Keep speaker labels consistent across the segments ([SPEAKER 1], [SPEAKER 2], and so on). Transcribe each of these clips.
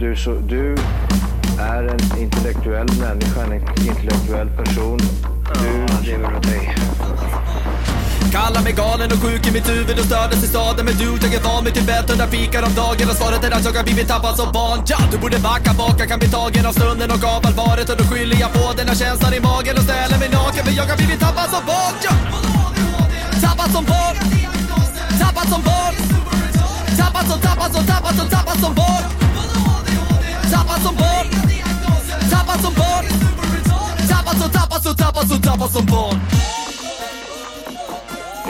[SPEAKER 1] du, så, du är en intellektuell människa, en intellektuell person. Du lever av dig.
[SPEAKER 2] Kallar mig galen och sjuk i mitt huvud och stördes i staden Men du, jag är van vid Tibet och där fikar om dagen Och svaret är att jag har blivit tappad som barn ja, Du borde backa bak, jag kan bli tagen av stunden och av allvaret Och då skyller jag på den här känslan i magen och ställer mig naken För jag har blivit tappad som barn ja. Tappad som barn Tappad som barn Tappad som, tappad som, tappad som, tappad som barn Tappad som barn Tappad som barn Tappad som, tappad som, tappad som, tappad som barn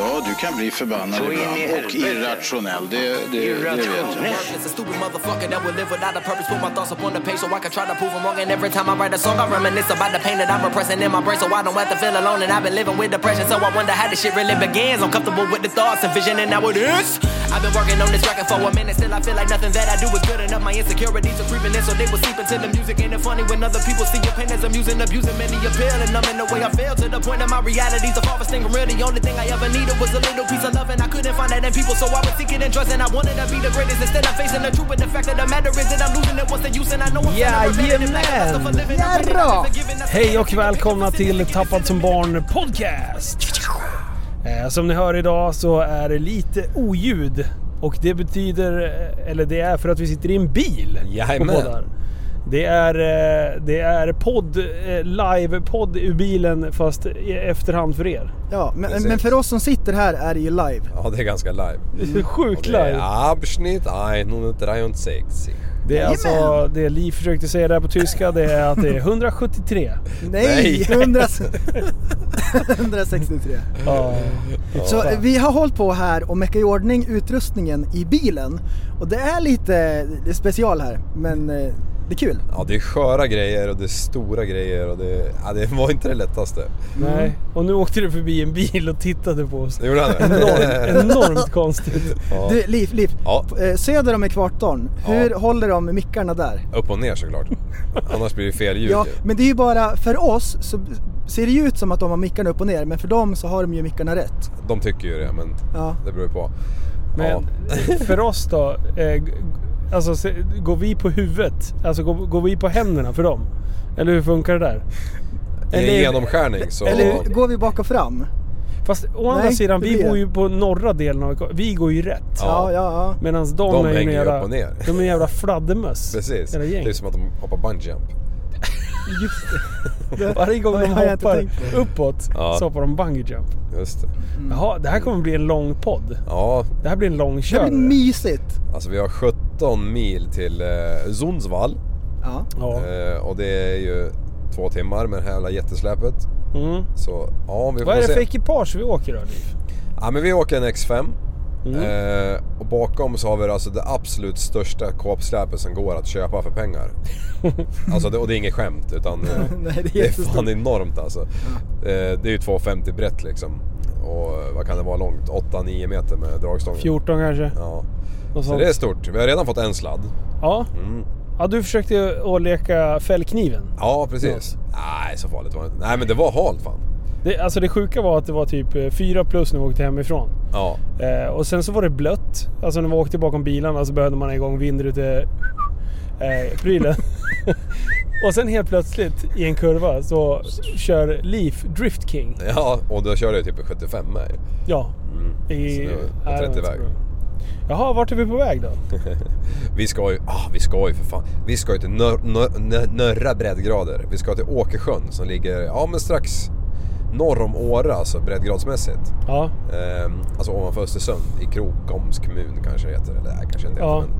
[SPEAKER 3] Ja, du kan bli förbannad
[SPEAKER 1] Så in i
[SPEAKER 3] ibland och
[SPEAKER 1] helvete.
[SPEAKER 3] irrationell. Det, det, det vet jag.
[SPEAKER 2] It's a stupid motherfucker that will live without a purpose. Put my thoughts up on the page so I can try to prove them wrong. And every time I write a song, I reminisce about the pain that I'm repressing in my brain so I don't have to feel alone. And I've been living with depression, so I wonder how this shit really begins. I'm comfortable with the thoughts and vision, and now it is. I've been working on this record for a minute, still I feel like nothing that I do is good enough. My insecurities are creeping in, so they will sleep until the music. And it's funny when other people see your pain as amusing, abusing many appeal. And I'm in the way I feel to the point that my reality's a farthest thing from real. The only thing I ever needed was a little piece of love, and I couldn't find that in people, so I was seeking and trusting. I wanted to be the greatest instead of facing the truth. But the fact of the matter is that I'm losing it. What's the use? And I know I'm
[SPEAKER 4] Yeah,
[SPEAKER 2] feeling rebellion and lack of lust for living. I'm living
[SPEAKER 4] Jarrå.
[SPEAKER 2] unforgiving. I
[SPEAKER 5] Hej och välkomna till Tappad som barn podcast! Eh, Som ni hör idag så är det lite oljud och det betyder, eh, eller det är för att vi sitter i en bil och
[SPEAKER 6] Jajamän.
[SPEAKER 5] poddar. Det är, eh, det är podd, eh, live-podd ur bilen fast i efterhand för er.
[SPEAKER 4] Ja, men,
[SPEAKER 6] Precis.
[SPEAKER 4] men för oss som sitter här är det ju live.
[SPEAKER 6] Ja, det är ganska live.
[SPEAKER 5] Det är Sjukt
[SPEAKER 6] Det
[SPEAKER 5] live!
[SPEAKER 6] är Abschnitt 163.
[SPEAKER 5] Det är alltså
[SPEAKER 4] Jajamän.
[SPEAKER 5] det Li försökte säga där på tyska, det är att det är 173.
[SPEAKER 4] Nej!
[SPEAKER 6] Nej.
[SPEAKER 4] 100, 163.
[SPEAKER 5] Ja.
[SPEAKER 4] Så eh, vi har hållit på här och meckat i ordning utrustningen i bilen. Och det är lite special här, men eh, det är kul.
[SPEAKER 6] Ja, det är sköra grejer och det är stora grejer och det, ja, det var inte det lättaste.
[SPEAKER 5] Nej. Och nu åkte du förbi en bil och tittade på oss.
[SPEAKER 6] Det gjorde han
[SPEAKER 5] Enormt,
[SPEAKER 6] det.
[SPEAKER 5] enormt konstigt.
[SPEAKER 6] Ja,
[SPEAKER 4] Du, Liv, Liv.
[SPEAKER 6] Ja.
[SPEAKER 4] Eh, Söder om ekvatorn, hur håller de mickarna där?
[SPEAKER 6] upp och ner såklart. Annars blir det fel ljud
[SPEAKER 4] Ja,
[SPEAKER 6] ju.
[SPEAKER 4] men det är ju bara för oss så ser det ju ut som att de har mickarna upp och ner, men för dem så har de ju mickarna rätt.
[SPEAKER 6] De tycker ju det, men
[SPEAKER 4] Ja.
[SPEAKER 6] det beror ju på.
[SPEAKER 5] Men för oss då, eh, g- alltså, se- går vi på huvudet? Alltså går, går vi på händerna för dem? Eller hur funkar det där?
[SPEAKER 6] Ja, I en genomskärning så...
[SPEAKER 4] Eller går vi bak och fram?
[SPEAKER 5] Fast å andra
[SPEAKER 4] Nej,
[SPEAKER 5] sidan,
[SPEAKER 4] det
[SPEAKER 5] vi
[SPEAKER 4] blir
[SPEAKER 5] bor
[SPEAKER 4] det.
[SPEAKER 5] ju på norra delen av Eko- Vi går ju rätt.
[SPEAKER 4] Ja, ja, ja.
[SPEAKER 5] Medan de,
[SPEAKER 6] De
[SPEAKER 5] är ju
[SPEAKER 6] hänger ju
[SPEAKER 5] jävla-
[SPEAKER 6] upp och ner.
[SPEAKER 5] De är jävla fladdermöss.
[SPEAKER 6] Precis.
[SPEAKER 5] Jävla
[SPEAKER 6] Det
[SPEAKER 5] gäng.
[SPEAKER 6] är som att de hoppar bungyjump.
[SPEAKER 5] Just det. Varje gång de
[SPEAKER 4] har jag inte
[SPEAKER 5] hoppar
[SPEAKER 4] tänkt
[SPEAKER 5] uppåt
[SPEAKER 6] Ja.
[SPEAKER 5] så hoppar de bungee jump.
[SPEAKER 6] Just det.
[SPEAKER 5] Jaha, det här kommer bli en lång podd.
[SPEAKER 6] Ja,
[SPEAKER 5] Det här blir en lång
[SPEAKER 4] Det
[SPEAKER 5] kör.
[SPEAKER 4] blir mysigt.
[SPEAKER 6] alltså vi har 17 mil till eh, Sundsvall.
[SPEAKER 4] Ja.
[SPEAKER 5] Ja.
[SPEAKER 6] Eh, och det är ju två timmar med det här jävla jättesläpet.
[SPEAKER 5] Mm.
[SPEAKER 6] Så ja, vi får
[SPEAKER 5] Vad är det
[SPEAKER 6] se.
[SPEAKER 5] för ekipage vi åker då, Liv?
[SPEAKER 6] Ja, men vi åker en X5.
[SPEAKER 5] Mm.
[SPEAKER 6] Eh, och bakom så har vi alltså det absolut största kåpsläpet som går att köpa för pengar. alltså, det, och det är inget skämt utan eh,
[SPEAKER 4] Nej, det är
[SPEAKER 6] det är
[SPEAKER 4] jättestort.
[SPEAKER 6] fan enormt alltså. Eh, det är ju 2,50 brett liksom. Och eh, vad kan det vara långt? 8-9 meter med dragstången.
[SPEAKER 5] 14 kanske?
[SPEAKER 6] Ja.
[SPEAKER 5] Något
[SPEAKER 6] Så
[SPEAKER 5] sånt.
[SPEAKER 6] det är stort. Vi har redan fått en sladd.
[SPEAKER 5] Ja. ja, du försökte ju att leka fällkniven.
[SPEAKER 6] Ja, precis. Nej, så farligt var det inte. Nej, men det var halt fan.
[SPEAKER 5] Det, alltså det sjuka var att det var typ eh, fyra plus när vi åkte hemifrån.
[SPEAKER 6] Ja,
[SPEAKER 5] Eh, och sen så var det blött. Alltså när vi åkte bakom bilarna så behövde man ha igång vindrute... Eh, prylen. och sen helt plötsligt i en kurva så kör Leaf Drift King.
[SPEAKER 6] ja och då körde jag typ i 75 med.
[SPEAKER 5] Ja. I,
[SPEAKER 6] Så det var på
[SPEAKER 5] Nej, det var inte
[SPEAKER 6] 30
[SPEAKER 5] så
[SPEAKER 6] väg.
[SPEAKER 5] bra. Jaha, vart är vi på väg då?
[SPEAKER 6] Vi ska ju, ah, vi ska ju för fan, vi ska ju till nör, nör, nö- Nörra breddgrader. Vi ska till Åkersjön som ligger, ja men strax norr om Åre alltså breddgradsmässigt.
[SPEAKER 5] Ja.
[SPEAKER 6] Ehm, alltså ovanför Östersund, i Krokoms kommun kanske det heter, eller nej, kanske inte
[SPEAKER 5] Ja.
[SPEAKER 6] heter, men,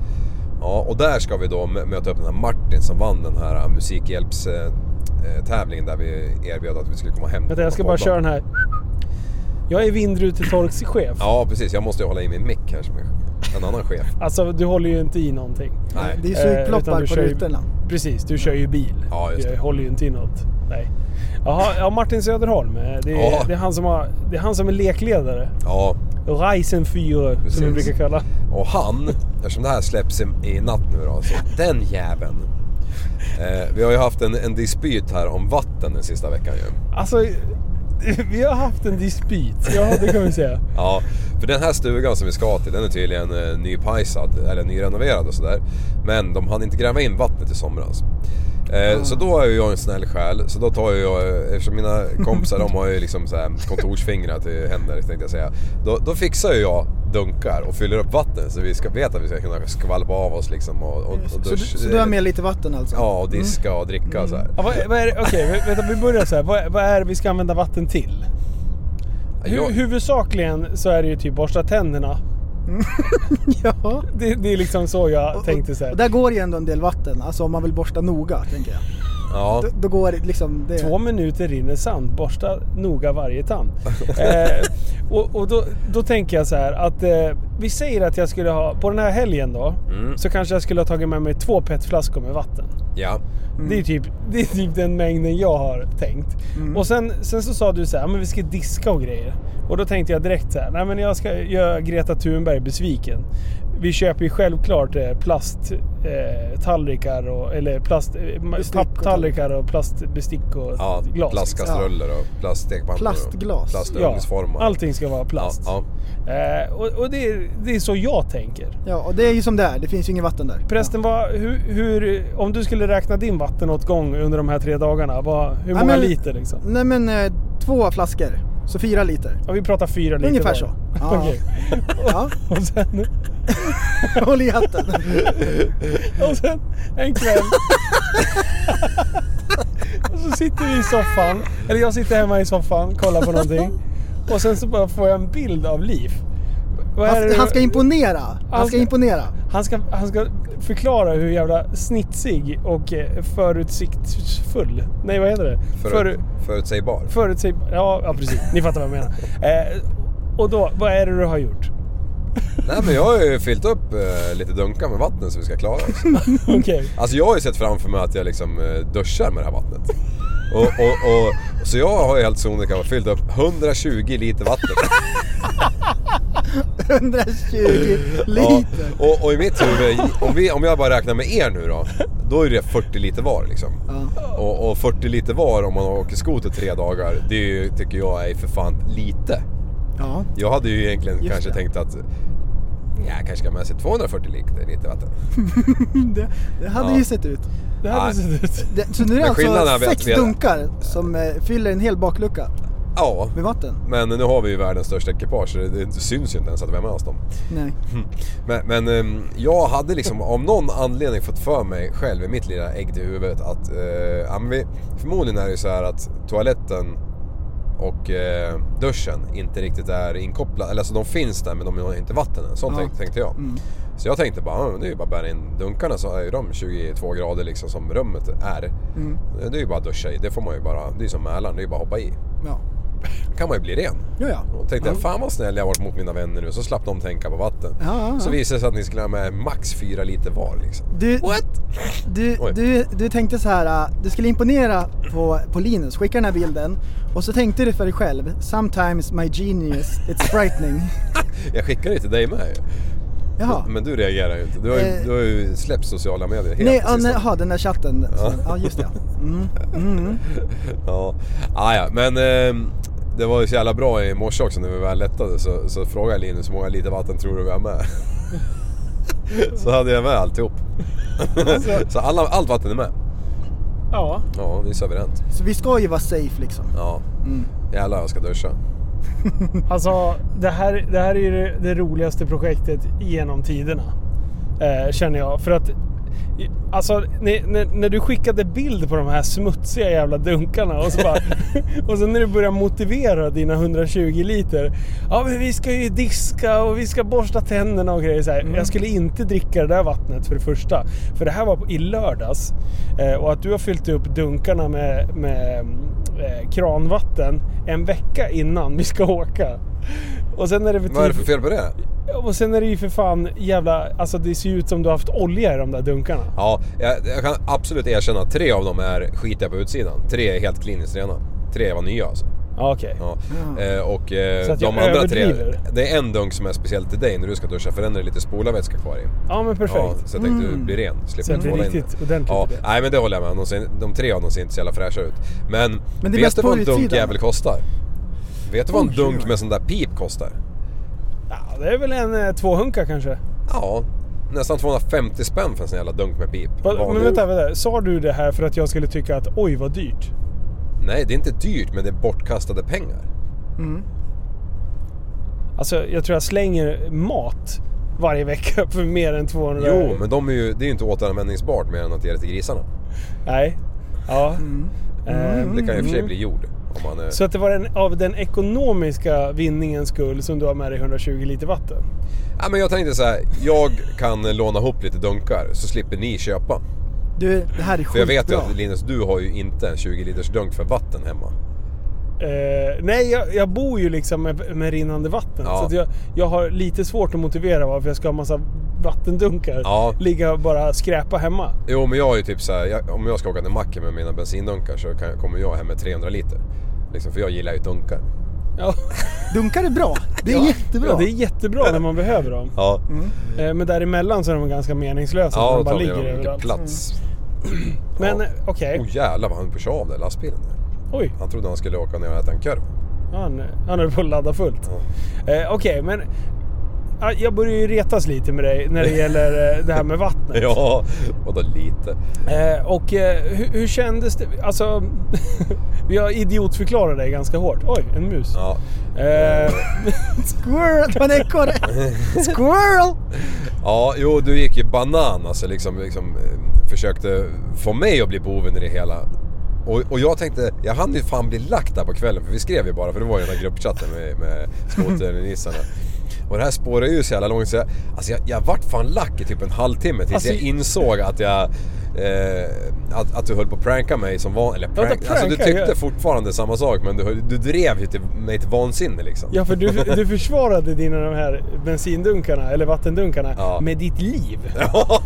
[SPEAKER 6] ja. Och där ska vi då mö- möta upp den här Martin som vann den här äh, musikhjälpstävlingen där vi erbjöd att vi skulle komma hem.
[SPEAKER 5] Vänta, jag ska
[SPEAKER 6] och
[SPEAKER 5] bara
[SPEAKER 6] podda.
[SPEAKER 5] köra den här. Jag är vindrutetorkschef.
[SPEAKER 6] Ja precis, jag måste ju hålla i min mick här som är en annan chef.
[SPEAKER 5] Alltså du håller ju inte i någonting.
[SPEAKER 6] Nej.
[SPEAKER 4] Det är
[SPEAKER 5] Eh, utan
[SPEAKER 4] sugploppar
[SPEAKER 5] du
[SPEAKER 4] på
[SPEAKER 5] kör ju-
[SPEAKER 4] rutorna.
[SPEAKER 5] Precis, du kör ju bil.
[SPEAKER 6] Ja, just det.
[SPEAKER 5] Jag håller ju inte i något. Nej. Jaha, ja, Martin Söderholm. eh, Det är,
[SPEAKER 6] Ja.
[SPEAKER 5] det, är han som har, det är han som är lekledare.
[SPEAKER 6] Ja,
[SPEAKER 5] Reisen 4
[SPEAKER 6] Precis.
[SPEAKER 5] som vi brukar kalla.
[SPEAKER 6] Och han, eftersom det här släpps i- i natt nu då, så den jäveln. Eh, vi har ju haft en, en dispyt här om vatten den sista veckan ju.
[SPEAKER 5] Alltså, vi har haft en dispyt. Ja, det kan vi säga.
[SPEAKER 6] Ja, för den här stugan som vi ska till, den är tydligen eh, nypajsad, eller nyrenoverad och sådär. Men de hade inte gräva in vattnet i somras. Eh, Så då är ju jag en snäll själ, så då tar ju jag, eh, eftersom mina kompisar de har ju liksom så här kontorsfingrar till händer tänkte jag säga. Då, då fixar ju jag dunkar och fyller upp vatten så vi ska veta att vi ska kunna skvalpa av oss liksom och, och, och
[SPEAKER 4] Så, du-
[SPEAKER 6] dusch-
[SPEAKER 4] så du har med lite vatten alltså?
[SPEAKER 6] Ja, och diska och dricka och så här.
[SPEAKER 5] Ja, vad, vad är det? Okej, vä- vänta, vi börjar så här. Vad, vad är det vi ska använda vatten till? Hu,
[SPEAKER 6] Jag-
[SPEAKER 5] Huvudsakligen så är det ju typ borsta tänderna.
[SPEAKER 4] Ja.
[SPEAKER 5] Det, det är liksom så jag tänkte så
[SPEAKER 4] Och
[SPEAKER 5] här.
[SPEAKER 4] där går ju ändå en del vatten, alltså om man vill borsta noga tänker jag.
[SPEAKER 6] Ja.
[SPEAKER 4] Då, då går det liksom... Det...
[SPEAKER 5] Två minuter rinner sand, borsta noga varje tand. eh, och och då, då tänker jag så här att eh, vi säger att jag skulle ha, på den här helgen då, så kanske jag skulle ha tagit med mig två petflaskor med vatten.
[SPEAKER 6] ja.
[SPEAKER 5] Det, är
[SPEAKER 4] Mm.
[SPEAKER 5] typ, det är typ den mängden jag har tänkt. Och sen, sen så sa du så här, men vi ska diska och grejer. Och då tänkte jag direkt så här, nej men jag ska göra Greta Thunberg besviken. Vi köper ju självklart plasttallrikar eh, tallrikar och, eller plast, eh, ma-
[SPEAKER 4] Bestick och
[SPEAKER 5] papptallrikar och plastbestick och
[SPEAKER 6] Ja,
[SPEAKER 5] glas. liksom.
[SPEAKER 6] plastkastruller och plaststekpannor.
[SPEAKER 4] Plastglas.
[SPEAKER 5] Ja,
[SPEAKER 6] Plastugnsformar.
[SPEAKER 5] allting ska vara plast.
[SPEAKER 6] Ja,
[SPEAKER 5] Eh, och och det, är, det är så jag tänker.
[SPEAKER 4] Ja, och det är ju som det är, det finns ju inget vatten där.
[SPEAKER 5] Prästen, vad, hur, hur, om du skulle räkna din vattenåtgång under de här tre dagarna, vad, hur
[SPEAKER 4] Ja,
[SPEAKER 5] många
[SPEAKER 4] men-
[SPEAKER 5] liter liksom?
[SPEAKER 4] Nej men eh, två flaskor, så fyra liter.
[SPEAKER 5] Ja, vi pratar fyra liter
[SPEAKER 4] Ungefär
[SPEAKER 5] var.
[SPEAKER 4] så. Ja.
[SPEAKER 5] Okej.
[SPEAKER 4] Ja,
[SPEAKER 5] Och, sen,
[SPEAKER 4] håll i hatten.
[SPEAKER 5] och sen en kväll. och så sitter vi i soffan. Eller jag sitter hemma i soffan, kollar på någonting. Och sen så bara får jag en bild av Liv. Vad är
[SPEAKER 4] Han,
[SPEAKER 5] det-
[SPEAKER 4] han ska imponera. Han ska
[SPEAKER 5] ska-
[SPEAKER 4] imponera.
[SPEAKER 5] han, ska, han ska förklara hur jävla snitsig och eh, förutsiktsfull. Nej, vad heter det?
[SPEAKER 6] För,
[SPEAKER 5] Föru-
[SPEAKER 6] förutsägbar.
[SPEAKER 5] Förutsäg... Ja, ja, precis. Ni fattar vad jag menar. Eh, och då, vad är det du har gjort?
[SPEAKER 6] Nej men jag har ju fyllt upp eh, lite dunkar med vatten så vi ska klara oss.
[SPEAKER 5] Okej.
[SPEAKER 6] Alltså jag har ju sett framför mig att jag liksom eh, duschar med det här vattnet. Och, och, och, så jag har ju helt sonika fyllt upp 120 liter vatten.
[SPEAKER 4] 120
[SPEAKER 6] Ja,
[SPEAKER 4] liter.
[SPEAKER 6] och, och i mitt huvud, om, vi, om jag bara räknar med er nu då. Då är det 40 liter var liksom. Och, och 40 liter var om man åker skoter tre dagar, det är ju, tycker jag är för fan lite.
[SPEAKER 4] Ja.
[SPEAKER 6] Jag hade ju egentligen
[SPEAKER 4] Just
[SPEAKER 6] kanske
[SPEAKER 4] det.
[SPEAKER 6] tänkt att ja, jag kanske ska ha med sig 240 liter, liter vatten.
[SPEAKER 4] Det, det hade
[SPEAKER 6] Ja.
[SPEAKER 4] ju sett ut.
[SPEAKER 5] Det hade
[SPEAKER 6] Nej.
[SPEAKER 5] sett ut.
[SPEAKER 4] Det, så nu är det
[SPEAKER 6] Men skillnaden är
[SPEAKER 4] alltså
[SPEAKER 6] att vi-
[SPEAKER 4] sex
[SPEAKER 6] vi-
[SPEAKER 4] dunkar som eh, fyller en hel baklucka
[SPEAKER 6] Ja,
[SPEAKER 4] med vatten.
[SPEAKER 6] men nu har vi ju världens största ekipage så det, det syns ju inte ens att vi har med oss dem.
[SPEAKER 4] Nej.
[SPEAKER 6] Men, men ehm, jag hade liksom av någon anledning fått för mig själv i mitt lilla ägg i huvudet att eh, ja, men vi, förmodligen är det ju så här att toaletten och eh, duschen inte riktigt är inkopplade. Eller alltså de finns där men de har inte vatten än. Sånt
[SPEAKER 4] Ja.
[SPEAKER 6] tänkte, tänkte jag. Så jag tänkte bara, ja, men det är ju bara att bära in dunkarna så är ju de 22 grader liksom som rummet är. Det är ju bara att duscha i. Det får man ju bara, det är ju som Mälaren, det är ju bara att hoppa i.
[SPEAKER 4] Ja.
[SPEAKER 6] kan man ju bli ren.
[SPEAKER 4] Ja, ja.
[SPEAKER 6] Och tänkte jag, fan vad snäll jag har varit mot mina vänner nu. Så slapp de tänka på vatten.
[SPEAKER 4] Ja, ja,
[SPEAKER 6] Så
[SPEAKER 4] ja.
[SPEAKER 6] visade det sig att ni skulle ha med max fyra liter var liksom.
[SPEAKER 4] Du, Du,
[SPEAKER 6] Oj.
[SPEAKER 4] du, du tänkte så här, äh, du skulle imponera på, på Linus, skicka den här bilden. Och så tänkte du för dig själv, sometimes my genius, it's frightening.
[SPEAKER 6] Jag skickade ju till dig med ju.
[SPEAKER 4] Jaha.
[SPEAKER 6] Men du reagerar ju inte. Du har ju,
[SPEAKER 4] Eh.
[SPEAKER 6] du har ju släppt sociala medier helt
[SPEAKER 4] Nej,
[SPEAKER 6] på
[SPEAKER 4] ja, nej,
[SPEAKER 6] sistone.
[SPEAKER 4] aha, den där chatten. Ja, ja just det. Mm.
[SPEAKER 6] Ja, ah, ja. men ehm, det var ju så jävla bra i morse också när vi väl lättade så, så frågade jag Linus hur många liter vatten tror du vi har med? så hade jag med alltihop.
[SPEAKER 4] Alltså.
[SPEAKER 6] så alla, allt vatten är med.
[SPEAKER 5] Ja.
[SPEAKER 6] Ja, det är suveränt.
[SPEAKER 4] Så vi ska ju vara safe liksom.
[SPEAKER 6] Ja. Jävlar jag ska duscha.
[SPEAKER 5] Alltså, det här, det här är ju det, det roligaste projektet genom tiderna. Eh, känner jag. För att... i- Alltså, när, när, när du skickade bild på de här smutsiga jävla dunkarna och så bara... och sen när du börjar motivera dina 120 liter. Ja, men vi ska ju diska och vi ska borsta tänderna och grejer så här.
[SPEAKER 6] Mm.
[SPEAKER 5] Jag skulle inte dricka det där vattnet för det första. För det här var på, i lördags. Eh, och att du har fyllt upp dunkarna med, med eh, kranvatten en vecka innan vi ska åka. Och sen är det för
[SPEAKER 6] Vad är det för
[SPEAKER 5] tid-
[SPEAKER 6] fel på det?
[SPEAKER 5] Och sen är det ju för fan jävla... Alltså det ser ju ut som du har haft olja i de där dunkarna.
[SPEAKER 6] Ja, jag, jag kan absolut erkänna att tre av dem är skitiga på utsidan. Tre är helt kliniskt rena. Tre var nya alltså.
[SPEAKER 5] Ja, okej.
[SPEAKER 6] Ja. Eh, och eh,
[SPEAKER 5] Så att
[SPEAKER 6] de
[SPEAKER 5] jag
[SPEAKER 6] andra tre,
[SPEAKER 5] överdriver.
[SPEAKER 6] det är en dunk som är speciell till dig när du ska duscha för den är det lite spolarvätska kvar i.
[SPEAKER 5] Ja, men
[SPEAKER 6] Ja,
[SPEAKER 5] perfekt. Mm.
[SPEAKER 6] så jag tänkte du blir ren. Slipper
[SPEAKER 5] Så att det är
[SPEAKER 6] tvåla
[SPEAKER 5] riktigt ordentligt
[SPEAKER 6] Ja,
[SPEAKER 5] i det.
[SPEAKER 6] nej men det håller jag med om. De ser- De tre av dem ser inte så jävla fräscha ut. Men,
[SPEAKER 4] Men det är
[SPEAKER 6] vet
[SPEAKER 4] mest
[SPEAKER 6] du
[SPEAKER 4] på
[SPEAKER 6] vad en
[SPEAKER 4] utsidan.
[SPEAKER 6] dunkjävel kostar? Vet du vad en
[SPEAKER 4] Oj,
[SPEAKER 6] dunk
[SPEAKER 4] oj.
[SPEAKER 6] med sån där pip kostar?
[SPEAKER 5] Ja, det är väl en eh, tvåhunka kanske?
[SPEAKER 6] Ja, nästan 250 spänn för en sån jävla dunk med pip.
[SPEAKER 5] Va,
[SPEAKER 6] Vanlig.
[SPEAKER 5] men vänta, vänta. Sa du det här för att jag skulle tycka att oj vad dyrt?
[SPEAKER 6] Nej, det är inte dyrt men det är bortkastade pengar.
[SPEAKER 5] Alltså jag tror jag slänger mat varje vecka för mer än 200.
[SPEAKER 6] Jo, men de är ju, det är ju inte återanvändningsbart mer än att ge det till grisarna.
[SPEAKER 5] Nej. Ja. Ehm,
[SPEAKER 6] Det kan ju i och för sig bli jord. Om man, eh,
[SPEAKER 5] Så att det var den, av den ekonomiska vinningens skull som du har med dig 120 liter vatten?
[SPEAKER 6] ja, men jag tänkte så här, jag kan eh, låna ihop lite dunkar så slipper ni köpa.
[SPEAKER 4] Du, det här är skitbra.
[SPEAKER 6] För jag vet ju att Linus, du har ju inte en 20 liters dunk för vatten hemma.
[SPEAKER 5] Eh, nej, jag, jag bor ju liksom med, med rinnande vatten.
[SPEAKER 6] Ja.
[SPEAKER 5] Så att jag, jag har lite svårt att motivera varför jag ska ha massa vattendunkar.
[SPEAKER 6] Ja.
[SPEAKER 5] Ligga och bara skräpa hemma.
[SPEAKER 6] Jo, men jag är ju typ så här, jag, om jag ska åka till macken med mina bensindunkar så kan, kommer jag hem med 300 liter. Liksom, för jag gillar ju dunkar.
[SPEAKER 5] Ja.
[SPEAKER 4] Dunkar är bra. Det är jättebra.
[SPEAKER 5] Ja, det är jättebra när man behöver dem.
[SPEAKER 6] Ja,
[SPEAKER 5] Eh, men däremellan så är de ganska meningslösa.
[SPEAKER 6] ja
[SPEAKER 5] när de
[SPEAKER 6] då
[SPEAKER 5] bara
[SPEAKER 6] tar vi
[SPEAKER 5] ligger
[SPEAKER 6] dem mycket
[SPEAKER 5] överallt. Mm.
[SPEAKER 6] plats.
[SPEAKER 5] Men
[SPEAKER 6] Ja.
[SPEAKER 5] eh, okej.
[SPEAKER 6] Åh oh, jävlar vad han pushade av den lastbilen.
[SPEAKER 5] Oj,
[SPEAKER 6] Han trodde han skulle åka ner och äta en korv.
[SPEAKER 5] han, han höll på att ladda fullt. Eh, okej, men ah, jag börjar ju retas lite med dig när det gäller eh, det här med vattnet.
[SPEAKER 6] Ja, vadå lite?
[SPEAKER 5] Eh, och eh, hur, hur kändes det? Alltså, vi har idiotförklarat dig ganska hårt. Oj, en mus.
[SPEAKER 6] Ja,
[SPEAKER 5] Eh,
[SPEAKER 4] Squirrel, det var en ekorre. Squirrel!
[SPEAKER 6] ja jo du gick ju banan alltså liksom, liksom eh, försökte få mig att bli boven i det hela. Och, och jag tänkte, jag hann ju fan bli lack där på kvällen för vi skrev ju bara för det var ju den här gruppchatten med, med skoternissarna. Och det här spårade ju så jävla långt så jag, alltså jag, jag vart fan lack i typ en halvtimme tills
[SPEAKER 5] Alltså,
[SPEAKER 6] jag insåg att jag... Eh, att, att du höll på att pranka mig som van... Eller prank,
[SPEAKER 5] pranka,
[SPEAKER 6] alltså du tyckte
[SPEAKER 5] ja.
[SPEAKER 6] fortfarande samma sak men du, höll- du drev ju till, mig till vansinne liksom.
[SPEAKER 5] ja, för du, du försvarade dina de här bensindunkarna, eller vattendunkarna,
[SPEAKER 6] Ja.
[SPEAKER 5] med ditt liv. Jag har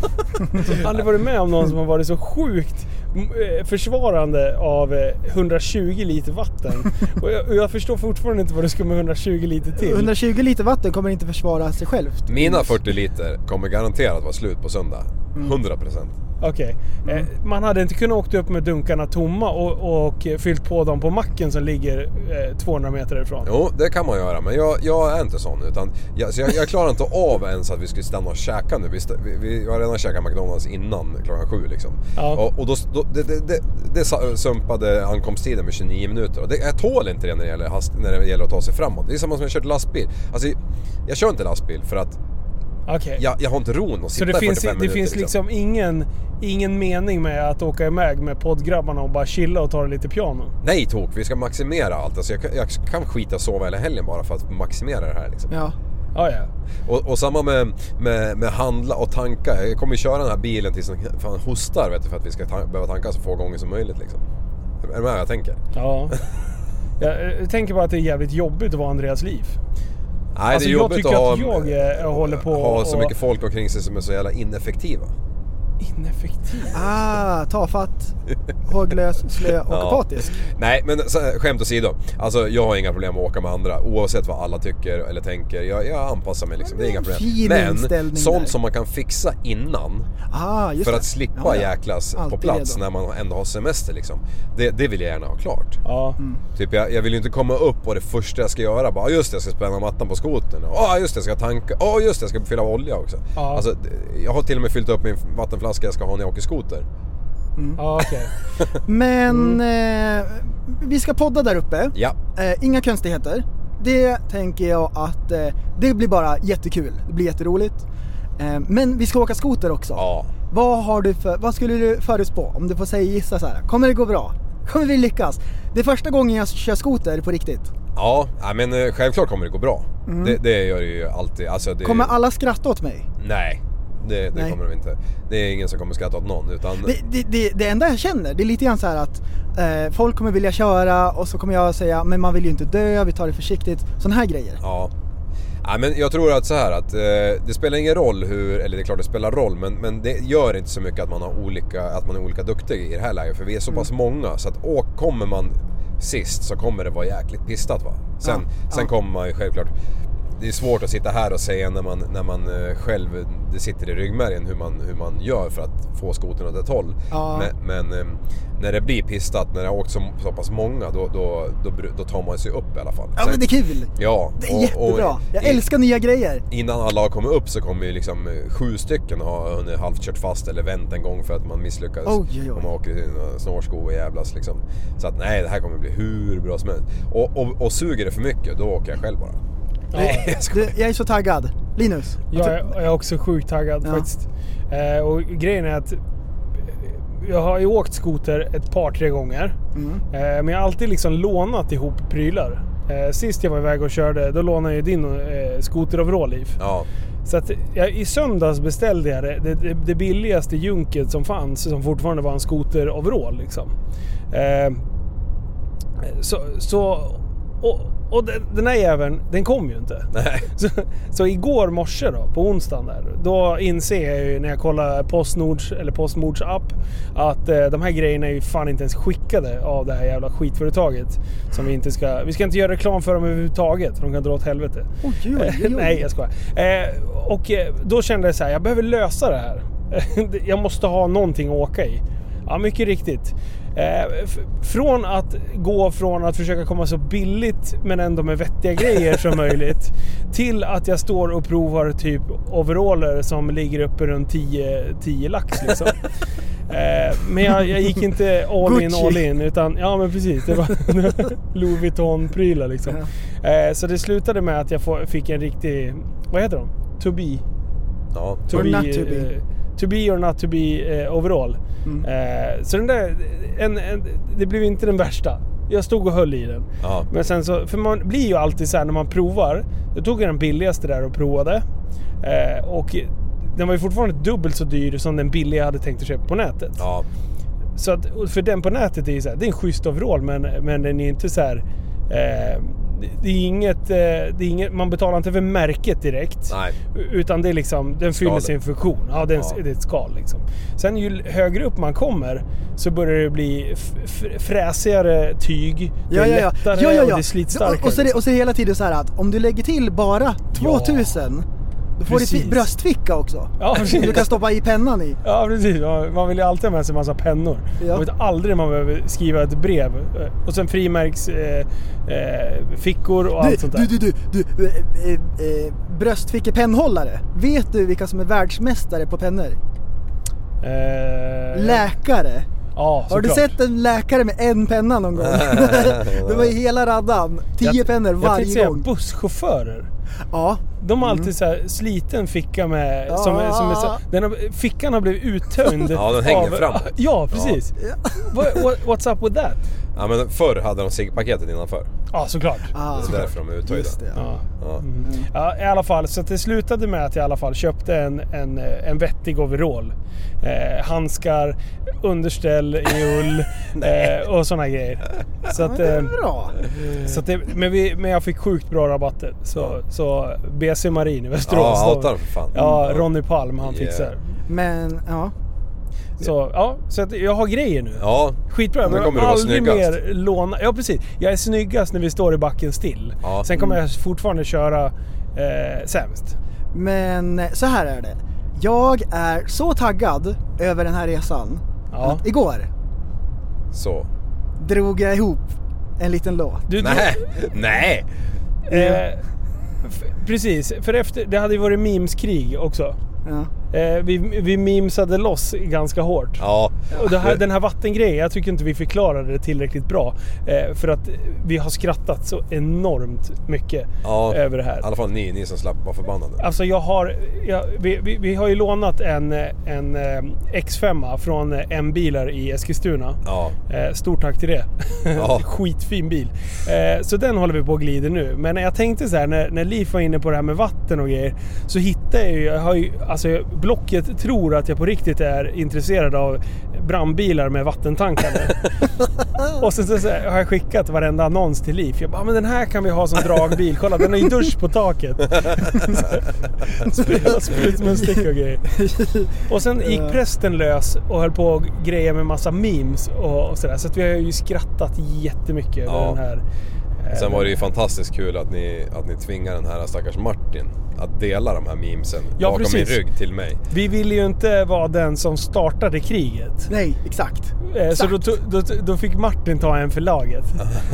[SPEAKER 5] aldrig varit med om någon som har varit så sjukt eh, försvarande av eh, 120 liter vatten. Och jag, och jag förstår fortfarande inte vad du ska med 120 liter till.
[SPEAKER 4] 120 liter vatten kommer inte försvara sig självt.
[SPEAKER 6] Mina 40 liter kommer garanterat vara slut på söndag.
[SPEAKER 5] Mm.
[SPEAKER 6] 100 procent.
[SPEAKER 5] Okej.
[SPEAKER 6] Mm.
[SPEAKER 5] Eh, man hade inte kunnat åkt upp med dunkarna tomma och, och eh, fyllt på dem på macken som ligger eh, 200 meter ifrån.
[SPEAKER 6] Jo, det kan man göra, men jag, jag är inte sån. Utan jag, så jag, jag klarar inte av ens att vi skulle stanna och käka nu. Vi, st- vi, vi jag har redan käkat McDonalds innan klockan sju liksom.
[SPEAKER 5] Ja.
[SPEAKER 6] Och, och då, då, det, det, det, det sa- sumpade ankomsttiden med 29 minuter. Och det, jag tål inte det när det, gäller hast, när det gäller att ta sig framåt. Det är samma som jag kört lastbil. Alltså, jag kör inte lastbil för att
[SPEAKER 5] Okej.
[SPEAKER 6] jag, jag har inte ron att
[SPEAKER 5] Så
[SPEAKER 6] sitta
[SPEAKER 5] det
[SPEAKER 6] i 45
[SPEAKER 5] finns, det
[SPEAKER 6] minuter.
[SPEAKER 5] finns liksom ingen, ingen mening med att åka iväg med poddgrabbarna och bara chilla och ta det lite piano?
[SPEAKER 6] Nej Tok, vi ska maximera allt. Alltså jag, kan- jag kan skita och sova hela helgen bara för att maximera det här. Liksom.
[SPEAKER 4] Ja.
[SPEAKER 5] Ah, ja.
[SPEAKER 6] Och, och samma med, med, med handla och tanka. Jag kommer ju köra den här bilen tills den fan hostar vet du, för att vi ska ta- behöva tanka så få gånger som möjligt. Liksom. Är du med vad jag tänker?
[SPEAKER 5] ja. Jag eh, tänker bara att det är jävligt jobbigt att vara Andreas liv.
[SPEAKER 6] Nej,
[SPEAKER 5] Alltså,
[SPEAKER 6] det är
[SPEAKER 5] jag
[SPEAKER 6] jobbigt
[SPEAKER 5] tycker
[SPEAKER 6] att ha,
[SPEAKER 5] att jag, eh, håller på
[SPEAKER 6] ha så
[SPEAKER 5] och-
[SPEAKER 6] mycket folk omkring sig som är så jävla ineffektiva.
[SPEAKER 5] Ineffektiv.
[SPEAKER 4] Ah, tafatt, håglös, slö och
[SPEAKER 6] Ja.
[SPEAKER 4] apatisk.
[SPEAKER 6] Nej, men så, skämt åsido. Alltså, jag har inga problem med att åka med andra. Oavsett vad alla tycker eller tänker. Jag, jag anpassar mig liksom. Det
[SPEAKER 4] Men
[SPEAKER 6] är
[SPEAKER 4] det
[SPEAKER 6] inga
[SPEAKER 4] är en
[SPEAKER 6] problem.
[SPEAKER 4] fin
[SPEAKER 6] Men
[SPEAKER 4] inställning
[SPEAKER 6] sånt
[SPEAKER 4] där.
[SPEAKER 6] som man kan fixa innan.
[SPEAKER 4] Ah, just
[SPEAKER 6] För
[SPEAKER 4] det.
[SPEAKER 6] att slippa
[SPEAKER 4] Ja, ja.
[SPEAKER 6] jäklas på
[SPEAKER 4] Alltid
[SPEAKER 6] plats
[SPEAKER 4] redo.
[SPEAKER 6] när man ändå har semester liksom. Det, det vill jag gärna ha klart.
[SPEAKER 5] Ja.
[SPEAKER 6] Typ jag, jag vill ju inte komma upp och det första jag ska göra bara "Ah, just det, jag ska spänna mattan på skotern. Ja just det, jag ska tanka. Ja just det, jag ska fylla olja också.
[SPEAKER 5] Ja.
[SPEAKER 6] Alltså, det- jag har till och med fyllt upp min vattenflaska jag ska ha när jag åker skoter.
[SPEAKER 5] Ja, okej.
[SPEAKER 4] Men eh, vi ska podda där uppe.
[SPEAKER 6] Mm. Ja,
[SPEAKER 4] Eh, inga konstigheter. Det tänker jag att eh, det blir bara jättekul. Det blir jätteroligt. Eh, men vi ska åka skoter också.
[SPEAKER 6] ja.
[SPEAKER 4] Vad, har du för, vad skulle du förutspå? Om du får säga gissa så här. Kommer det gå bra? Kommer vi lyckas? Det är första gången jag kör skoter på riktigt.
[SPEAKER 6] Ja, nej, men eh, självklart kommer det gå bra. Det, det gör det ju alltid. Alltså, det,
[SPEAKER 4] Mm. Kommer alla skratta åt mig?
[SPEAKER 6] Nej, det, det
[SPEAKER 4] Nej.
[SPEAKER 6] kommer de inte. Det är ingen som kommer skratta åt någon. Utan...
[SPEAKER 4] Det, det, det, det enda jag känner, det är lite grann så här att eh, folk kommer vilja köra och så kommer jag säga men man vill ju inte dö, vi tar det försiktigt. Sådana här grejer.
[SPEAKER 6] Ja. ja men jag tror att så här att eh, det spelar ingen roll hur, eller det är klart det spelar roll, men, men det gör inte så mycket att man, har olika, att man är olika duktig i det här läget. För vi är så
[SPEAKER 4] Mm.
[SPEAKER 6] pass många så att åk, kommer man sist så kommer det vara jäkligt pistat va. Sen,
[SPEAKER 4] Ja,
[SPEAKER 6] sen
[SPEAKER 4] ja.
[SPEAKER 6] kommer man ju självklart det är svårt att sitta här och säga när man, när man eh, själv, det sitter i ryggmärgen hur man, hur man gör för att få skotern åt ett håll.
[SPEAKER 4] Ja.
[SPEAKER 6] Men, men eh, när det blir pistat, när det har åkt så, så pass många, då, då, då, bru- då tar man sig upp i alla fall.
[SPEAKER 4] Ja,
[SPEAKER 6] Sen-
[SPEAKER 4] men det är kul!
[SPEAKER 6] Ja,
[SPEAKER 4] Det är jättebra! Jag älskar nya grejer!
[SPEAKER 6] Innan alla har kommit upp så kommer ju liksom eh, sju stycken ha hunnit halvt kört fast eller vänt en gång för att man misslyckades.
[SPEAKER 4] Oj, oj, oj.
[SPEAKER 6] Och man åker i sina snårsko och jävlas liksom. Så att nej, det här kommer bli hur bra som helst. Och, och, och suger det för mycket, då åker jag själv bara.
[SPEAKER 5] Ja.
[SPEAKER 6] Jag skojar.
[SPEAKER 4] Du, jag är så taggad. Linus?
[SPEAKER 5] Jag
[SPEAKER 7] Alltså-
[SPEAKER 5] är, jag är också sjukt taggad
[SPEAKER 4] Ja.
[SPEAKER 5] faktiskt. Eh, och grejen är att jag har ju åkt skoter ett par, tre gånger. Eh, men jag har alltid liksom lånat ihop prylar. Eh, sist jag var iväg och körde, då lånade jag ju din eh, skoteroverall Liv.
[SPEAKER 6] Ja,
[SPEAKER 5] Så att jag, i söndags beställde jag det, det, det, det billigaste junket som fanns, som fortfarande var en skoteroverall. Liksom. Eh, så, så, och och den, den här jäveln, den kom ju inte.
[SPEAKER 6] nej.
[SPEAKER 5] Så, så igår morse då, på onsdagen där, då inser jag ju när jag kollar Postnords eller Postnords app att eh, de här grejerna är ju fan inte ens skickade av det här jävla skitföretaget. Som vi inte ska... Vi ska inte göra reklam för dem överhuvudtaget, för de kan dra åt helvete.
[SPEAKER 4] Oj, oj, oj, oj.
[SPEAKER 5] Nej, jag skojar. Eh, och eh, då kände jag så här, jag behöver lösa det här. jag måste ha någonting att åka i. Ja, mycket riktigt. Eh, f- Från att gå från att försöka komma så billigt men ändå med vettiga grejer som möjligt till att jag står och provar typ overaller som ligger uppe runt 10, 10 lax liksom. Eh, Men jag, jag gick inte all in
[SPEAKER 4] Gucci.
[SPEAKER 5] all in utan ja men precis. Det var Louis Vuitton-prylar liksom. Eh, Så det slutade med att jag få- fick en riktig, vad heter de? To be.
[SPEAKER 6] Ja.
[SPEAKER 5] To
[SPEAKER 4] Or
[SPEAKER 5] be,
[SPEAKER 4] not to be. Mm.
[SPEAKER 5] eh, to be or not to be eh, overall. Eh, så den där, en, en, det blev inte den värsta. Jag stod och höll i den.
[SPEAKER 6] Ja.
[SPEAKER 5] Men sen så, för man blir ju alltid så här när man provar. Jag tog jag den billigaste där och provade. Eh, och den var ju fortfarande dubbelt så dyr som den billiga jag hade tänkt att köpa på nätet.
[SPEAKER 6] ja.
[SPEAKER 5] Så att, och för den på nätet är ju så här, det är en schysst overall men, men den är inte så här... Eh, det är inget, eh, det är inget, man betalar inte för märket direkt.
[SPEAKER 6] Nej.
[SPEAKER 5] Utan det är liksom, den fyller
[SPEAKER 6] Skalet.
[SPEAKER 5] sin funktion. Ja, det är, en,
[SPEAKER 6] Ja.
[SPEAKER 5] det är ett skal liksom. Sen ju högre upp man kommer så börjar det bli f- f- fräsigare tyg. Det
[SPEAKER 4] Ja,
[SPEAKER 5] är
[SPEAKER 4] ja, ja.
[SPEAKER 5] lättare
[SPEAKER 4] ja, ja, ja.
[SPEAKER 5] och det är slitstarkare. liksom.
[SPEAKER 4] Och, och, så är det, och så är det hela tiden så här att om du lägger till bara 2000, då får du
[SPEAKER 5] Precis.
[SPEAKER 4] fi- bröstficka också.
[SPEAKER 5] Ja,
[SPEAKER 4] Som
[SPEAKER 5] precis.
[SPEAKER 4] du kan stoppa i pennan i.
[SPEAKER 5] Ja precis, Man- man vill ju alltid ha med sig en massa pennor.
[SPEAKER 4] Ja.
[SPEAKER 5] Man vet aldrig när man behöver skriva ett brev. Eh, Och sen frimärks eh, eh, fickor och
[SPEAKER 4] Du,
[SPEAKER 5] allt sånt där.
[SPEAKER 4] du, du, du, du eh, eh, eh, bröstfickepennhållare. Vet du vilka som är världsmästare på pennor?
[SPEAKER 5] Eh,
[SPEAKER 4] Läkare.
[SPEAKER 5] ja,
[SPEAKER 4] Har du
[SPEAKER 5] såklart.
[SPEAKER 4] sett en läkare med en penna någon gång? det var ju hela raddan. Tio
[SPEAKER 5] Jag-
[SPEAKER 4] pennor
[SPEAKER 5] Jag tänkte
[SPEAKER 4] varje
[SPEAKER 5] säga
[SPEAKER 4] gång.
[SPEAKER 5] busschaufförer.
[SPEAKER 4] Ja,
[SPEAKER 5] De har alltid så här sliten ficka med... Som är, som är så,
[SPEAKER 4] Ah.
[SPEAKER 5] den har, fickan har blivit uttömd.
[SPEAKER 6] Ja, den hänger
[SPEAKER 5] av-
[SPEAKER 6] framåt.
[SPEAKER 5] Ja, precis. What, what, what's up with that?
[SPEAKER 6] ja, men förr hade de ciggpaketet innanför.
[SPEAKER 5] Ja, såklart.
[SPEAKER 4] ah,
[SPEAKER 6] det är därför de är uthöjda.
[SPEAKER 4] just det. Ja.
[SPEAKER 5] Ja.
[SPEAKER 6] Ja.
[SPEAKER 5] Ja, i alla fall. Så att det slutade med att jag i alla fall köpte en, en, eh, en vettig overall. Eh, handskar, underställ i ull eh, och sådana grejer. Så att, eh,
[SPEAKER 4] Bra.
[SPEAKER 5] så att det, men, vi, men jag fick sjukt bra rabatter. Så, så BC Marin i Västerås.
[SPEAKER 6] Ja,
[SPEAKER 5] då-
[SPEAKER 6] outar dem för fan.
[SPEAKER 5] Ja,
[SPEAKER 6] Mm.
[SPEAKER 5] Ronny Palm han
[SPEAKER 6] Yeah.
[SPEAKER 5] fixar.
[SPEAKER 4] Men ja,
[SPEAKER 5] Så, ja, så att jag har grejer nu.
[SPEAKER 6] Ja.
[SPEAKER 5] Skitbra,
[SPEAKER 6] Nu
[SPEAKER 5] men
[SPEAKER 6] kommer du vara
[SPEAKER 5] aldrig
[SPEAKER 6] snyggast.
[SPEAKER 5] mer låna. Ja precis, jag är snyggast när vi står i backen still.
[SPEAKER 6] Ja. Mm.
[SPEAKER 5] Sen kommer jag fortfarande köra eh, sämst.
[SPEAKER 4] men eh, så här är det. Jag är så taggad över den här resan.
[SPEAKER 5] Ja.
[SPEAKER 4] Att igår
[SPEAKER 6] Så.
[SPEAKER 4] drog jag ihop en liten låt.
[SPEAKER 5] Du,
[SPEAKER 6] Nej. Nej.
[SPEAKER 5] Eh, f- precis, för efter, det hade ju varit memeskrig också.
[SPEAKER 4] Ja.
[SPEAKER 5] Eh, vi, vi memesade loss ganska hårt.
[SPEAKER 6] Ja.
[SPEAKER 5] Och det här, den här vattengrejen, jag tycker inte vi förklarade det tillräckligt bra. Eh, för att vi har skrattat så enormt mycket
[SPEAKER 6] Ja.
[SPEAKER 5] över det här.
[SPEAKER 6] I alla fall ni, ni som slapp vara förbannade.
[SPEAKER 5] Alltså jag har, jag, vi, vi, vi har ju lånat en, eh, en eh, X5 från eh, M-bilar i Eskilstuna.
[SPEAKER 6] Ja.
[SPEAKER 5] Eh, Stort tack till det.
[SPEAKER 6] Ja.
[SPEAKER 5] Skitfin bil. Eh, Så den håller vi på och glider nu. Men jag tänkte så här när, när Liv var inne på det här med vatten och grejer. Så hittade jag ju, jag har ju, alltså jag- Blocket tror att jag på riktigt är intresserad av brandbilar med vattentankar nu. Och sen så, så här, har jag skickat varenda annons till Liv. Jag bara, "Ah, men den här kan vi ha som dragbil. Kolla den har ju dusch på taket. Sprutmunstycke och grejer. Och sen gick prästen lös och höll på och grejer med massa memes och, och sådär. Så att vi har ju skrattat jättemycket över
[SPEAKER 6] Ja.
[SPEAKER 5] den här
[SPEAKER 6] Sen var det ju fantastiskt kul att ni, att ni tvingar den här stackars Martin att dela de här memesen
[SPEAKER 5] Ja,
[SPEAKER 6] bakom
[SPEAKER 5] precis.
[SPEAKER 6] min rygg till mig.
[SPEAKER 5] Vi ville ju inte vara den som startade kriget.
[SPEAKER 7] Nej, exakt.
[SPEAKER 5] Eh, Så då,
[SPEAKER 7] Exakt.
[SPEAKER 5] tog- då, då fick Martin ta en för laget.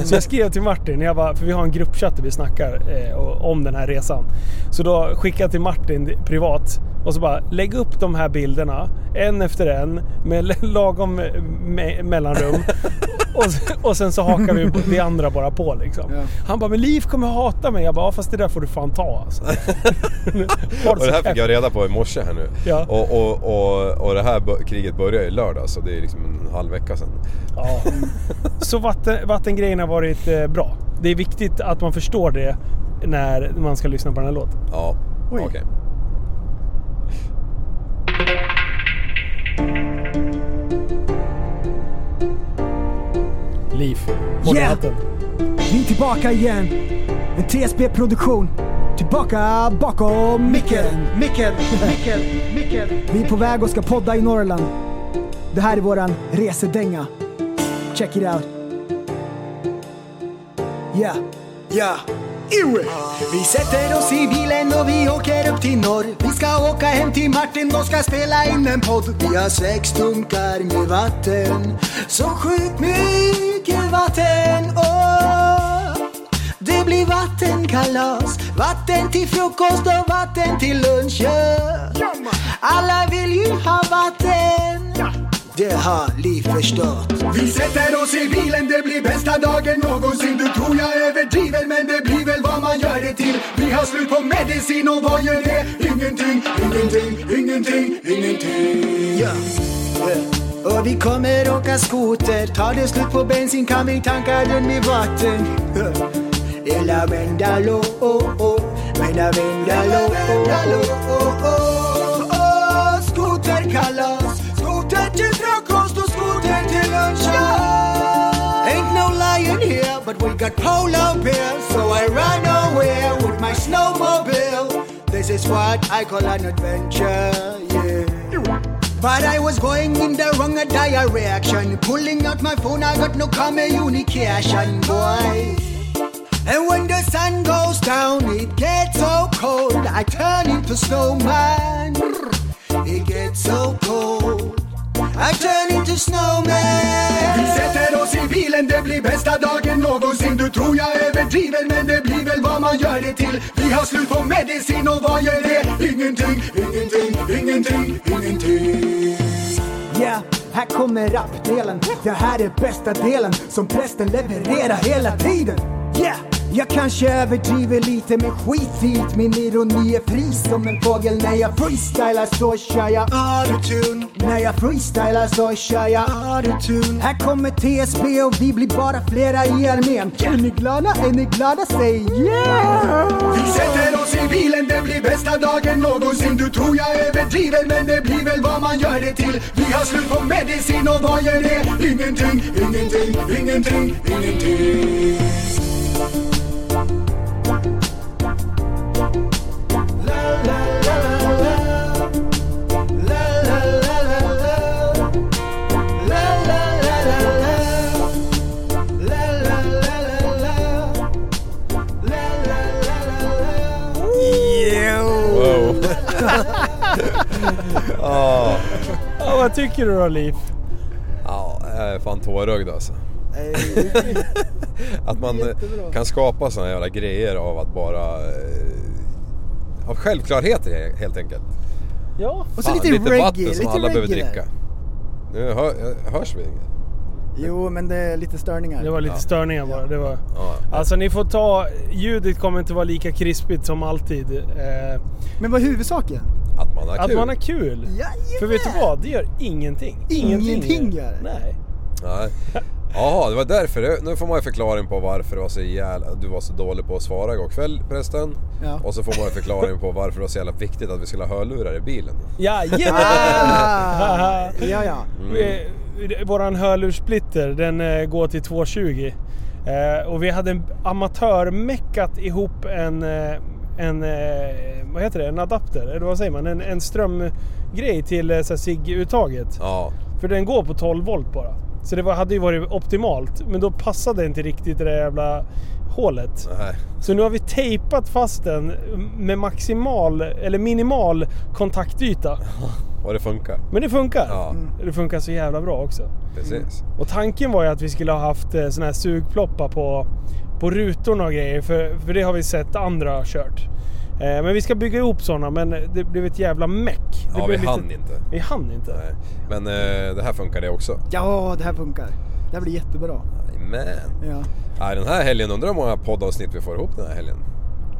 [SPEAKER 5] Så jag skrev till Martin, jag bara, för vi har en gruppchatt där vi snackar eh, och- om den här resan. Så då skickade jag till Martin privat och så bara, lägg upp de här bilderna en efter en med lagom eh, me- mellanrum. Och, s- och sen så hakar vi på- vi andra bara på liksom.
[SPEAKER 7] Ja.
[SPEAKER 5] Han bara, men Liv kommer hata mig. Jag bara, "Ja, fast det där får du fan ta alltså. Har du
[SPEAKER 6] Och det här
[SPEAKER 5] så-
[SPEAKER 6] fick jag reda på i morse här nu.
[SPEAKER 5] Ja.
[SPEAKER 6] Och, och, och, och det här bör- kriget börjar ju lördag så det är liksom en halv vecka sedan.
[SPEAKER 5] Ja. Så vatten, vattengrejen har varit eh, bra. Det är viktigt att man förstår det när man ska lyssna på den här låten.
[SPEAKER 6] Ja,
[SPEAKER 7] Oj.
[SPEAKER 6] okej.
[SPEAKER 5] Liv. Håll i
[SPEAKER 8] Yeah!
[SPEAKER 5] hatten.
[SPEAKER 8] Vi är tillbaka igen. En TSB-produktion. Tillbaka bakom micken.
[SPEAKER 7] Mickel, Mickel, Mickel.
[SPEAKER 8] Vi är på väg och ska podda i Norrland. Det här är våran resedänga. Check it out. Yeah.
[SPEAKER 7] Ja, Iwe! Vi sätter oss i bilen och vi åker upp till norr. Vi ska åka hem till Martin och ska spela in en podd. Vi har sex dunkar med vatten, så sjukt mycket vatten. Åh, det blir vattenkalas, vatten till frukost och vatten till lunch. ja. Alla vill ju ha vatten. Det har Liv förstått. Vi sätter oss i bilen, det blir bästa dagen någonsin. Du tror jag överdriver, men det blir väl vad man gör det till. Vi har slut på medicin och vad gör det? Ingenting, ingenting, ingenting, ingenting. Ja. Ja. Och vi kommer åka skoter. Tar det slut på bensin kan vi tanka den med vatten. Ja. Ella vendalo, oh, oh. Mena vendalo, oh, oh, oh, oh. Skoterkalas, skoter till frukost och skoter till lunch. Ain't no lion here, but we got polar bear. So I run away with my snowmobile. This is what I call an adventure, yeah. But I was going in the wrong direction. Pulling out my phone, I got no communication, boy. And when the sun goes down, it gets so cold. I turn into snowman. It gets so cold. I turn into snowman. Vi sätter oss i bilen, det blir bästa dagen någonsin. Du tror jag överdriver, men det blir väl vad man gör det till. Vi har slut på medicin och vad gör det? Ingenting, ingenting, ingenting, ingenting.
[SPEAKER 8] Yeah, här kommer rapdelen. Det här är bästa delen som prästen levererar hela tiden. Yeah! Jag kanske överdriver lite men skit hit Min ironi är fri som en fågel När jag freestylar så kör jag
[SPEAKER 7] Autotune,
[SPEAKER 8] När jag freestylar så kör jag
[SPEAKER 7] autotune.
[SPEAKER 8] Här kommer TSB och vi blir bara flera i armén Är ni glada? Är ni glada? Säg yeah!
[SPEAKER 7] Vi sätter oss i bilen, det blir bästa dagen någonsin. Du tror jag överdriver, men det blir väl vad man gör det till. Vi har slut på medicin och vad gör det? Ingenting, ingenting, ingenting, ingenting.
[SPEAKER 6] Wow. Ja,
[SPEAKER 5] Ja, vad tycker du då Liv?
[SPEAKER 6] ja, jag är fan tårögd alltså. Att man eh, kan skapa såna jävla grejer av att bara... eh, Av självklarheter he- helt enkelt.
[SPEAKER 5] Ja.
[SPEAKER 7] Och så
[SPEAKER 6] Fan,
[SPEAKER 7] lite, reggae,
[SPEAKER 6] vatten som
[SPEAKER 7] lite
[SPEAKER 6] alla
[SPEAKER 7] reggae
[SPEAKER 6] behöver
[SPEAKER 7] där.
[SPEAKER 6] dricka. Nu hör, hörs vi inget.
[SPEAKER 7] Jo, men det är lite störningar.
[SPEAKER 5] Det var lite störningar bara. Det var...
[SPEAKER 6] Ja.
[SPEAKER 5] Alltså ni får ta... Ljudet kommer inte vara lika krispigt som alltid. Eh,
[SPEAKER 7] Men vad är huvudsaken?
[SPEAKER 6] Att man har
[SPEAKER 5] att
[SPEAKER 6] kul.
[SPEAKER 5] man har kul.
[SPEAKER 7] Jajamän.
[SPEAKER 5] För vet du vad? Det gör ingenting.
[SPEAKER 7] Ingenting gör det.
[SPEAKER 5] Nej.
[SPEAKER 6] Nej. Jaha, det var därför. Det- Nu får man ju förklaring på varför du var så jävla, du var så dålig på att svara igår kväll prästen.
[SPEAKER 7] Ja.
[SPEAKER 6] Och så får man en förklaring på varför det var så jävla viktigt att vi skulle ha hörlurar i bilen. Ah.
[SPEAKER 5] Jajamän!
[SPEAKER 7] Ah, ja, ja.
[SPEAKER 5] Vi- Mm. Eh, Våran hörlurssplitter den eh, går till 220. Eh, och vi hade en amatörmeckat ihop en, eh, en, eh, vad heter det, en adapter, eller vad säger man, en, en strömgrej till eh, så här SIG-uttaget.
[SPEAKER 6] Ja,
[SPEAKER 5] För den går på 12 volt bara. Så det var, hade ju varit optimalt, men då passade inte riktigt det där jävla hålet.
[SPEAKER 6] Nej.
[SPEAKER 5] Så nu har vi tejpat fast den med maximal, eller minimal kontaktyta.
[SPEAKER 6] Och det funkar.
[SPEAKER 5] Men det funkar.
[SPEAKER 6] Ja,
[SPEAKER 5] Det funkar så jävla bra också.
[SPEAKER 6] precis.
[SPEAKER 5] Och tanken var ju att vi skulle ha haft eh, såna här sugploppar på, på rutorna och grejer. För, för det har vi sett andra ha kört. Eh, Men vi ska bygga ihop sådana men det blev ett jävla meck. Det
[SPEAKER 6] Ja,
[SPEAKER 5] blev
[SPEAKER 6] vi hann inte.
[SPEAKER 5] Vi hann inte.
[SPEAKER 6] Nej. Men eh, det här funkar det också.
[SPEAKER 7] Ja, det här funkar. Det här blir jättebra.
[SPEAKER 6] Jajamän.
[SPEAKER 7] Ja.
[SPEAKER 6] Nej, den här helgen, undrar hur många poddavsnitt vi får ihop den här helgen.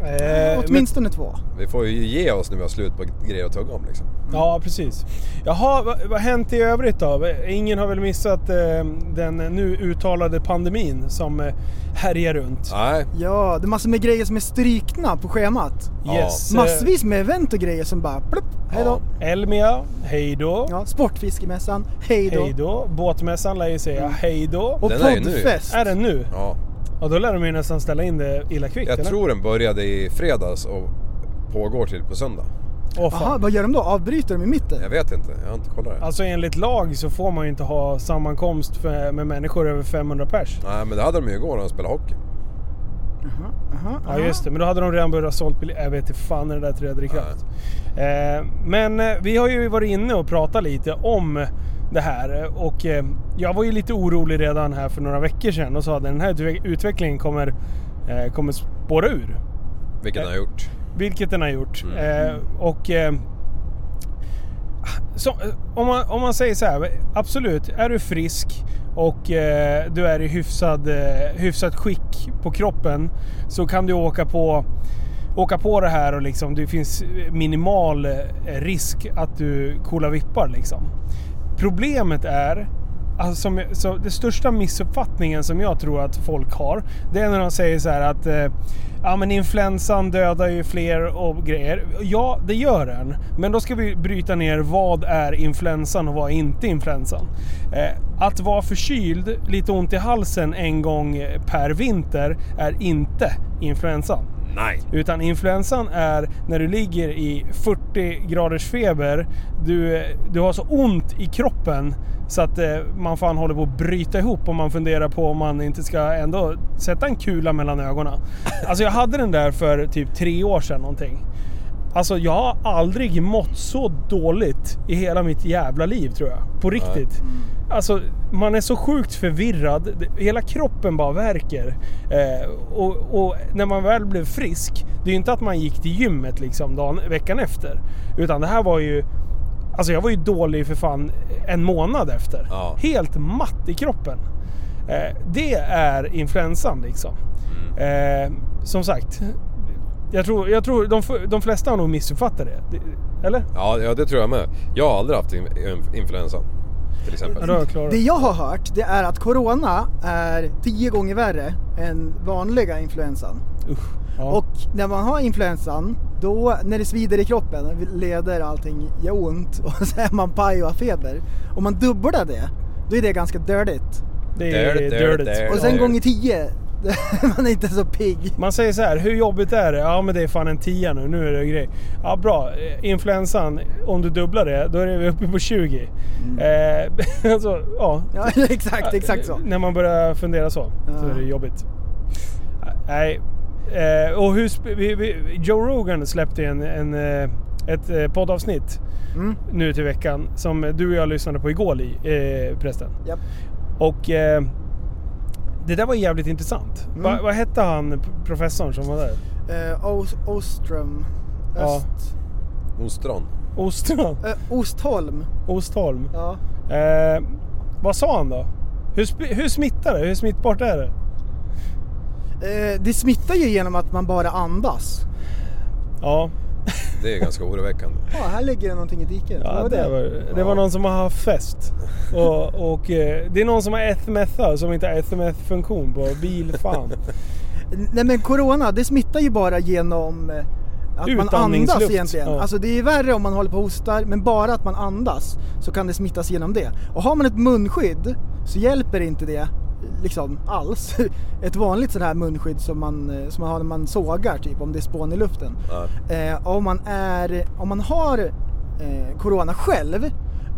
[SPEAKER 5] Eh, men-
[SPEAKER 7] Åtminstone två.
[SPEAKER 6] Vi får ju ge oss när vi har slut på grejer att tugga om liksom.
[SPEAKER 5] Ja, precis. Jaha, vad, vad har hänt i övrigt då? Ingen har väl missat eh, den nu uttalade pandemin som eh, härjar runt?
[SPEAKER 6] Nej,
[SPEAKER 7] Ja, det är massor med grejer som är strykna på schemat.
[SPEAKER 6] Ja.
[SPEAKER 5] eh,
[SPEAKER 7] Massvis med event och grejer som bara plupp, hejdå.
[SPEAKER 5] Elmia, hejdå.
[SPEAKER 7] Ja, Sportfiskemässan, hejdå.
[SPEAKER 5] Hejdå. Båtmässan lär ju säga hejdå.
[SPEAKER 7] Mm. Och
[SPEAKER 6] Den är ju nu.
[SPEAKER 7] poddfest.
[SPEAKER 5] Är den nu?
[SPEAKER 6] ja.
[SPEAKER 5] Ja, då lär de ju nästan ställa in det illa kvickt.
[SPEAKER 6] Jag
[SPEAKER 5] eller?
[SPEAKER 6] tror den började i fredags och pågår till på söndag.
[SPEAKER 5] Åh, fan.
[SPEAKER 7] Aha, vad gör de då? Avbryter de i mitten?
[SPEAKER 6] Jag vet inte, jag har inte kollat det.
[SPEAKER 5] Alltså enligt lag så får man ju inte ha sammankomst för, med människor över 500 pers.
[SPEAKER 6] Nej, men det hade de ju igår när de spelade hockey.
[SPEAKER 5] Ja just det, men då hade de redan börjat sålt biljetter. Jag vet inte fan när det där träder i kraft. Eh, men eh, vi har ju varit inne och pratat lite om det här eh, och eh, jag var ju lite orolig redan här för några veckor sedan och sa att den här utve- utvecklingen kommer, eh, kommer spåra ur.
[SPEAKER 6] Vilket de har gjort.
[SPEAKER 5] Vilket den har gjort. Eh, och eh, så, eh, om, man, om man säger så här, absolut, är du frisk och eh, du är i hyfsad, eh, hyfsat skick på kroppen så kan du åka på, åka på det här och liksom, det finns minimal eh, risk att du coola vippar. Liksom. Problemet är Alltså som, så det största missuppfattningen som jag tror att folk har, det är när de säger så här att eh, ja, men influensan dödar ju fler och grejer. Ja, det gör den. Men då ska vi bryta ner vad är influensan och vad är inte influensan. Eh, att vara förkyld, lite ont i halsen en gång per vinter är inte influensan.
[SPEAKER 6] Nej.
[SPEAKER 5] Utan influensan är när du ligger i 40 graders feber. Du, du har så ont i kroppen så att eh, man fan håller på att bryta ihop och man funderar på om man inte ska ändå sätta en kula mellan ögonen. Alltså jag hade den där för typ tre år sedan någonting. Alltså jag har aldrig mått så dåligt i hela mitt jävla liv tror jag. På riktigt. Alltså man är så sjukt förvirrad. Det- Hela kroppen bara värker. Eh, och, och när man väl blev frisk. Det är ju inte att man gick till gymmet liksom dagen, veckan efter. Utan det här var ju... Alltså jag var ju dålig för fan en månad efter.
[SPEAKER 6] Ja.
[SPEAKER 5] Helt matt i kroppen. Eh, det är influensan liksom. Eh, som sagt. Jag tror, jag tror de, f- de flesta har nog missuppfattat det. Det- Eller?
[SPEAKER 6] Ja, ja, det tror jag med. Jag har aldrig haft in- in- influensan. Till
[SPEAKER 5] Ja,
[SPEAKER 6] exempel.
[SPEAKER 5] då har jag klarat
[SPEAKER 7] Det
[SPEAKER 5] det.
[SPEAKER 7] jag har hört, det är att Corona är tio gånger värre än vanliga influensan.
[SPEAKER 5] Ja.
[SPEAKER 7] Och när man har influensan, då när det svider i kroppen, leder allting gör ont och så är man paj och har feber. Om man dubblar det, då är det ganska dödligt.
[SPEAKER 5] Det är
[SPEAKER 6] Dirt, dirt,
[SPEAKER 5] dirtigt.
[SPEAKER 6] dirt.
[SPEAKER 7] Och sen
[SPEAKER 6] Ja.
[SPEAKER 7] gånger tio, man är inte så pigg.
[SPEAKER 5] Man säger så här, hur jobbigt är det? Ja men det är fan en tia nu, nu är det grej. Ja bra, Eh, influensan, om du dubblar det, då är vi uppe på 20.
[SPEAKER 7] Mm.
[SPEAKER 5] Eh, alltså, ja.
[SPEAKER 7] Ja, exakt, exakt så.
[SPEAKER 5] När man börjar fundera så, så är det jobbigt. Nej. Eh, och hur, sp- vi, vi, Joe Rogan släppte en, en, eh, ett eh, poddavsnitt
[SPEAKER 7] Mm.
[SPEAKER 5] nu till veckan som du och jag lyssnade på igår, Li, eh, prästen.
[SPEAKER 7] Japp.
[SPEAKER 5] Och eh, det där var jävligt intressant.
[SPEAKER 7] Mm.
[SPEAKER 5] Va, vad hette han professorn som var där?
[SPEAKER 7] Eh, Os- Ostrom.
[SPEAKER 5] Ja.
[SPEAKER 7] Öst.
[SPEAKER 6] Ostron.
[SPEAKER 5] Ostholm.
[SPEAKER 7] eh, Ostholm.
[SPEAKER 5] Ostholm.
[SPEAKER 7] Ja.
[SPEAKER 5] Eh, vad sa han då? Hur, sp- hur smittar det? Hur smittbart är det?
[SPEAKER 7] Eh, det smittar ju genom att man bara andas.
[SPEAKER 5] Ja,
[SPEAKER 6] Det är ganska oroväckande.
[SPEAKER 7] Ja, här ligger det någonting i diket. Vad
[SPEAKER 5] ja det, var, det var
[SPEAKER 6] Ja.
[SPEAKER 5] någon som har haft fest. Och, och eh, det är någon som har etmethar som inte har etmeth-funktion på bil. Fan.
[SPEAKER 7] Nej men corona, det smittar ju bara genom eh, att man
[SPEAKER 5] Utandningsluft,
[SPEAKER 7] andas egentligen.
[SPEAKER 5] ja.
[SPEAKER 7] Alltså det är värre om man håller på och hostar, men bara att man andas så kan det smittas genom det. Och har man ett munskydd så hjälper inte det liksom alls. Ett vanligt sånt här munskydd som man, eh, som man har när man sågar typ, om det är spån i luften.
[SPEAKER 6] Ja.
[SPEAKER 7] Eh, om, man är, om man har eh, corona själv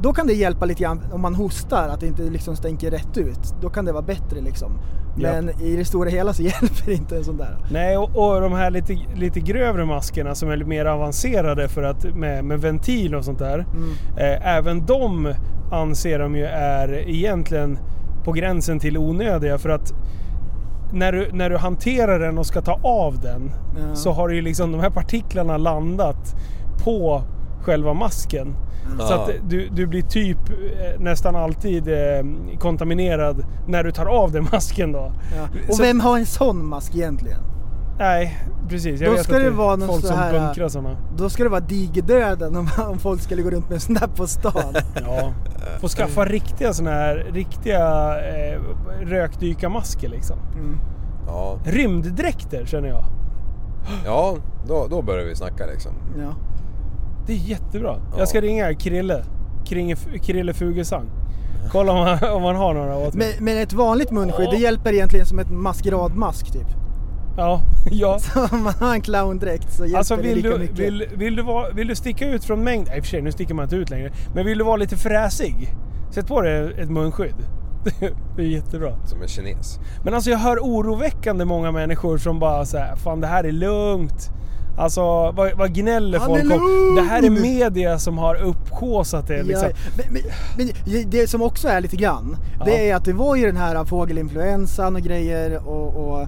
[SPEAKER 7] Då kan det hjälpa lite grann om man hostar, att det inte liksom stänker rätt ut. Då kan det vara bättre liksom.
[SPEAKER 5] Ja.
[SPEAKER 7] Men i det stora hela så hjälper inte en sån där.
[SPEAKER 5] Nej, och, och de här lite, lite grövre maskerna som är lite mer avancerade för att, med, med ventil och sånt där. Eh, även de anser de ju är egentligen på gränsen till onödiga för att när du, när du hanterar den och ska ta av den
[SPEAKER 7] Ja.
[SPEAKER 5] så har ju liksom de här partiklarna landat på själva masken. Så
[SPEAKER 6] Ja.
[SPEAKER 5] att du, du blir typ eh, nästan alltid eh, kontaminerad när du tar av den masken då.
[SPEAKER 7] Ja.
[SPEAKER 5] Så-
[SPEAKER 7] Och vem har en sån mask egentligen?
[SPEAKER 5] Nej, precis. Jag
[SPEAKER 7] Då
[SPEAKER 5] vet
[SPEAKER 7] ska
[SPEAKER 5] att
[SPEAKER 7] det
[SPEAKER 5] är
[SPEAKER 7] vara någon
[SPEAKER 5] folk
[SPEAKER 7] så
[SPEAKER 5] som
[SPEAKER 7] här- eh,
[SPEAKER 5] bunkrar sådana.
[SPEAKER 7] Då ska det vara digerdöden om, om folk skulle gå runt med en sån där på stan.
[SPEAKER 5] Ja. Få skaffa riktiga sådana här riktiga eh, rökdykarmasker liksom.
[SPEAKER 7] Mm.
[SPEAKER 6] Ja,
[SPEAKER 5] Rymddräkter känner jag.
[SPEAKER 6] ja då, då börjar vi snacka liksom.
[SPEAKER 7] Ja.
[SPEAKER 5] Det är jättebra.
[SPEAKER 6] Ja.
[SPEAKER 5] Jag ska ringa Krille. Kring, Krille Fuglesang. Kolla om han, om han har några åt mig.
[SPEAKER 7] Men, men ett vanligt munskydd,
[SPEAKER 5] Ja.
[SPEAKER 7] det hjälper egentligen som ett maskeradmask typ.
[SPEAKER 5] Ja, ja.
[SPEAKER 7] Så om man har en clowndräkt så hjälper
[SPEAKER 5] Alltså
[SPEAKER 7] det
[SPEAKER 5] vill
[SPEAKER 7] lika
[SPEAKER 5] du,
[SPEAKER 7] mycket.
[SPEAKER 5] vill, vill, du vara, vill du sticka ut från mängden? Nej i och för sig, nu sticker man inte ut längre. Men vill du vara lite fräsig? Sätt på dig ett munskydd. Det är jättebra.
[SPEAKER 6] Som en kines.
[SPEAKER 5] Men alltså jag hör oroväckande många människor som bara så här, fan det här är lugnt. Alltså vad, vad gnäller
[SPEAKER 7] Han
[SPEAKER 5] folk
[SPEAKER 7] är
[SPEAKER 5] om? Det här är
[SPEAKER 7] lugn!
[SPEAKER 5] media som har upphaussat det liksom.
[SPEAKER 7] Ja, men, men, men det som också är lite grann,
[SPEAKER 5] Ja.
[SPEAKER 7] det är att det var ju den här fågelinfluensan och grejer och, och,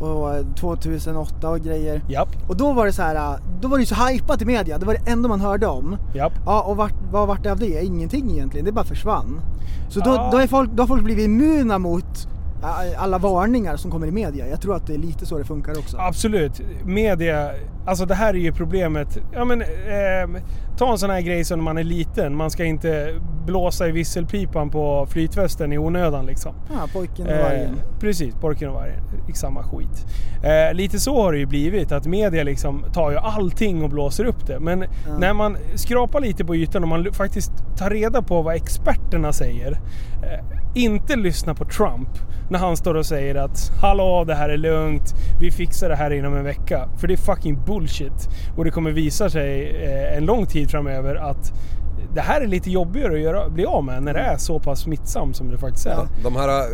[SPEAKER 7] och 2008 och grejer.
[SPEAKER 5] Japp,
[SPEAKER 7] Och då var det så här, då var det ju så hypat i media, det var det enda man hörde om.
[SPEAKER 5] japp.
[SPEAKER 7] Ja, och vart, vad vart det av det? Ingenting egentligen, det bara försvann. Så då,
[SPEAKER 5] Ja.
[SPEAKER 7] då, är folk, då har folk blivit immuna mot eh, alla varningar som kommer i media. Jag tror att det är lite så det funkar också.
[SPEAKER 5] Absolut. Media, alltså det här är ju problemet. Ja men, ehm, ta en sån här grej som när man är liten. Man ska inte blåsa i visselpipan på flytvästen i onödan liksom.
[SPEAKER 7] Ja, Ah, pojken och
[SPEAKER 5] Eh,
[SPEAKER 7] vargen.
[SPEAKER 5] precis, Porken och vargen. Exakt Samma skit. Eh, lite så har det ju blivit, att media liksom tar ju allting och blåser upp det. Men när man skrapar lite på ytan och man lu- faktiskt tar reda på vad experterna säger. Eh, inte lyssna på Trump när han står och säger att “Hallå, det här är lugnt, vi fixar det här inom en vecka”. För det är fucking bullshit. Och det kommer visa sig eh, en lång tid framöver att det här är lite jobbigare att göra, bli av med när
[SPEAKER 7] Mm.
[SPEAKER 5] det är så pass smittsam som det faktiskt är.
[SPEAKER 6] De här eh,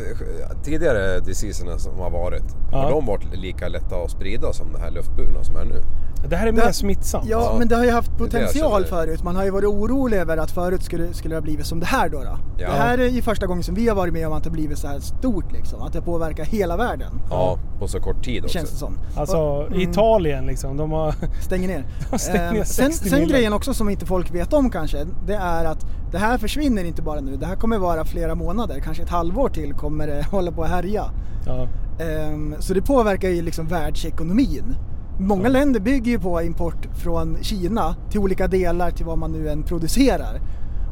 [SPEAKER 6] tidigare diseaserna som har varit,
[SPEAKER 5] Ja.
[SPEAKER 6] har de varit lika lätta att sprida som det här luftburna som är nu?
[SPEAKER 5] Det här är mer
[SPEAKER 7] Det-
[SPEAKER 5] smittsamt.
[SPEAKER 7] Ja,
[SPEAKER 6] Ja.
[SPEAKER 7] men det har ju haft
[SPEAKER 6] Det är det jag
[SPEAKER 7] potential
[SPEAKER 6] känner.
[SPEAKER 7] förut. Man har ju varit orolig över att förut skulle, skulle det ha blivit som det här då. då.
[SPEAKER 6] Ja.
[SPEAKER 7] Det här är ju första gången som vi har varit med om att det har blivit så här stort liksom. Att det påverkar hela världen.
[SPEAKER 6] Ja, på så kort tid också.
[SPEAKER 7] Känns det som.
[SPEAKER 5] Alltså
[SPEAKER 7] Mm.
[SPEAKER 5] Italien liksom. De har...
[SPEAKER 7] Stänger ner.
[SPEAKER 5] De stänger ner
[SPEAKER 7] Eh, sen
[SPEAKER 5] 60
[SPEAKER 7] sen
[SPEAKER 5] milen.
[SPEAKER 7] grejen också som inte folk vet om kanske, det är att det här försvinner inte bara nu. Det här kommer vara flera månader, kanske ett halvår till kommer det hålla på att härja.
[SPEAKER 5] Ja.
[SPEAKER 7] Ehm, så det påverkar ju liksom världsekonomin. Många länder bygger ju på import från Kina till olika delar till vad man nu än producerar.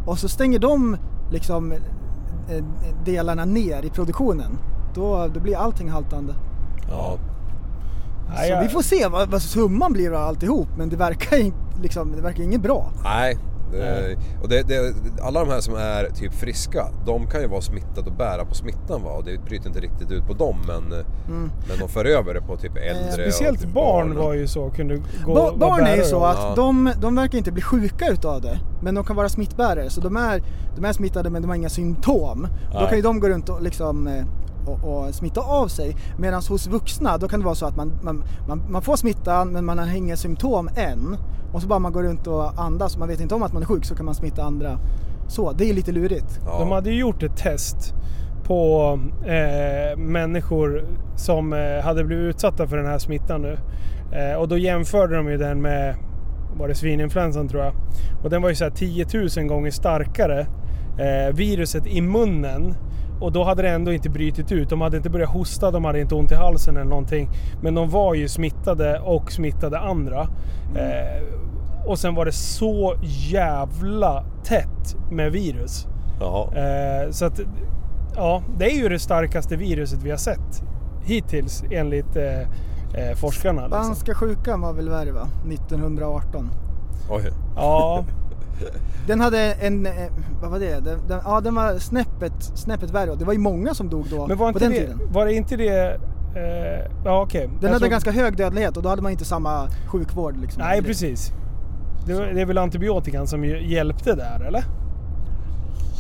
[SPEAKER 7] Och så stänger de liksom eh, delarna ner i produktionen. Då, då blir allting haltande.
[SPEAKER 6] Ja.
[SPEAKER 5] Nej,
[SPEAKER 7] Så
[SPEAKER 5] jag-
[SPEAKER 7] vi får se vad, vad summan blir av alltihop men det verkar, in, liksom, det verkar inget bra.
[SPEAKER 6] Nej. Det, och det, det, alla de här som är typ friska, de kan ju vara smittade och bära på smittan va? Och det bryter inte riktigt ut på dem men, eh, men de för över det på typ äldre
[SPEAKER 5] Mm. Eh, Speciellt
[SPEAKER 6] och typ
[SPEAKER 5] barn
[SPEAKER 6] och-
[SPEAKER 5] var ju så, kunde gå
[SPEAKER 7] Ba-
[SPEAKER 5] vara
[SPEAKER 7] barn är ju
[SPEAKER 5] bärare
[SPEAKER 7] så
[SPEAKER 5] av-
[SPEAKER 7] att
[SPEAKER 6] Ja.
[SPEAKER 7] de, de verkar inte bli sjuka utav det. Men de kan vara smittbärare. Så de är, de är smittade men de har inga symptom. Då
[SPEAKER 5] Nej.
[SPEAKER 7] kan ju de gå runt och, liksom, eh, och, och smitta av sig. Medan hos vuxna då kan det vara så att man, man, man, man får smittan men man har inga symptom än. Och så bara man går runt och andas och man vet inte om att man är sjuk så kan man smitta andra. Så, det är lite lurigt.
[SPEAKER 6] Ja.
[SPEAKER 5] De hade ju gjort ett test på eh, människor som eh, hade blivit utsatta för den här smittan nu. Eh, och då jämförde de ju den med, var det svininfluensan tror jag. Och den var ju så här 10 000 gånger starkare, eh, viruset i munnen. Och då hade det ändå inte brutit ut. De hade inte börjat hosta, de hade inte ont i halsen eller någonting. Men de var ju smittade och smittade andra. Eh, och sen var det så jävla tätt med virus.
[SPEAKER 6] Ja.
[SPEAKER 5] Eh, så att, ja, det är ju det starkaste viruset vi har sett hittills enligt eh, eh, forskarna. Liksom.
[SPEAKER 7] Spanska sjukan var väl värre va? 1918.
[SPEAKER 6] Oj.
[SPEAKER 5] Ja,
[SPEAKER 7] Den hade en, eh, vad var det? Den, den, ja den var snäppet, snäppet värre och det var ju många som dog då
[SPEAKER 5] men var
[SPEAKER 7] på
[SPEAKER 5] inte
[SPEAKER 7] den
[SPEAKER 5] det,
[SPEAKER 7] tiden.
[SPEAKER 5] var det inte det... Eh, ja, okej.
[SPEAKER 7] Den
[SPEAKER 5] Jag
[SPEAKER 7] hade
[SPEAKER 5] tror-
[SPEAKER 7] ganska hög dödlighet och då hade man inte samma sjukvård liksom.
[SPEAKER 5] Nej, precis. Det, var- det är väl antibiotikan som ju hjälpte där, eller?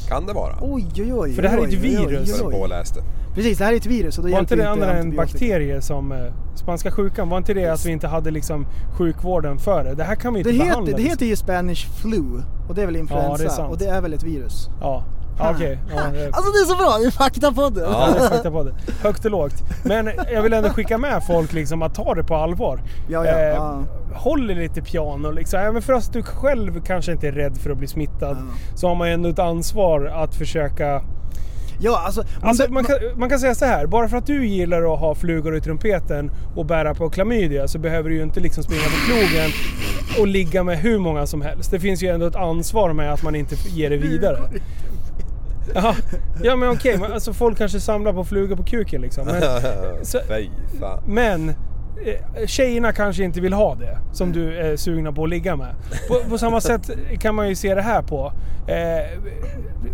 [SPEAKER 6] Kan det vara.
[SPEAKER 7] Oj, oj, oj.
[SPEAKER 5] För det här är
[SPEAKER 7] oj,
[SPEAKER 5] ett
[SPEAKER 7] oj, oj,
[SPEAKER 5] virus.
[SPEAKER 6] Så
[SPEAKER 7] oj,
[SPEAKER 6] jag
[SPEAKER 7] oj.
[SPEAKER 6] påläste.
[SPEAKER 7] Precis, det här är ett virus och då
[SPEAKER 5] Var inte
[SPEAKER 7] hjälper
[SPEAKER 5] det andra än
[SPEAKER 7] antibiotika.
[SPEAKER 5] bakterier som eh, spanska sjukan? Var inte det att vi inte hade liksom sjukvården för det? Det här kan vi inte
[SPEAKER 7] Det
[SPEAKER 5] behandla.
[SPEAKER 7] heter, det
[SPEAKER 5] liksom.
[SPEAKER 7] heter ju Spanish flu och det är väl influensa
[SPEAKER 5] Ja, det är sant.
[SPEAKER 7] och det är väl ett virus.
[SPEAKER 5] Ja, ja okej. Ja, det-
[SPEAKER 7] Alltså det är så bra, det är faktapodden!
[SPEAKER 5] Ja, det är fakta på det. Högt och lågt. Men jag vill ändå skicka med folk liksom att ta det på allvar. Eh,
[SPEAKER 7] Ja, ja, ja.
[SPEAKER 5] Håll i lite piano liksom. Även fast du själv kanske inte är rädd för att bli smittad så har man ju ändå ett ansvar att försöka...
[SPEAKER 7] Ja, alltså, om
[SPEAKER 5] Alltså,
[SPEAKER 7] du-
[SPEAKER 5] man, kan, man kan säga så här, bara för att du gillar att ha flugor i trumpeten och bära på klamydia så behöver du ju inte liksom springa på krogen och ligga med hur många som helst. Det finns ju ändå ett ansvar med att man inte ger det vidare. Ja, ja men okej, men alltså folk kanske samlar på flugor på kuken liksom. Men, så,
[SPEAKER 6] Fy fan.
[SPEAKER 5] men eh, tjejerna kanske inte vill ha det som du är sugna på att ligga med. På, på samma sätt kan man ju se det här på. Eh,